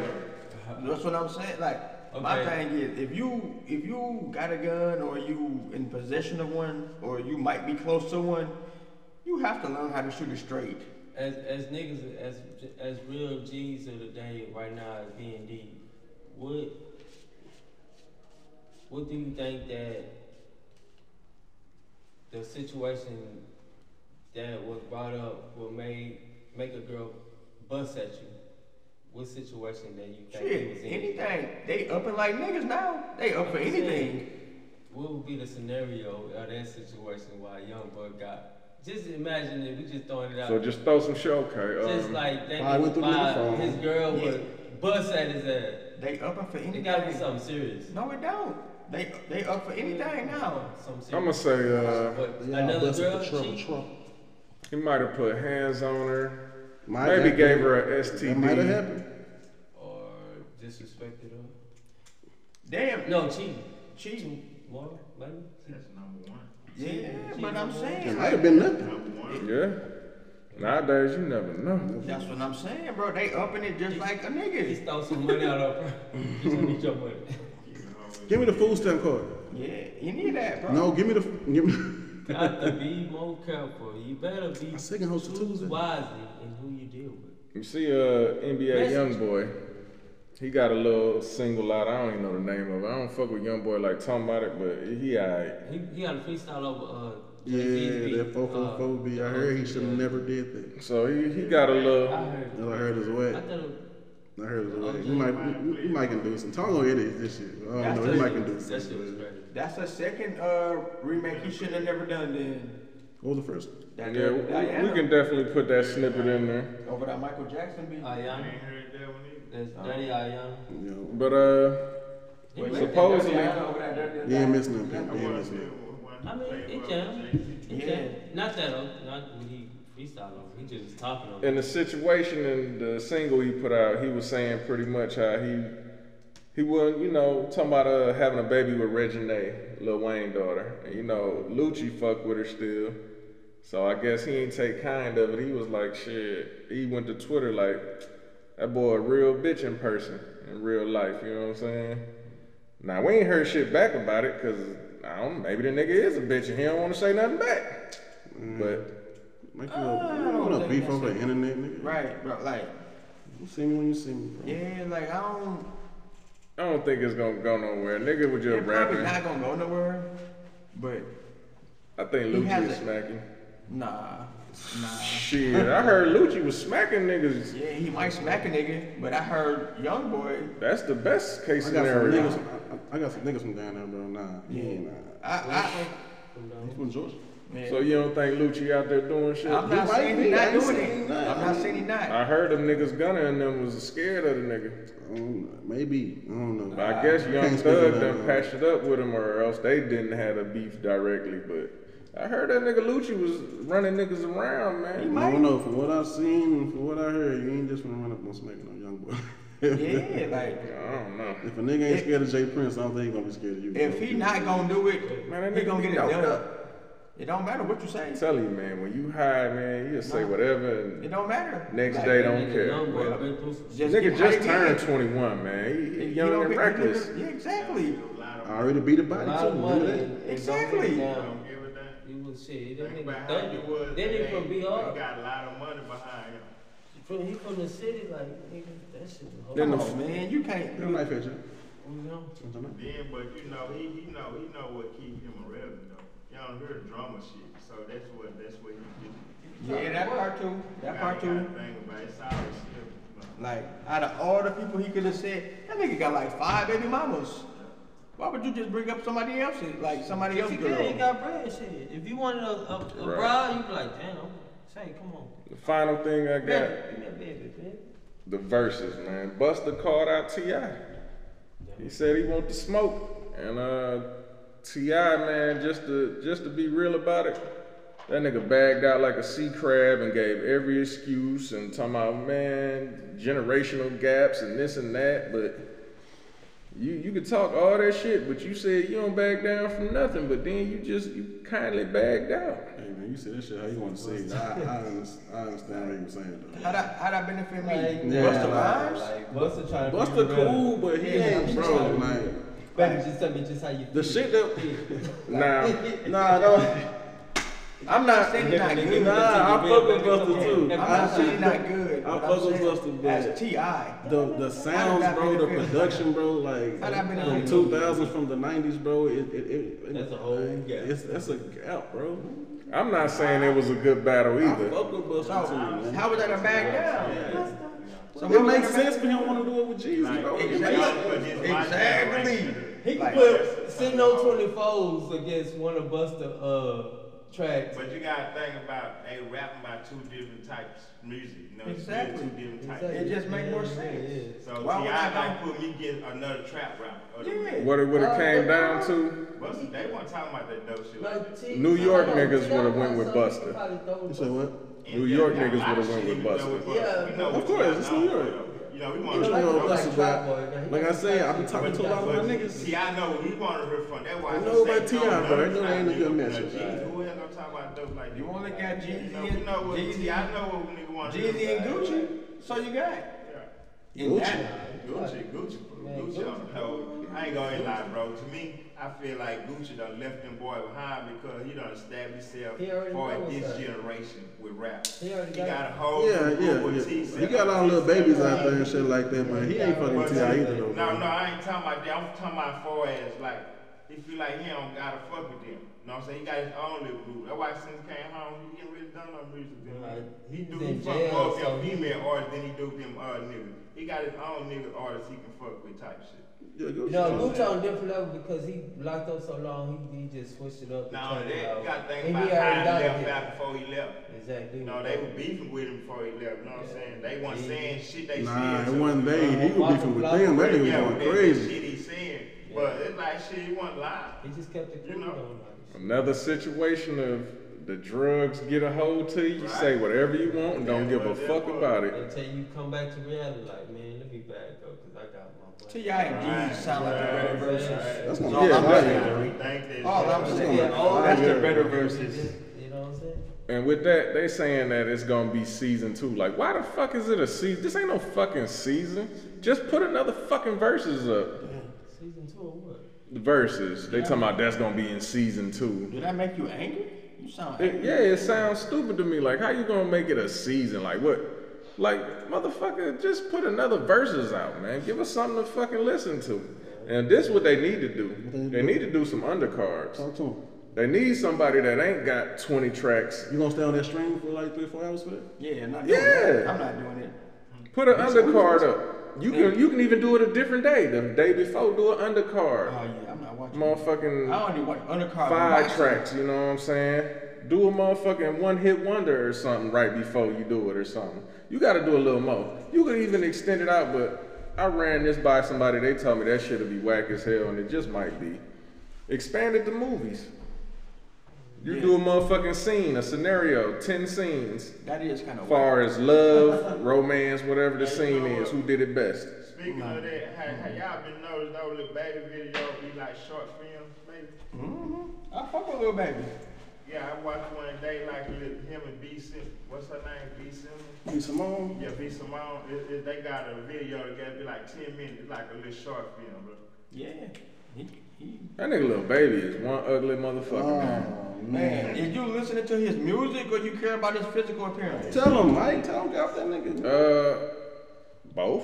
Speaker 6: That's what I'm saying. Like my
Speaker 4: Okay.
Speaker 6: thing is, if you if you got a gun or you in possession of one or you might be close to one, you have to learn how to shoot it straight.
Speaker 4: As as niggas as as real G's of the day right now is D and D. What what do you think that the situation that was brought up will make make a girl bust at you? What situation that you think it was
Speaker 6: Shit,
Speaker 4: in?
Speaker 6: anything. They up and like niggas now. They up for
Speaker 4: I'm
Speaker 6: anything.
Speaker 4: saying, What would be the scenario of that situation why young buck got? Just imagine it. We just throwing it out.
Speaker 3: So just throw some show, okay?
Speaker 4: Just
Speaker 3: Um,
Speaker 4: like that
Speaker 5: I went through the phone.
Speaker 4: vibe, his girl
Speaker 6: Yeah.
Speaker 4: would bust at his ass.
Speaker 6: They up for anything.
Speaker 4: It gotta be something serious.
Speaker 6: No, it don't. They they up for anything now.
Speaker 4: Something serious.
Speaker 3: I'ma say uh,
Speaker 4: But
Speaker 5: Y'all
Speaker 4: another
Speaker 5: busted
Speaker 4: girl,
Speaker 5: the trouble,
Speaker 4: she,
Speaker 5: trouble.
Speaker 3: he might have put hands on her.
Speaker 5: Might
Speaker 3: Maybe
Speaker 5: happen.
Speaker 3: gave her a
Speaker 5: That might have
Speaker 3: STD.
Speaker 5: happened.
Speaker 4: or disrespected her.
Speaker 6: Damn.
Speaker 4: No, cheating.
Speaker 6: Cheating.
Speaker 4: More, maybe.
Speaker 7: That's number one.
Speaker 6: Yeah, but I'm
Speaker 4: Cheating.
Speaker 6: saying
Speaker 5: It might have
Speaker 6: like,
Speaker 5: been nothing.
Speaker 7: Number one.
Speaker 3: Yeah. Nowadays, you never know.
Speaker 6: That's what I'm saying, bro. They upping it just like a
Speaker 4: Just
Speaker 6: nigga.
Speaker 4: throw some money out <laughs> of her. Just need your money.
Speaker 5: Give me the food stamp card.
Speaker 6: Yeah, you need that, bro.
Speaker 5: No, give me the. Give me.
Speaker 4: Got to be more careful. You better be
Speaker 5: I second host of
Speaker 4: choose
Speaker 5: Tuesday.
Speaker 4: wisely in who you deal with.
Speaker 3: You see, uh, NBA YoungBoy, young
Speaker 4: Message.
Speaker 3: boy, he got a little single out. I don't even know the name of it. I don't fuck with young boy like talking about it, but he alright.
Speaker 4: He, he got a freestyle over uh Jay-Z's
Speaker 5: Yeah,
Speaker 4: beat,
Speaker 5: that
Speaker 4: uh,
Speaker 5: 444 B. I heard he should have never did that.
Speaker 3: So he, he got a
Speaker 4: I
Speaker 3: little.
Speaker 4: heard.
Speaker 5: All I heard is
Speaker 4: I
Speaker 5: wet.
Speaker 4: thought it-
Speaker 5: I heard it was wet. You might, you, you might can do some. Tongo it is this shit. I don't
Speaker 4: I
Speaker 5: know.
Speaker 4: thought
Speaker 5: You
Speaker 4: it
Speaker 5: might can do
Speaker 4: was- That shit was
Speaker 5: some.
Speaker 4: crazy.
Speaker 6: That's the second uh, remake he shouldn't have never done. Then
Speaker 5: What was the first? one?
Speaker 6: that
Speaker 3: Yeah, we, we
Speaker 6: Diana
Speaker 3: can definitely put that snippet in there.
Speaker 6: over that Michael Jackson beat.
Speaker 4: Ayana.
Speaker 7: heard that one either.
Speaker 4: That's Dirty Ayana.
Speaker 5: You know,
Speaker 3: But uh,
Speaker 4: He
Speaker 6: But
Speaker 4: made
Speaker 6: that
Speaker 4: that
Speaker 3: supposedly-
Speaker 4: Dirty
Speaker 6: Diana
Speaker 4: Ayana.
Speaker 6: over that Dirty
Speaker 5: you ain't
Speaker 6: Diana.
Speaker 5: missing nothing. You ain't missing
Speaker 4: Uh,
Speaker 5: nothing.
Speaker 4: I mean, it can. It can. Not that old. Not when he freestyle over. He just was talking over.
Speaker 3: in the situation and the single he put out, he was saying pretty much how he he wasn't, you know, talking about uh, having a baby with Reginae, Lil Wayne daughter. And, you know, Lucci fucked with her still. So I guess he ain't take kind of it. He was like, shit. He went to Twitter like, that boy a real bitch in person, in real life. You know what I'm saying? Now we ain't heard shit back about it, cause I don't. Maybe the nigga is a bitch and he don't want to say nothing back. But
Speaker 5: Like you don't want to beef over the internet, nigga.
Speaker 6: Right, bro. Like,
Speaker 5: You see me when you see me, bro.
Speaker 6: yeah, like I don't.
Speaker 3: I don't think it's gonna go nowhere. Nigga was just
Speaker 6: It's probably
Speaker 3: rapping.
Speaker 6: not gonna go nowhere. But
Speaker 3: I think
Speaker 6: He
Speaker 3: Lucci
Speaker 6: has
Speaker 3: was
Speaker 6: it.
Speaker 3: smacking.
Speaker 6: nah, nah.
Speaker 3: Shit, I heard Lucci was smacking niggas.
Speaker 6: Yeah, he might smack a nigga, but I heard young boy.
Speaker 3: That's the best case
Speaker 5: I got some
Speaker 3: scenario.
Speaker 5: niggas. I, I got some niggas from down there, bro. Nah, he ain't. Nah.
Speaker 6: I, I,
Speaker 5: He's from Georgia.
Speaker 6: man,
Speaker 3: So you don't think Lucci out there doing shit?
Speaker 6: I'm not
Speaker 5: might
Speaker 6: saying
Speaker 5: be.
Speaker 6: he's
Speaker 5: I
Speaker 6: not
Speaker 5: ain't
Speaker 6: doing
Speaker 5: saying
Speaker 6: it.
Speaker 5: nothing.
Speaker 6: I'm not saying he's not.
Speaker 3: I heard them niggas Gunna and them was scared of the nigga.
Speaker 5: I don't know. Maybe I don't know.
Speaker 3: But I guess Young
Speaker 5: Can't speak
Speaker 3: Thug
Speaker 5: on that,
Speaker 3: done
Speaker 5: though.
Speaker 3: patched it up with him, or else they didn't have a beef directly. But I heard that nigga Lucci was running niggas around, man.
Speaker 5: I don't know. From what I've seen and from what I heard, <laughs> you ain't just gonna run up on smacking on young boy.
Speaker 6: Yeah, like
Speaker 3: I don't know.
Speaker 5: If a nigga ain't scared of Jay Prince, I don't think he gonna be scared of you.
Speaker 6: if he not gonna do it,
Speaker 3: Man, that
Speaker 6: he
Speaker 3: nigga
Speaker 6: gonna get it
Speaker 3: doped
Speaker 6: done.
Speaker 3: up.
Speaker 6: It don't matter what you say.
Speaker 3: I tell you, man, when you high, man, you just say whatever. And
Speaker 6: It don't matter.
Speaker 3: Next
Speaker 6: Like,
Speaker 3: day, don't
Speaker 4: Nigga,
Speaker 3: care.
Speaker 4: young boy,
Speaker 3: Well,
Speaker 4: been through some shit.
Speaker 6: Just
Speaker 3: nigga
Speaker 6: get
Speaker 3: just
Speaker 6: how you
Speaker 3: turned
Speaker 6: get.
Speaker 3: 21, man. He, he
Speaker 6: You
Speaker 3: young
Speaker 6: don't
Speaker 3: and
Speaker 6: pick-
Speaker 3: reckless.
Speaker 6: Yeah, exactly.
Speaker 5: I already beat a body
Speaker 4: A lot of
Speaker 5: too.
Speaker 4: money.
Speaker 5: Remember that?
Speaker 4: and- and
Speaker 6: Exactly.
Speaker 4: don't get
Speaker 7: Don't
Speaker 4: down.
Speaker 7: give a damn.
Speaker 4: He was shit. That
Speaker 7: Think
Speaker 4: nigga
Speaker 7: about how you
Speaker 4: thirty.
Speaker 7: was
Speaker 4: That nigga
Speaker 7: today.
Speaker 4: from
Speaker 7: You
Speaker 4: BR.
Speaker 7: got a lot of money behind him.
Speaker 4: From- He from the city, like nigga, that shit. was
Speaker 3: Then
Speaker 6: Come
Speaker 3: the
Speaker 4: hard.
Speaker 6: on, man, you can't.
Speaker 5: Real life, AJ.
Speaker 4: You know?
Speaker 7: Then, but you know, he, he know he know what keep him relevant though. Y'all hear the drama shit, so that's what that's what he gets.
Speaker 6: Yeah, that part too. That part too.
Speaker 7: Thing about it. it's all shit.
Speaker 6: Like, out of all the people he could have said, that nigga got like five baby mamas. Why would you just bring up somebody else's, like somebody
Speaker 4: If
Speaker 6: else's
Speaker 4: you could, he
Speaker 6: girl?
Speaker 4: got bread shit. If you wanted a, a, a
Speaker 3: Right.
Speaker 4: bride, you'd be like, damn, I'm- say, come on.
Speaker 3: The final thing I got,
Speaker 4: Baby, give me a baby, baby.
Speaker 3: the verses, man. Buster called out T.I. He said he want the smoke. And uh T.I. man, just to just to be real about it, that nigga bagged out like a sea crab and gave every excuse and talking about, man, generational gaps and this and that, but you you could talk all that shit, but you said you don't back down from nothing, but then you just you kindly bagged out.
Speaker 5: Hey man, you see this shit how you want to see it. I, I, understand, I understand what you were saying though.
Speaker 6: How that, how that benefit me?
Speaker 5: Yeah,
Speaker 6: Busta
Speaker 5: like-
Speaker 6: Rhymes?
Speaker 4: Buster trying to
Speaker 5: Buster cool, but he ain't bro. Like
Speaker 4: Baby, just tell me just how you
Speaker 5: <laughs> the shit that <laughs>
Speaker 3: Now
Speaker 5: nah, no,
Speaker 6: I'm not saying he's not good.
Speaker 5: nah, I fuck with Buster too.
Speaker 6: I'm not saying he's not good.
Speaker 5: I
Speaker 6: but I'm
Speaker 5: fuck with
Speaker 6: saying
Speaker 5: Busta, but-
Speaker 6: As T.I.
Speaker 5: The the sounds, bro, the production, bro, like
Speaker 6: How that been
Speaker 5: from
Speaker 6: a-
Speaker 5: 2000s, from the 90s, bro. It, it, it,
Speaker 4: That's a whole gap.
Speaker 5: It's, that's a gap, bro.
Speaker 3: I'm not saying it was a good battle
Speaker 5: I
Speaker 3: either.
Speaker 5: fuck with Buster too,
Speaker 6: So,
Speaker 5: man.
Speaker 6: how was that a bag down? So
Speaker 5: It
Speaker 6: how was
Speaker 5: makes
Speaker 6: that a-
Speaker 5: sense for him want to do it with Jesus, bro. It makes
Speaker 7: Y'all put his life down right
Speaker 6: Exactly.
Speaker 7: there.
Speaker 4: He
Speaker 6: Like-
Speaker 4: can put Sino 24s against one of Buster uh, tracks.
Speaker 7: But you gotta think about they rapping about two different types of music. You know, it's
Speaker 6: Exactly.
Speaker 7: two different types.
Speaker 6: It just make more
Speaker 4: Yeah,
Speaker 6: sense.
Speaker 4: yeah,
Speaker 7: So
Speaker 6: Why would I
Speaker 7: T.I. might
Speaker 6: go-
Speaker 7: put me getting another trap rapper. or the-
Speaker 6: Yeah.
Speaker 3: What it would have came down to
Speaker 7: Busta, they weren't talking about that dope shit. Like,
Speaker 4: Like, T-
Speaker 3: New York
Speaker 4: I don't know,
Speaker 3: niggas
Speaker 4: T- I
Speaker 3: would've
Speaker 4: don't
Speaker 3: went
Speaker 4: know,
Speaker 3: with
Speaker 4: so
Speaker 3: Busta.
Speaker 4: he probably throw
Speaker 5: You say what?
Speaker 7: that.
Speaker 3: New York
Speaker 7: Yeah,
Speaker 3: niggas
Speaker 7: a lot
Speaker 3: would've
Speaker 7: of
Speaker 3: went
Speaker 7: shit
Speaker 3: with
Speaker 7: even though
Speaker 3: Busta.
Speaker 7: with Busta.
Speaker 4: Yeah.
Speaker 7: We know
Speaker 5: Of
Speaker 7: what
Speaker 5: course,
Speaker 7: y'all
Speaker 5: it's
Speaker 7: know,
Speaker 5: New York.
Speaker 7: though. You know, we
Speaker 5: You
Speaker 7: want to
Speaker 5: know,
Speaker 7: know.
Speaker 5: that's about, like I said, I've been talking to a lot of my niggas.
Speaker 7: See, I know we want to hear from. That's why
Speaker 5: I
Speaker 7: I
Speaker 5: know
Speaker 7: just
Speaker 5: about T.I.,
Speaker 7: say, don't
Speaker 5: bro. I know
Speaker 7: know
Speaker 5: that ain't a good
Speaker 7: nigga, you know,
Speaker 5: message,
Speaker 7: Jeezy,
Speaker 5: right.
Speaker 7: Who else gonna talk about dope like
Speaker 6: You
Speaker 7: that?
Speaker 6: only got
Speaker 7: You
Speaker 6: Jeezy
Speaker 7: know, we know what
Speaker 6: Jeezy-
Speaker 7: T. I know what nigga want.
Speaker 6: Jeezy and Gucci. So you got. And
Speaker 5: Gucci.
Speaker 6: that-
Speaker 7: Gucci, Gucci, Gucci, Gucci. No, I ain't gonna lie, bro. To me, I feel like Gucci done left them boy behind because he done established himself
Speaker 4: He already
Speaker 7: for
Speaker 4: knows
Speaker 7: this
Speaker 4: that.
Speaker 7: generation with rap.
Speaker 4: He already
Speaker 7: got,
Speaker 4: got
Speaker 7: a whole
Speaker 5: Yeah,
Speaker 7: new
Speaker 5: yeah,
Speaker 7: group of
Speaker 5: yeah.
Speaker 7: T-Sets.
Speaker 5: He got all little babies out there and shit like that, but he ain't fucking
Speaker 7: But
Speaker 5: T.I. either,
Speaker 7: no,
Speaker 5: though.
Speaker 7: no,
Speaker 5: bro.
Speaker 7: I ain't talking about that. I'm talking about far as like he feel like he don't gotta fuck with them. You know what I'm saying? He got his own little group. That's why since he came home, he ain't really done no music. with them.
Speaker 4: Right.
Speaker 7: He do
Speaker 4: He's in
Speaker 7: fuck
Speaker 4: jail,
Speaker 7: more
Speaker 4: so
Speaker 7: them
Speaker 4: he-
Speaker 7: female artists than he do them uh niggas. He got his own nigga artists he can fuck with type shit.
Speaker 5: Yeah, Gucci.
Speaker 4: No, Gucci on a different level because he locked up so long, he, he just switched it up. and
Speaker 7: Now
Speaker 4: turned it
Speaker 7: that
Speaker 4: out.
Speaker 7: you gotta think
Speaker 4: And
Speaker 7: about
Speaker 4: he
Speaker 7: how
Speaker 4: already
Speaker 7: he
Speaker 4: done
Speaker 7: left
Speaker 4: it.
Speaker 7: out before he left.
Speaker 4: Exactly.
Speaker 7: You know, they were beefing with him before he left. You know what I'm saying? They weren't
Speaker 4: Yeah.
Speaker 7: saying shit they
Speaker 5: Nah,
Speaker 7: said.
Speaker 5: it
Speaker 7: to him.
Speaker 5: wasn't they. He was beefing with them. That
Speaker 7: yeah,
Speaker 5: nigga was
Speaker 7: with
Speaker 5: going
Speaker 7: that
Speaker 5: crazy.
Speaker 7: shit he saying. But it's like shit, he wasn't lying.
Speaker 4: He just kept it
Speaker 7: You
Speaker 4: cool
Speaker 7: know.
Speaker 4: on
Speaker 3: Another situation of the drugs get a hold to you. You say whatever you want and don't give a fuck about it.
Speaker 4: Until you come back to reality, like, man, let me back up because I got my money.
Speaker 6: T.I. and Jeezy sound like the better verses.
Speaker 5: That's my
Speaker 6: That's all
Speaker 5: yeah,
Speaker 6: I'm
Speaker 5: right,
Speaker 6: saying.
Speaker 5: bro.
Speaker 7: We think that
Speaker 6: All
Speaker 4: Oh,
Speaker 7: shit.
Speaker 6: I'm
Speaker 5: That's
Speaker 6: saying.
Speaker 5: gonna be
Speaker 6: Oh, that's the
Speaker 5: fire.
Speaker 6: better
Speaker 4: It's
Speaker 6: verses.
Speaker 4: just- You know what I'm saying?
Speaker 3: And with that, they saying that it's gonna be season two. Like, why the fuck is it a season? This ain't no fucking season. Just put another fucking verses up.
Speaker 4: Season two or what?
Speaker 3: The verses. They talking about that's gonna be in season two.
Speaker 6: Did that make you angry? You sound
Speaker 3: It-
Speaker 6: angry.
Speaker 3: yeah, it sounds stupid to me. Like, how you gonna make it a season? Like, what? Like, motherfucker, just put another verses out, man. Give us something to fucking listen to. And this what they need to do. They need to do some undercards.
Speaker 5: Talk to him.
Speaker 3: They need somebody that ain't got 20 tracks.
Speaker 5: You gonna stay on that stream for like three, four hours for that?
Speaker 6: Yeah, not doing that.
Speaker 3: Yeah.
Speaker 6: I'm not doing it.
Speaker 3: Put an undercard up. You can you can even do it a different day. The day before, do an
Speaker 6: Oh
Speaker 3: undercard.
Speaker 6: yeah, I'm not watching. I
Speaker 3: Motherfucking
Speaker 6: don't even watch undercard.
Speaker 3: five
Speaker 6: boxing.
Speaker 3: tracks, you know what I'm saying? Do a motherfucking one hit wonder or something right before you do it or something. You gotta do a little more. You could even extend it out, but I ran this by somebody, they told me that shit'll be whack as hell, and it just might be. Expanded the movies. You do a motherfucking scene, a scenario, 10 scenes,
Speaker 6: That is kind of
Speaker 3: far as love, romance, whatever the scene is, who did it best.
Speaker 7: Speaking of that, have, have y'all been noticed those little baby videos be like short films, maybe?
Speaker 6: I fuck with little baby.
Speaker 7: Yeah, I watched one day like little- him and B. Sim. What's her name? B. Sim.
Speaker 5: Need some more?
Speaker 7: Yeah, B. Simone. It, it, they got a video together, be like ten minutes, It's like a little short film, bro.
Speaker 6: Yeah. He, he,
Speaker 3: That nigga little baby is one ugly motherfucker, man.
Speaker 6: man, is you listening to his music or you care about his physical appearance?
Speaker 5: Tell him, Mike. Tell him, get off that nigga.
Speaker 3: Uh, both.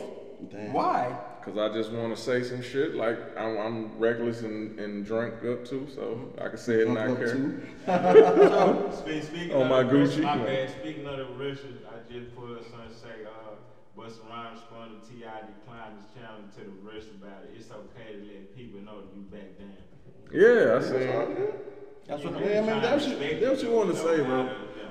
Speaker 5: Damn.
Speaker 6: Why?
Speaker 3: Cause I just want to say some shit. Like I'm, I'm reckless and, and drunk up too, so I can say it and not
Speaker 5: Up
Speaker 3: care.
Speaker 5: to.
Speaker 7: Speaking, speaking
Speaker 3: Oh,
Speaker 7: of
Speaker 3: my
Speaker 7: the Russians,
Speaker 3: Gucci.
Speaker 7: my bad. Speaking of the Russians, I just put up something to say, uh, Busta Rhymes responded to T.I. declined his challenge to the Russians about it. It's okay to let people know that you back down.
Speaker 3: Yeah, I seen.
Speaker 6: That's what
Speaker 5: Yeah,
Speaker 6: I'm
Speaker 5: man, that's what, that's what you want to say, bro.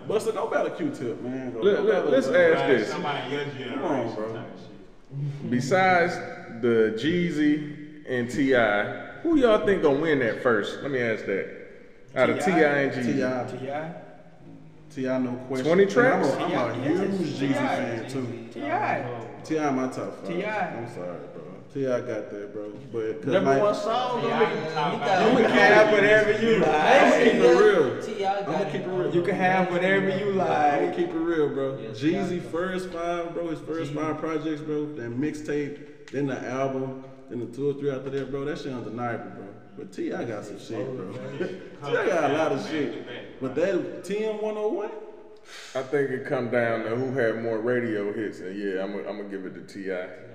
Speaker 5: Buster, don't battle Q-Tip, man.
Speaker 3: Look,
Speaker 5: Don't
Speaker 3: look,
Speaker 5: battle
Speaker 3: let's
Speaker 5: him.
Speaker 3: ask
Speaker 7: Right,
Speaker 3: this.
Speaker 7: somebody your generation
Speaker 5: bro.
Speaker 7: type shit.
Speaker 3: Besides the Jeezy and Ti, who y'all think gonna win that first? Let me ask that. Out of Ti
Speaker 6: T.I.
Speaker 3: and Jeezy.
Speaker 5: Ti,
Speaker 6: T.I.
Speaker 5: Ti, no question.
Speaker 3: 20
Speaker 5: And
Speaker 3: tracks?
Speaker 5: I'm a, I'm a huge Jeezy
Speaker 6: T.I.
Speaker 5: fan too.
Speaker 6: T.I.
Speaker 5: Ti, my top five.
Speaker 6: T.I..
Speaker 5: I'm sorry, bro. Ti got that, bro. But cause
Speaker 6: Number
Speaker 5: like,
Speaker 6: one song.
Speaker 7: Yeah, I can talk about
Speaker 6: You
Speaker 7: it.
Speaker 6: can have whatever you
Speaker 5: I'ma keep
Speaker 6: like.
Speaker 5: it real.
Speaker 4: T.I.
Speaker 5: I'ma
Speaker 4: got
Speaker 5: keep it
Speaker 4: it.
Speaker 5: real.
Speaker 6: You can have whatever you
Speaker 5: I'ma
Speaker 6: like.
Speaker 5: keep it real, bro.
Speaker 4: Yes,
Speaker 5: Jeezy
Speaker 4: yeah.
Speaker 5: first five, bro. His first five projects, bro. Then mixtape, then the album, then the two or three after that, bro. That shit undeniable, bro. But Ti got some shit, bro. <laughs> Ti got a lot of shit. But that TM 101.
Speaker 3: I think it come down to who had more radio hits, and yeah, I'm gonna give it to Ti.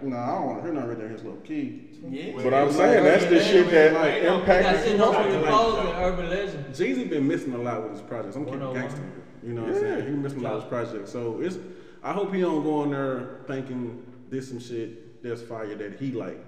Speaker 5: No, I don't want to hear nothing right there. His little key.
Speaker 6: Yeah.
Speaker 3: But I'm saying that's the shit that like
Speaker 4: Got
Speaker 3: impacted.
Speaker 4: sitting on with the clothes and urban legend.
Speaker 5: Jeezy been missing a lot with his projects. I'm keeping
Speaker 4: 101.
Speaker 5: gangster. here. You know what I'm saying? He been missing a lot with his projects. So it's I hope he don't go in there thinking this some shit that's fire that he like.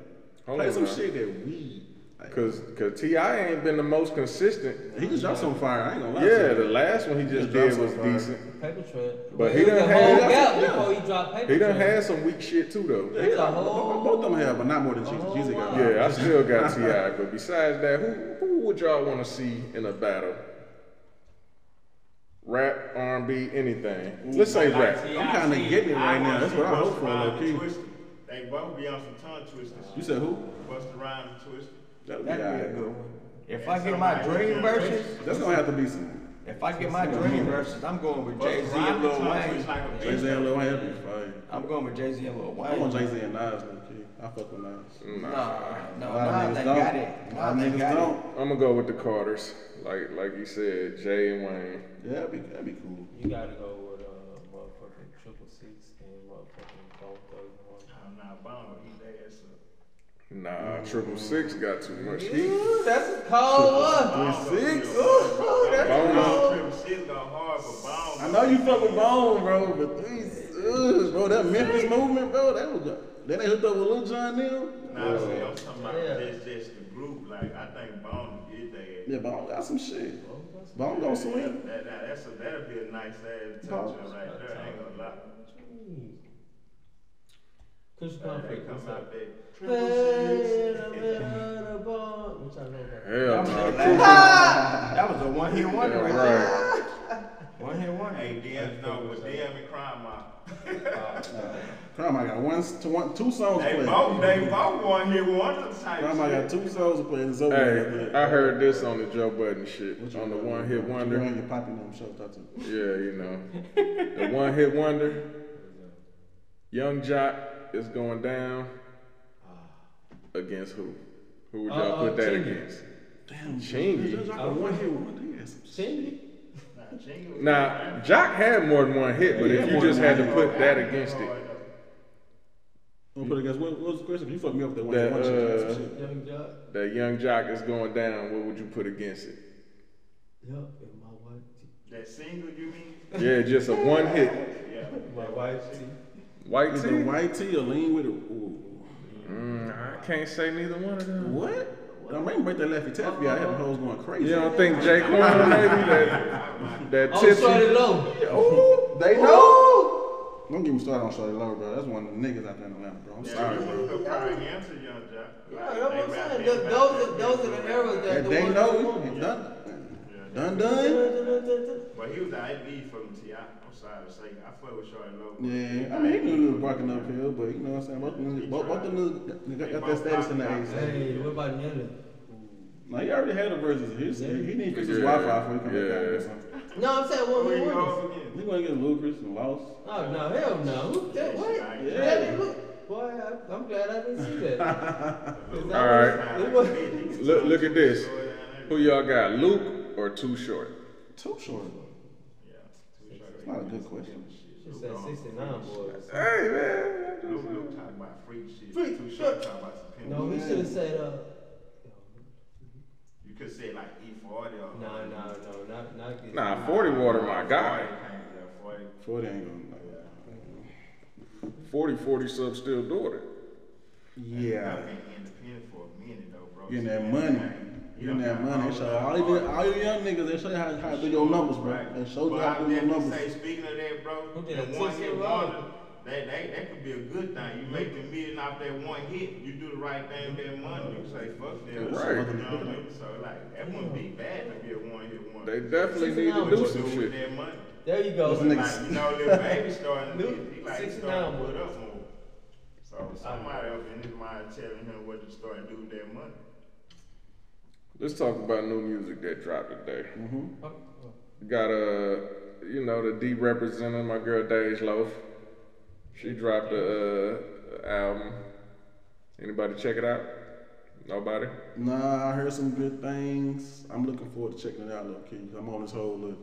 Speaker 3: Hold
Speaker 5: Play
Speaker 3: on
Speaker 5: some
Speaker 3: now.
Speaker 5: shit that we like.
Speaker 3: Cause, cause Ti ain't been the most consistent.
Speaker 5: He just dropped some fire. I ain't gonna lie.
Speaker 3: Yeah,
Speaker 5: to
Speaker 3: the
Speaker 5: you.
Speaker 3: last one he just
Speaker 5: dropped
Speaker 3: did was
Speaker 5: some fire.
Speaker 3: decent.
Speaker 4: Paper Trip.
Speaker 3: But
Speaker 4: Well,
Speaker 3: he
Speaker 4: it was
Speaker 3: done
Speaker 4: a whole
Speaker 3: had-
Speaker 4: gap
Speaker 5: Yeah.
Speaker 4: before he dropped Paper
Speaker 3: He done
Speaker 4: Trail.
Speaker 3: had some weak shit too though.
Speaker 5: Yeah,
Speaker 4: It's a
Speaker 5: like,
Speaker 4: whole-
Speaker 5: both of them have, but not more than Jeezy. Jeezy got
Speaker 4: whole
Speaker 3: Yeah, I still got Ti. But besides that, who who would y'all want to see in a battle? Rap, R&B, anything. Let's say
Speaker 7: Like
Speaker 3: rap.
Speaker 7: T.I.
Speaker 5: I'm kinda
Speaker 7: see,
Speaker 5: getting it
Speaker 7: I
Speaker 5: right now.
Speaker 7: wanna
Speaker 5: That's
Speaker 7: see
Speaker 5: what I hope
Speaker 7: Busta
Speaker 5: for, low
Speaker 7: Rhymes
Speaker 5: key.
Speaker 7: twisted. They both be on some tongue twisters.
Speaker 5: You said who?
Speaker 7: Busta Rhymes twisted.
Speaker 5: That'd be
Speaker 6: That'd be a
Speaker 5: alright.
Speaker 6: good one. If
Speaker 7: And
Speaker 6: I get my
Speaker 7: somebody
Speaker 6: dream
Speaker 7: can-
Speaker 6: verses,
Speaker 5: That's gonna have to be some.
Speaker 6: if I get my dream verses, I'm going with Jay
Speaker 7: Busta
Speaker 6: Z and
Speaker 7: Rhymes
Speaker 6: Lil
Speaker 7: tongue
Speaker 6: Wayne.
Speaker 7: twist like a
Speaker 5: Jay Z and
Speaker 7: bitch.
Speaker 5: Lil Wayne. That'd be fire.
Speaker 6: I'm going with Jay Z and Lil
Speaker 5: I want
Speaker 6: Wayne.
Speaker 5: Jay Z and Nas. low key. I fuck with Nas.
Speaker 6: Nah,
Speaker 5: A
Speaker 6: no,
Speaker 5: lot of
Speaker 6: nah,
Speaker 5: niggas
Speaker 6: they
Speaker 5: don't.
Speaker 6: got it.
Speaker 5: A
Speaker 6: Nah,
Speaker 5: lot of
Speaker 6: they
Speaker 5: niggas
Speaker 6: got it.
Speaker 5: don't.
Speaker 3: I'm gonna go with the Carters, like like you said, Jay and Wayne.
Speaker 5: Yeah, that'd be that'd be cool.
Speaker 4: You gotta go with, uh, motherfucking triple six and motherfucking bone thirty-one.
Speaker 7: I'm not bound with these days. so-
Speaker 3: Nah, Triple Six got too much heat.
Speaker 6: Ooh, that's a cold one.
Speaker 7: Bound with
Speaker 5: six? <laughs>
Speaker 7: Lil Wayne.
Speaker 6: Ooh, that's a
Speaker 3: Bonus.
Speaker 6: cold.
Speaker 7: Triple six go hard for bound.
Speaker 5: I know you fuck with Bone, bro, but these, ugh, bro, that Memphis movement, bro, that was. Then they hooked up with Lil Jon now.
Speaker 7: Nah, I'm saying, I'm talking about
Speaker 6: Yeah.
Speaker 7: just, just the group. Like, I think Bone is there.
Speaker 5: Yeah, Bone got some shit. Bone gonna swing.
Speaker 7: That, that, that's a, that'll be a nice ass touchdown right there. I ain't gonna lie.
Speaker 4: Chris
Speaker 7: They
Speaker 4: Conflict,
Speaker 7: come
Speaker 4: what's up?
Speaker 7: out there.
Speaker 3: Hell nah.
Speaker 6: That was a one hit wonder right there.
Speaker 3: Right.
Speaker 6: One hit wonder.
Speaker 7: Hey, DM, no, with DM and Crime Mob.
Speaker 5: Crime, I got Oh one, two, one, two songs
Speaker 7: They
Speaker 5: played.
Speaker 7: both,
Speaker 5: Crime,
Speaker 7: they both one hit wonder type
Speaker 5: I got
Speaker 7: shit.
Speaker 5: two songs played. It's over.
Speaker 3: Hey,
Speaker 5: with.
Speaker 3: I heard this on the Joe Budden shit. On the one hit
Speaker 5: You
Speaker 3: wonder.
Speaker 5: ain't your poppy name, show that to
Speaker 3: Yeah, you know. The one hit wonder. Young Jock is going down. Against who? Who would y'all
Speaker 4: Uh,
Speaker 3: put that
Speaker 4: Chingy.
Speaker 3: against?
Speaker 5: Damn,
Speaker 3: Chingy.
Speaker 5: I one hit one. That's some shit.
Speaker 7: Nah, Jingle was
Speaker 3: Now, Jock had more than one hit, but if you just had to put that against it,
Speaker 7: hard, though.
Speaker 5: I'm gonna put it against what, what was the question? You fucked me up with that one.
Speaker 3: That,
Speaker 5: one shit, that's some
Speaker 3: uh,
Speaker 5: shit.
Speaker 4: Young Jock.
Speaker 3: that young jock is going down, what would you put against it?
Speaker 4: Yep, and my wife T.
Speaker 7: That single you mean?
Speaker 3: Yeah, just a one hit.
Speaker 7: Yeah.
Speaker 4: My wife T.
Speaker 3: White
Speaker 5: Either
Speaker 3: tee?
Speaker 5: white tea or lean with it. Ooh.
Speaker 3: Mm, I can't say neither one of them.
Speaker 5: What? I might break that Laffy Taffy out. Having hoes going crazy.
Speaker 3: You don't think Jay Corner maybe that <laughs> that
Speaker 4: Oh,
Speaker 3: tipsy?
Speaker 4: Shorty Low.
Speaker 5: Ooh, they know. Don't get me started on Shorty Low, bro. That's one of the niggas out there in Atlanta, bro. I'm sorry, bro.
Speaker 7: Could probably answer Young Jock.
Speaker 4: Yeah, that's what I'm saying. Th- Those are, those are the eras that
Speaker 5: That
Speaker 4: the
Speaker 5: they
Speaker 4: ones
Speaker 5: know.
Speaker 4: that-
Speaker 5: it. Done, done, done.
Speaker 7: But he was the IB from T.I. I'm sorry to say, I fuck with Shorty Low.
Speaker 5: Yeah, I mean, he knew he was barking uphill, but you know what I'm saying? Both, of them- both, both of them niggas got, got that status in the A.
Speaker 4: Hey, what about Nilla?
Speaker 5: Now, he already had a versus. He's, he, he need to fix his
Speaker 3: Yeah.
Speaker 5: Wi Fi before he come back out or
Speaker 3: Yeah.
Speaker 5: something.
Speaker 4: No, I'm saying
Speaker 7: Who
Speaker 4: what
Speaker 7: he
Speaker 4: we
Speaker 7: go
Speaker 4: want.
Speaker 7: up against?
Speaker 5: He going to get ludicrous and lost.
Speaker 4: Oh no, hell no. Who that? What? That didn't look. Boy, I, I'm glad I didn't see that. 'Cause that
Speaker 3: Alright.
Speaker 4: was- it was-
Speaker 3: Look, look at this. Who y'all got, Luke or Too Short?
Speaker 5: Too short. It's not a good question.
Speaker 4: It's that 69 boy.
Speaker 3: Hey man,
Speaker 7: Luke, Luke talking about freak shit. Too short talking about some pimp.
Speaker 4: No, he should have said, uh,
Speaker 7: You could say like E40 or.
Speaker 4: no, no, no, not, not get.
Speaker 3: nah, Forty Water, my guy.
Speaker 7: 40.
Speaker 5: 40 ain't going to.
Speaker 3: 40 40 sub still doing it.
Speaker 5: Yeah.
Speaker 7: I've been independent for a minute though, bro.
Speaker 5: Getting
Speaker 7: See,
Speaker 5: that money. Getting that money. They show all, you, all you young niggas, they show you how, how to do your numbers, bro. They show you
Speaker 7: But
Speaker 5: how
Speaker 7: I
Speaker 5: to do your
Speaker 7: definitely
Speaker 5: numbers.
Speaker 7: say, speaking of that, bro,
Speaker 4: Who did
Speaker 7: that
Speaker 4: that
Speaker 7: one
Speaker 4: Tootsie
Speaker 7: hit
Speaker 4: Roll?
Speaker 7: wonder, that, that, that could be a good thing. You make the million off that one hit, you do the right thing with that money, you say, fuck that.
Speaker 3: Right.
Speaker 7: You know what I mean? So, like, that wouldn't be bad to be a one hit wonder.
Speaker 3: They definitely need to
Speaker 7: What
Speaker 3: do
Speaker 7: you
Speaker 3: some
Speaker 7: with
Speaker 3: shit.
Speaker 7: that money.
Speaker 4: There you go.
Speaker 5: Those niggas-
Speaker 7: Like, you know, little baby starting to,
Speaker 4: Luke,
Speaker 7: he like
Speaker 4: 69
Speaker 7: starting to
Speaker 4: boy.
Speaker 7: put up more. So, somebody up in his mind telling him what to start doing with that money.
Speaker 3: Let's talk about new music that dropped today.
Speaker 4: Oh, oh.
Speaker 3: Got a, you know, the D representing my girl Dej Loaf. She dropped a uh, album. Anybody check it out? Nobody.
Speaker 5: Nah, I heard some good things. I'm looking forward to checking it out, little kid. I'm on this whole look.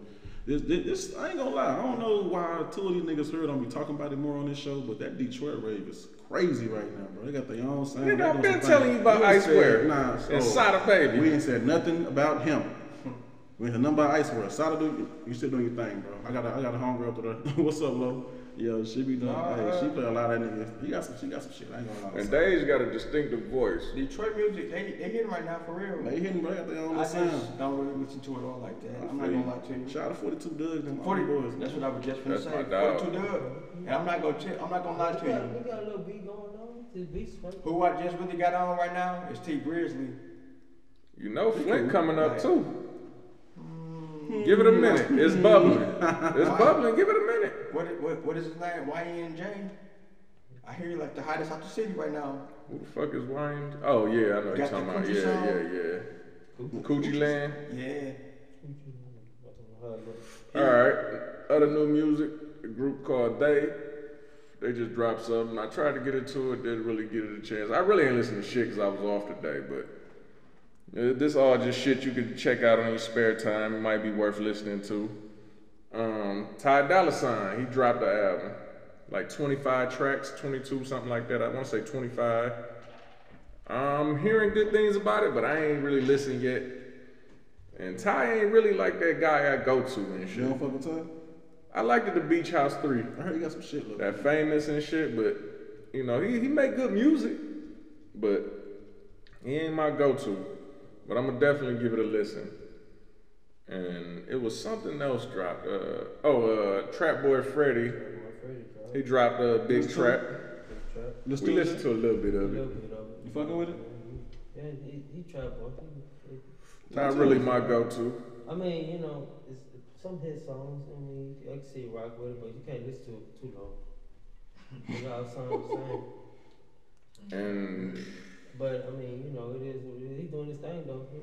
Speaker 5: This, this, this, I ain't gonna lie. I don't know why two of these niggas here don't be talking about it more on this show, but that Detroit rave is crazy right now, bro. They got their own sound.
Speaker 3: Nigga,
Speaker 5: They
Speaker 3: I've
Speaker 5: doing
Speaker 3: been
Speaker 5: some
Speaker 3: telling
Speaker 5: things.
Speaker 3: you about
Speaker 5: ain't
Speaker 3: Ice
Speaker 5: said-
Speaker 3: Ware
Speaker 5: nah,
Speaker 3: and
Speaker 5: so-
Speaker 3: Sada Baby.
Speaker 5: We ain't said nothing about him. <laughs> We ain't said nothing about Ice Ware. Sada, do, you still doing your thing, bro. I got, a, I got a homegirl up there. <laughs> What's up, Lo? Yo, she be doing. hey, she play a lot of that nigga. He got some. She got some shit. I ain't gonna lie.
Speaker 3: And Dej got a distinctive voice.
Speaker 6: Detroit music, they they hitting right now for real.
Speaker 5: they hitting, bro. They got their own
Speaker 6: I
Speaker 5: sound.
Speaker 6: just don't really listen to it all like that. I'm not gonna lie to you.
Speaker 5: Shout out to 42 Doug and 40
Speaker 6: Forty
Speaker 5: boys.
Speaker 6: That's what I was just gonna
Speaker 3: That's
Speaker 6: say.
Speaker 3: my dog.
Speaker 6: Forty-two Doug. And I'm not gonna tell, I'm not gonna lie to
Speaker 4: We got,
Speaker 6: you.
Speaker 4: we got a little beat going on. This beat's fun.
Speaker 6: Who I just really got on right now is T Grizzly.
Speaker 3: You know Flint coming up too.
Speaker 6: Hmm.
Speaker 3: Give it a minute. It's bubbling. It's bubbling. Give it a minute.
Speaker 6: What what what is his name? Y N J. E I hear you like the hottest out the city right now.
Speaker 3: Who the fuck is Williams? Oh yeah, I know what you're
Speaker 6: Got
Speaker 3: talking
Speaker 6: the
Speaker 3: about.
Speaker 6: coochie
Speaker 3: Yeah,
Speaker 6: song.
Speaker 3: yeah, yeah. Coochie Land.
Speaker 6: Yeah.
Speaker 3: All right. Other new music, a group called They. They just dropped something. I tried to get into it, didn't really get it a chance. I really ain't listening to shit because I was off today, but uh, this all just shit you could check out on your spare time. It might be worth listening to. Um, Ty Dolla Sign, he dropped an album. Like 25 tracks, 22, something like that. I want to say 25. I'm hearing good things about it, but I ain't really listened yet. And Ty ain't really like that guy I go to and
Speaker 5: You
Speaker 3: shit.
Speaker 5: don't fuck with Ty?
Speaker 3: I liked it, the Beach House Three,
Speaker 5: I heard you got some shit look.
Speaker 3: that famous and shit. But you know, he he make good music, but he ain't my go-to. But I'm gonna definitely give it a listen. And it was something else dropped. Uh, oh, uh, Trap Boy Freddy. He dropped a uh, big trap.
Speaker 5: Let's
Speaker 3: We
Speaker 5: do
Speaker 3: listened
Speaker 5: it.
Speaker 3: to a little bit of
Speaker 4: little
Speaker 3: it.
Speaker 4: bit of it.
Speaker 5: You fucking with it?
Speaker 4: Yeah, he, he tried, boy. He- he-
Speaker 3: Not really my go-to.
Speaker 4: I mean, you know, it's, some hit songs. I mean, I can see rock with it, but you can't listen to it too long. You know, sound the same.
Speaker 3: And
Speaker 4: But I mean, you know, it is. what it is. He doing his thing though. You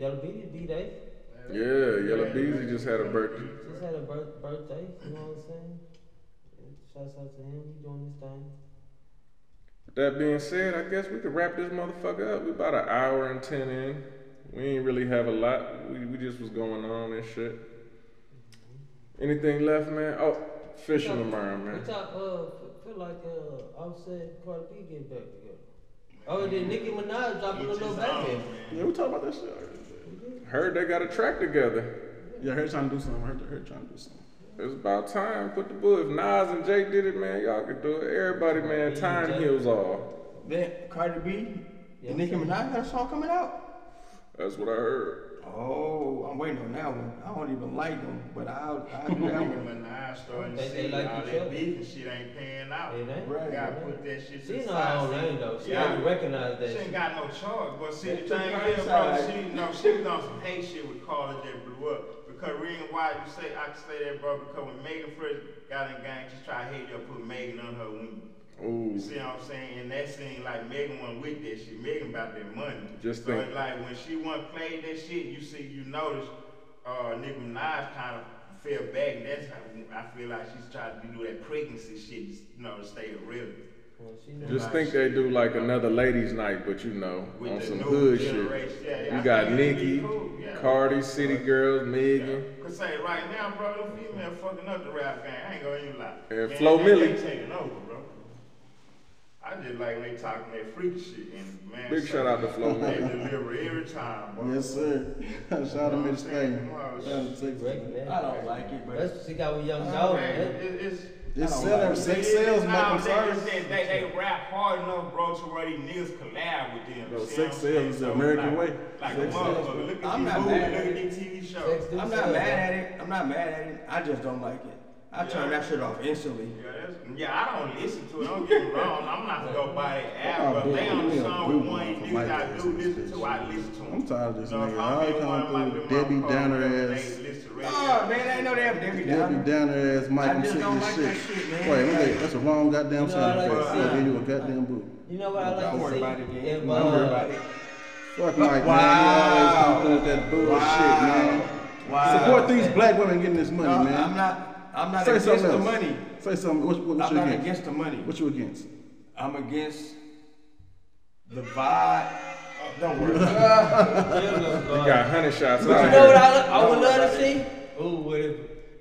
Speaker 4: know. Y'all be B day.
Speaker 3: yeah, Yellow Beezy just had a birthday.
Speaker 4: Just had a birth, birthday. You know what I'm saying? Shouts out to him. He doing his thing.
Speaker 3: That being said, I guess we could wrap this motherfucker up. We about an hour and ten in. We ain't really have a lot. We, we just was going on and shit. Anything left, man? Oh, fishing tomorrow, man.
Speaker 4: Which I uh, f- feel like uh, Offset Cardi B getting back together. Oh, and then Nicki Minaj dropping a little baby.
Speaker 5: Yeah, we talked about that shit already.
Speaker 3: Heard they got a track together.
Speaker 5: Yeah, I heard trying to do something. I heard, I heard trying to do something.
Speaker 3: It's about time. Put the bull. If Nas and Jay did it, man, y'all could do it. Everybody, man, time heals all.
Speaker 6: Then Cardi B and Nicki Minaj got a song coming out.
Speaker 3: That's what I heard.
Speaker 6: Oh, I'm waiting on that one. I don't even like them, but I'll, I'll do
Speaker 5: <laughs>
Speaker 6: that one.
Speaker 7: When I started
Speaker 4: They-
Speaker 7: to
Speaker 4: they
Speaker 7: see
Speaker 4: like
Speaker 7: all
Speaker 4: each
Speaker 7: that
Speaker 4: other.
Speaker 7: beef and shit ain't panning out.
Speaker 4: It ain't.
Speaker 7: You gotta
Speaker 4: Right.
Speaker 7: put that shit to
Speaker 4: She
Speaker 7: the
Speaker 4: know
Speaker 7: side.
Speaker 4: her own
Speaker 7: See,
Speaker 4: name though. She
Speaker 7: yeah.
Speaker 4: already recognized that.
Speaker 7: She ain't got no choice. But see,
Speaker 6: That's
Speaker 7: the
Speaker 6: the
Speaker 7: thing
Speaker 6: right
Speaker 7: is, bro,
Speaker 6: side.
Speaker 7: she, no, she was on some hate shit with Carla that blew up. Because reason why you say, I can say that, bro, because when Megan first got in the gang, she tried to hate her, put Megan on her wing.
Speaker 3: Ooh,
Speaker 7: You see what I'm saying? And that seemed like Megan wasn't with that shit. Megan about that money.
Speaker 3: Just
Speaker 7: so
Speaker 3: think.
Speaker 7: it's like when she wasn't played that shit, you see, you notice uh, Nicki Minaj kind of fell back, and that's how I feel like she's trying to do that pregnancy shit, you know, to stay relevant.
Speaker 4: Well, she know.
Speaker 3: just think they do like another ladies' night, but you know,
Speaker 7: With
Speaker 3: on
Speaker 7: the
Speaker 3: some
Speaker 7: new
Speaker 3: hood
Speaker 7: generation.
Speaker 3: shit.
Speaker 7: Yeah,
Speaker 3: You
Speaker 7: I
Speaker 3: got
Speaker 7: think it'd be
Speaker 3: Nicki,
Speaker 7: cool, yeah.
Speaker 3: Cardi, City Girls, Megan.
Speaker 7: Cause say right now, bro, the female fucking up the rap game. I ain't gonna even lie.
Speaker 3: And
Speaker 7: Man,
Speaker 3: Flo
Speaker 7: they-
Speaker 3: Milli.
Speaker 7: they taking over, bro. I just like when they talking that freak shit and man.
Speaker 3: Big
Speaker 7: so-
Speaker 3: shout out to Flo
Speaker 7: They
Speaker 3: Milli.
Speaker 7: deliver every time, bro. Oh,
Speaker 5: Yes, sir. Shout out to Mitch Thing.
Speaker 4: Recognized.
Speaker 6: I don't like it, but
Speaker 4: That's what she got with Young
Speaker 7: Man,
Speaker 4: Zao.
Speaker 7: it-
Speaker 4: man.
Speaker 7: it- it's
Speaker 5: This
Speaker 6: I don't
Speaker 5: seller,
Speaker 6: like it.
Speaker 5: six
Speaker 7: it- it-
Speaker 5: sales, make
Speaker 7: nah,
Speaker 5: them
Speaker 7: they just
Speaker 5: sorry.
Speaker 7: said They, they rap hard enough, bro, to where these niggas collab with them.
Speaker 5: Bro,
Speaker 7: You see
Speaker 5: sex
Speaker 7: what I'm
Speaker 5: sales is
Speaker 7: saying?
Speaker 5: the American
Speaker 7: like,
Speaker 5: way.
Speaker 7: Like a
Speaker 5: Sex sales,
Speaker 7: motherfucker. Look at
Speaker 6: I'm
Speaker 7: these
Speaker 6: not
Speaker 7: movies,
Speaker 6: mad at
Speaker 7: look
Speaker 6: it.
Speaker 7: at these TV
Speaker 4: Sex
Speaker 7: shows.
Speaker 4: do
Speaker 6: I'm
Speaker 4: sell,
Speaker 6: not mad
Speaker 4: bro.
Speaker 6: at it. I'm not mad at it. I just don't like it. I turn that shit off instantly.
Speaker 7: Yeah, that's, yeah, I don't listen to it. Don't get me wrong. I'm not gonna go buy that app, but if they on the song with one of these niggas I do listen to. I listen to them.
Speaker 5: I'm tired of this
Speaker 7: So if
Speaker 5: nigga.
Speaker 7: I'm
Speaker 5: All
Speaker 7: in
Speaker 5: he
Speaker 7: one,
Speaker 5: come
Speaker 7: like,
Speaker 5: through,
Speaker 7: with my
Speaker 5: Debbie
Speaker 7: car,
Speaker 5: Downer
Speaker 7: they
Speaker 5: ass.
Speaker 7: listen to radio.
Speaker 6: Oh man, I know they have Debbie
Speaker 5: Debbie
Speaker 6: down.
Speaker 5: Downer ass Mike
Speaker 6: I
Speaker 5: and
Speaker 6: just
Speaker 5: chicken
Speaker 6: don't like
Speaker 5: shit.
Speaker 6: that shit, man.
Speaker 5: Wait, wait, wait.
Speaker 6: Like-
Speaker 5: That's a wrong goddamn
Speaker 4: know,
Speaker 5: sound
Speaker 4: I like
Speaker 5: effect.
Speaker 4: to
Speaker 5: I'll
Speaker 4: see-
Speaker 5: give you a goddamn boot.
Speaker 4: You know what I like
Speaker 6: Don't
Speaker 4: to
Speaker 6: worry
Speaker 4: see?
Speaker 6: about it,
Speaker 4: Yeah,
Speaker 6: man. Don't
Speaker 4: but,
Speaker 6: worry
Speaker 4: uh,
Speaker 6: about it.
Speaker 5: Fuck Mike,
Speaker 6: Wow.
Speaker 5: man. He always comes through with that bullshit, man.
Speaker 6: Wow.
Speaker 5: Support these black women getting this money,
Speaker 6: No,
Speaker 5: man.
Speaker 6: I'm not. I'm not
Speaker 5: Say
Speaker 6: against
Speaker 5: something
Speaker 6: the
Speaker 5: else.
Speaker 6: money.
Speaker 5: Say something. What, what, what
Speaker 6: I'm
Speaker 5: you
Speaker 6: not
Speaker 5: against?
Speaker 6: against the money.
Speaker 5: What you against?
Speaker 6: I'm against the vibe. Oh, don't worry.
Speaker 5: <laughs>
Speaker 6: Uh,
Speaker 4: You
Speaker 3: You got 100 shots.
Speaker 4: But
Speaker 3: out
Speaker 4: you know what
Speaker 3: here.
Speaker 4: I, I would love to see? Ooh, what if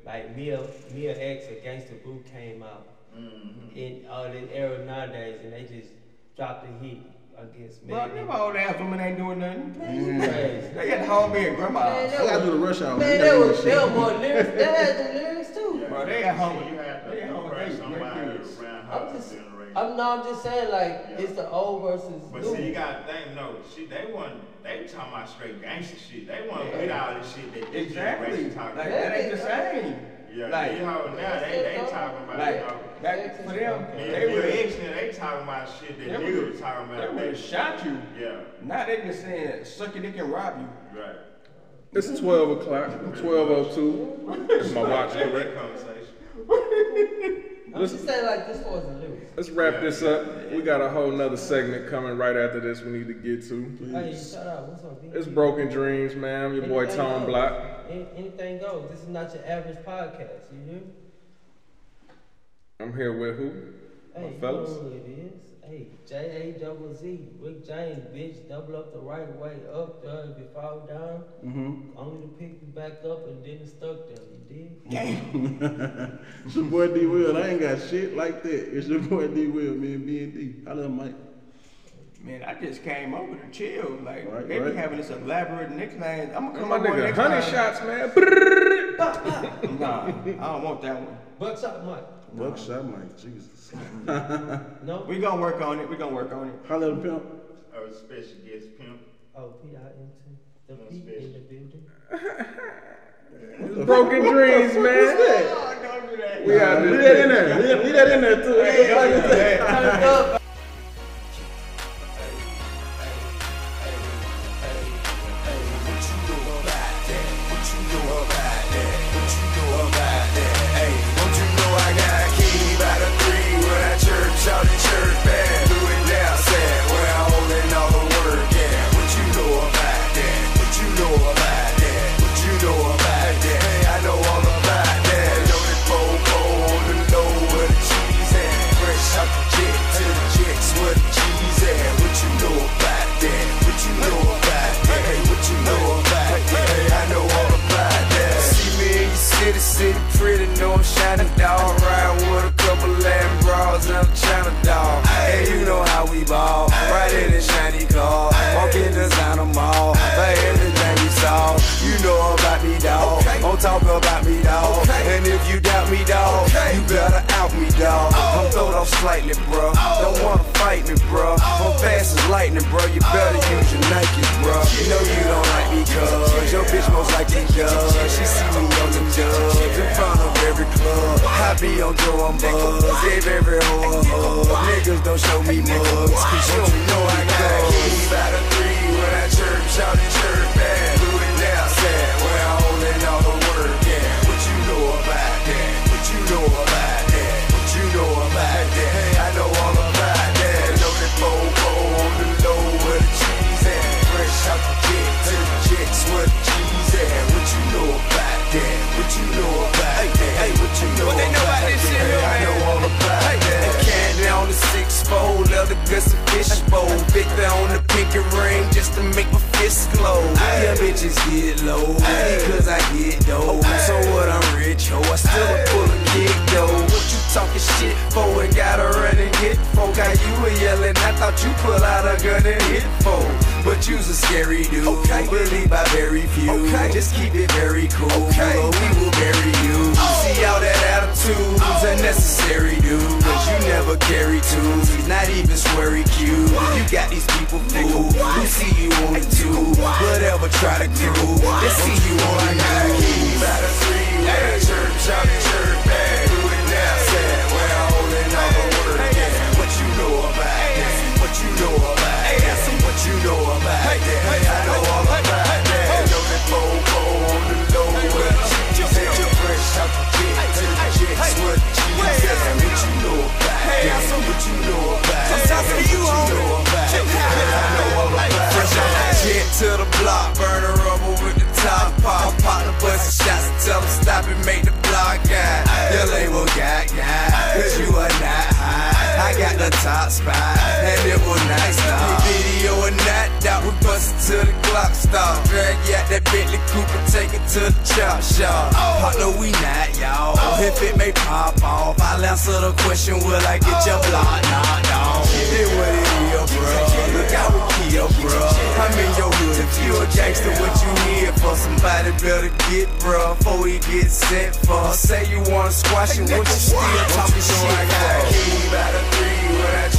Speaker 4: like Mia Mia X or Gangsta Boo came out
Speaker 6: Mm-hmm.
Speaker 4: in all uh, this era nowadays and they just dropped a hit against me.
Speaker 6: bro, them old ass women ain't doing nothing.
Speaker 5: Yeah.
Speaker 6: They at home being grandma.
Speaker 5: I gotta do the rush hour.
Speaker 4: Man,
Speaker 5: You
Speaker 4: that
Speaker 5: gotta
Speaker 4: was
Speaker 5: do this
Speaker 4: that was
Speaker 5: shit.
Speaker 4: more lyrics. That had some lyrics
Speaker 7: <laughs>
Speaker 4: too.
Speaker 6: Bro, they at home.
Speaker 7: You have to
Speaker 6: They at home.
Speaker 7: impress
Speaker 6: They-
Speaker 7: somebody
Speaker 6: they-
Speaker 7: around
Speaker 4: I'm
Speaker 7: her
Speaker 4: just,
Speaker 7: generation.
Speaker 4: I'm no, I'm just saying like it's the old versus
Speaker 7: But see, you
Speaker 4: new.
Speaker 7: gotta think, no, she they want they talking about straight gangster shit. They want to get all this shit that this
Speaker 6: Exactly.
Speaker 7: generation
Speaker 6: Like
Speaker 7: talking
Speaker 6: that ain't the same.
Speaker 7: about. Yeah,
Speaker 6: Like,
Speaker 7: these hoes now they they talking about.
Speaker 6: like back for them,
Speaker 7: you know,
Speaker 6: they
Speaker 7: they were
Speaker 6: would
Speaker 7: they talking about shit that
Speaker 6: they
Speaker 7: niggas
Speaker 6: would
Speaker 7: was talking
Speaker 6: they
Speaker 7: about.
Speaker 6: would
Speaker 7: back
Speaker 6: have shot you.
Speaker 7: then. Yeah,
Speaker 6: Now they just saying suck your dick and rob you.
Speaker 7: right.
Speaker 3: It's 12 o'clock, 12.02. Is my watch
Speaker 7: That
Speaker 3: correct?
Speaker 7: conversation.
Speaker 4: I'm just saying like this wasn't lyrics.
Speaker 3: Let's wrap this up. We got a whole nother segment coming right after this we need to get to.
Speaker 4: Hey, shout out. What's up, B?
Speaker 3: It's Broken Dreams, man. I'm your boy
Speaker 4: Anything
Speaker 3: Tone
Speaker 4: goes.
Speaker 3: Block.
Speaker 4: An- Anything goes. This is not your average podcast. You hear?
Speaker 3: I'm here with who?
Speaker 4: Hey,
Speaker 3: fellas.
Speaker 4: You know who it is. Hey, J A double Z, Rick James, bitch, double up the right way, up there. If you fall down,
Speaker 5: Mm-hmm.
Speaker 4: only to pick you back up and then it's stuck there. You dig?
Speaker 5: it's <laughs> your boy D Will. I ain't got shit like that. It's your boy D Will, man. B and D. I love Mike.
Speaker 6: Man, I just came over to chill. Like
Speaker 5: Right,
Speaker 6: they
Speaker 5: right.
Speaker 6: be having this elaborate nickname. I'm gonna come
Speaker 3: My
Speaker 6: over
Speaker 3: nigga,
Speaker 6: next
Speaker 3: honey
Speaker 6: time.
Speaker 3: shots, man.
Speaker 6: Nah, I don't want that one.
Speaker 4: Bucks up, Mike.
Speaker 5: Buckshot Mike. Jesus.
Speaker 4: No?
Speaker 6: We gonna work on it. We gonna work on it.
Speaker 5: Holla at the pimp.
Speaker 7: A special guest pimp.
Speaker 4: Oh, P I M T. The
Speaker 7: No
Speaker 4: P in
Speaker 7: space.
Speaker 4: the building.
Speaker 3: Broken Dreams, man.
Speaker 6: Oh, don't do that.
Speaker 3: We out
Speaker 5: Leave
Speaker 3: this
Speaker 5: that in there. Leave- Leave that in there too.
Speaker 6: Oh,
Speaker 10: Say you wanna squash it, won't you still talking shit? I got a key by the three when I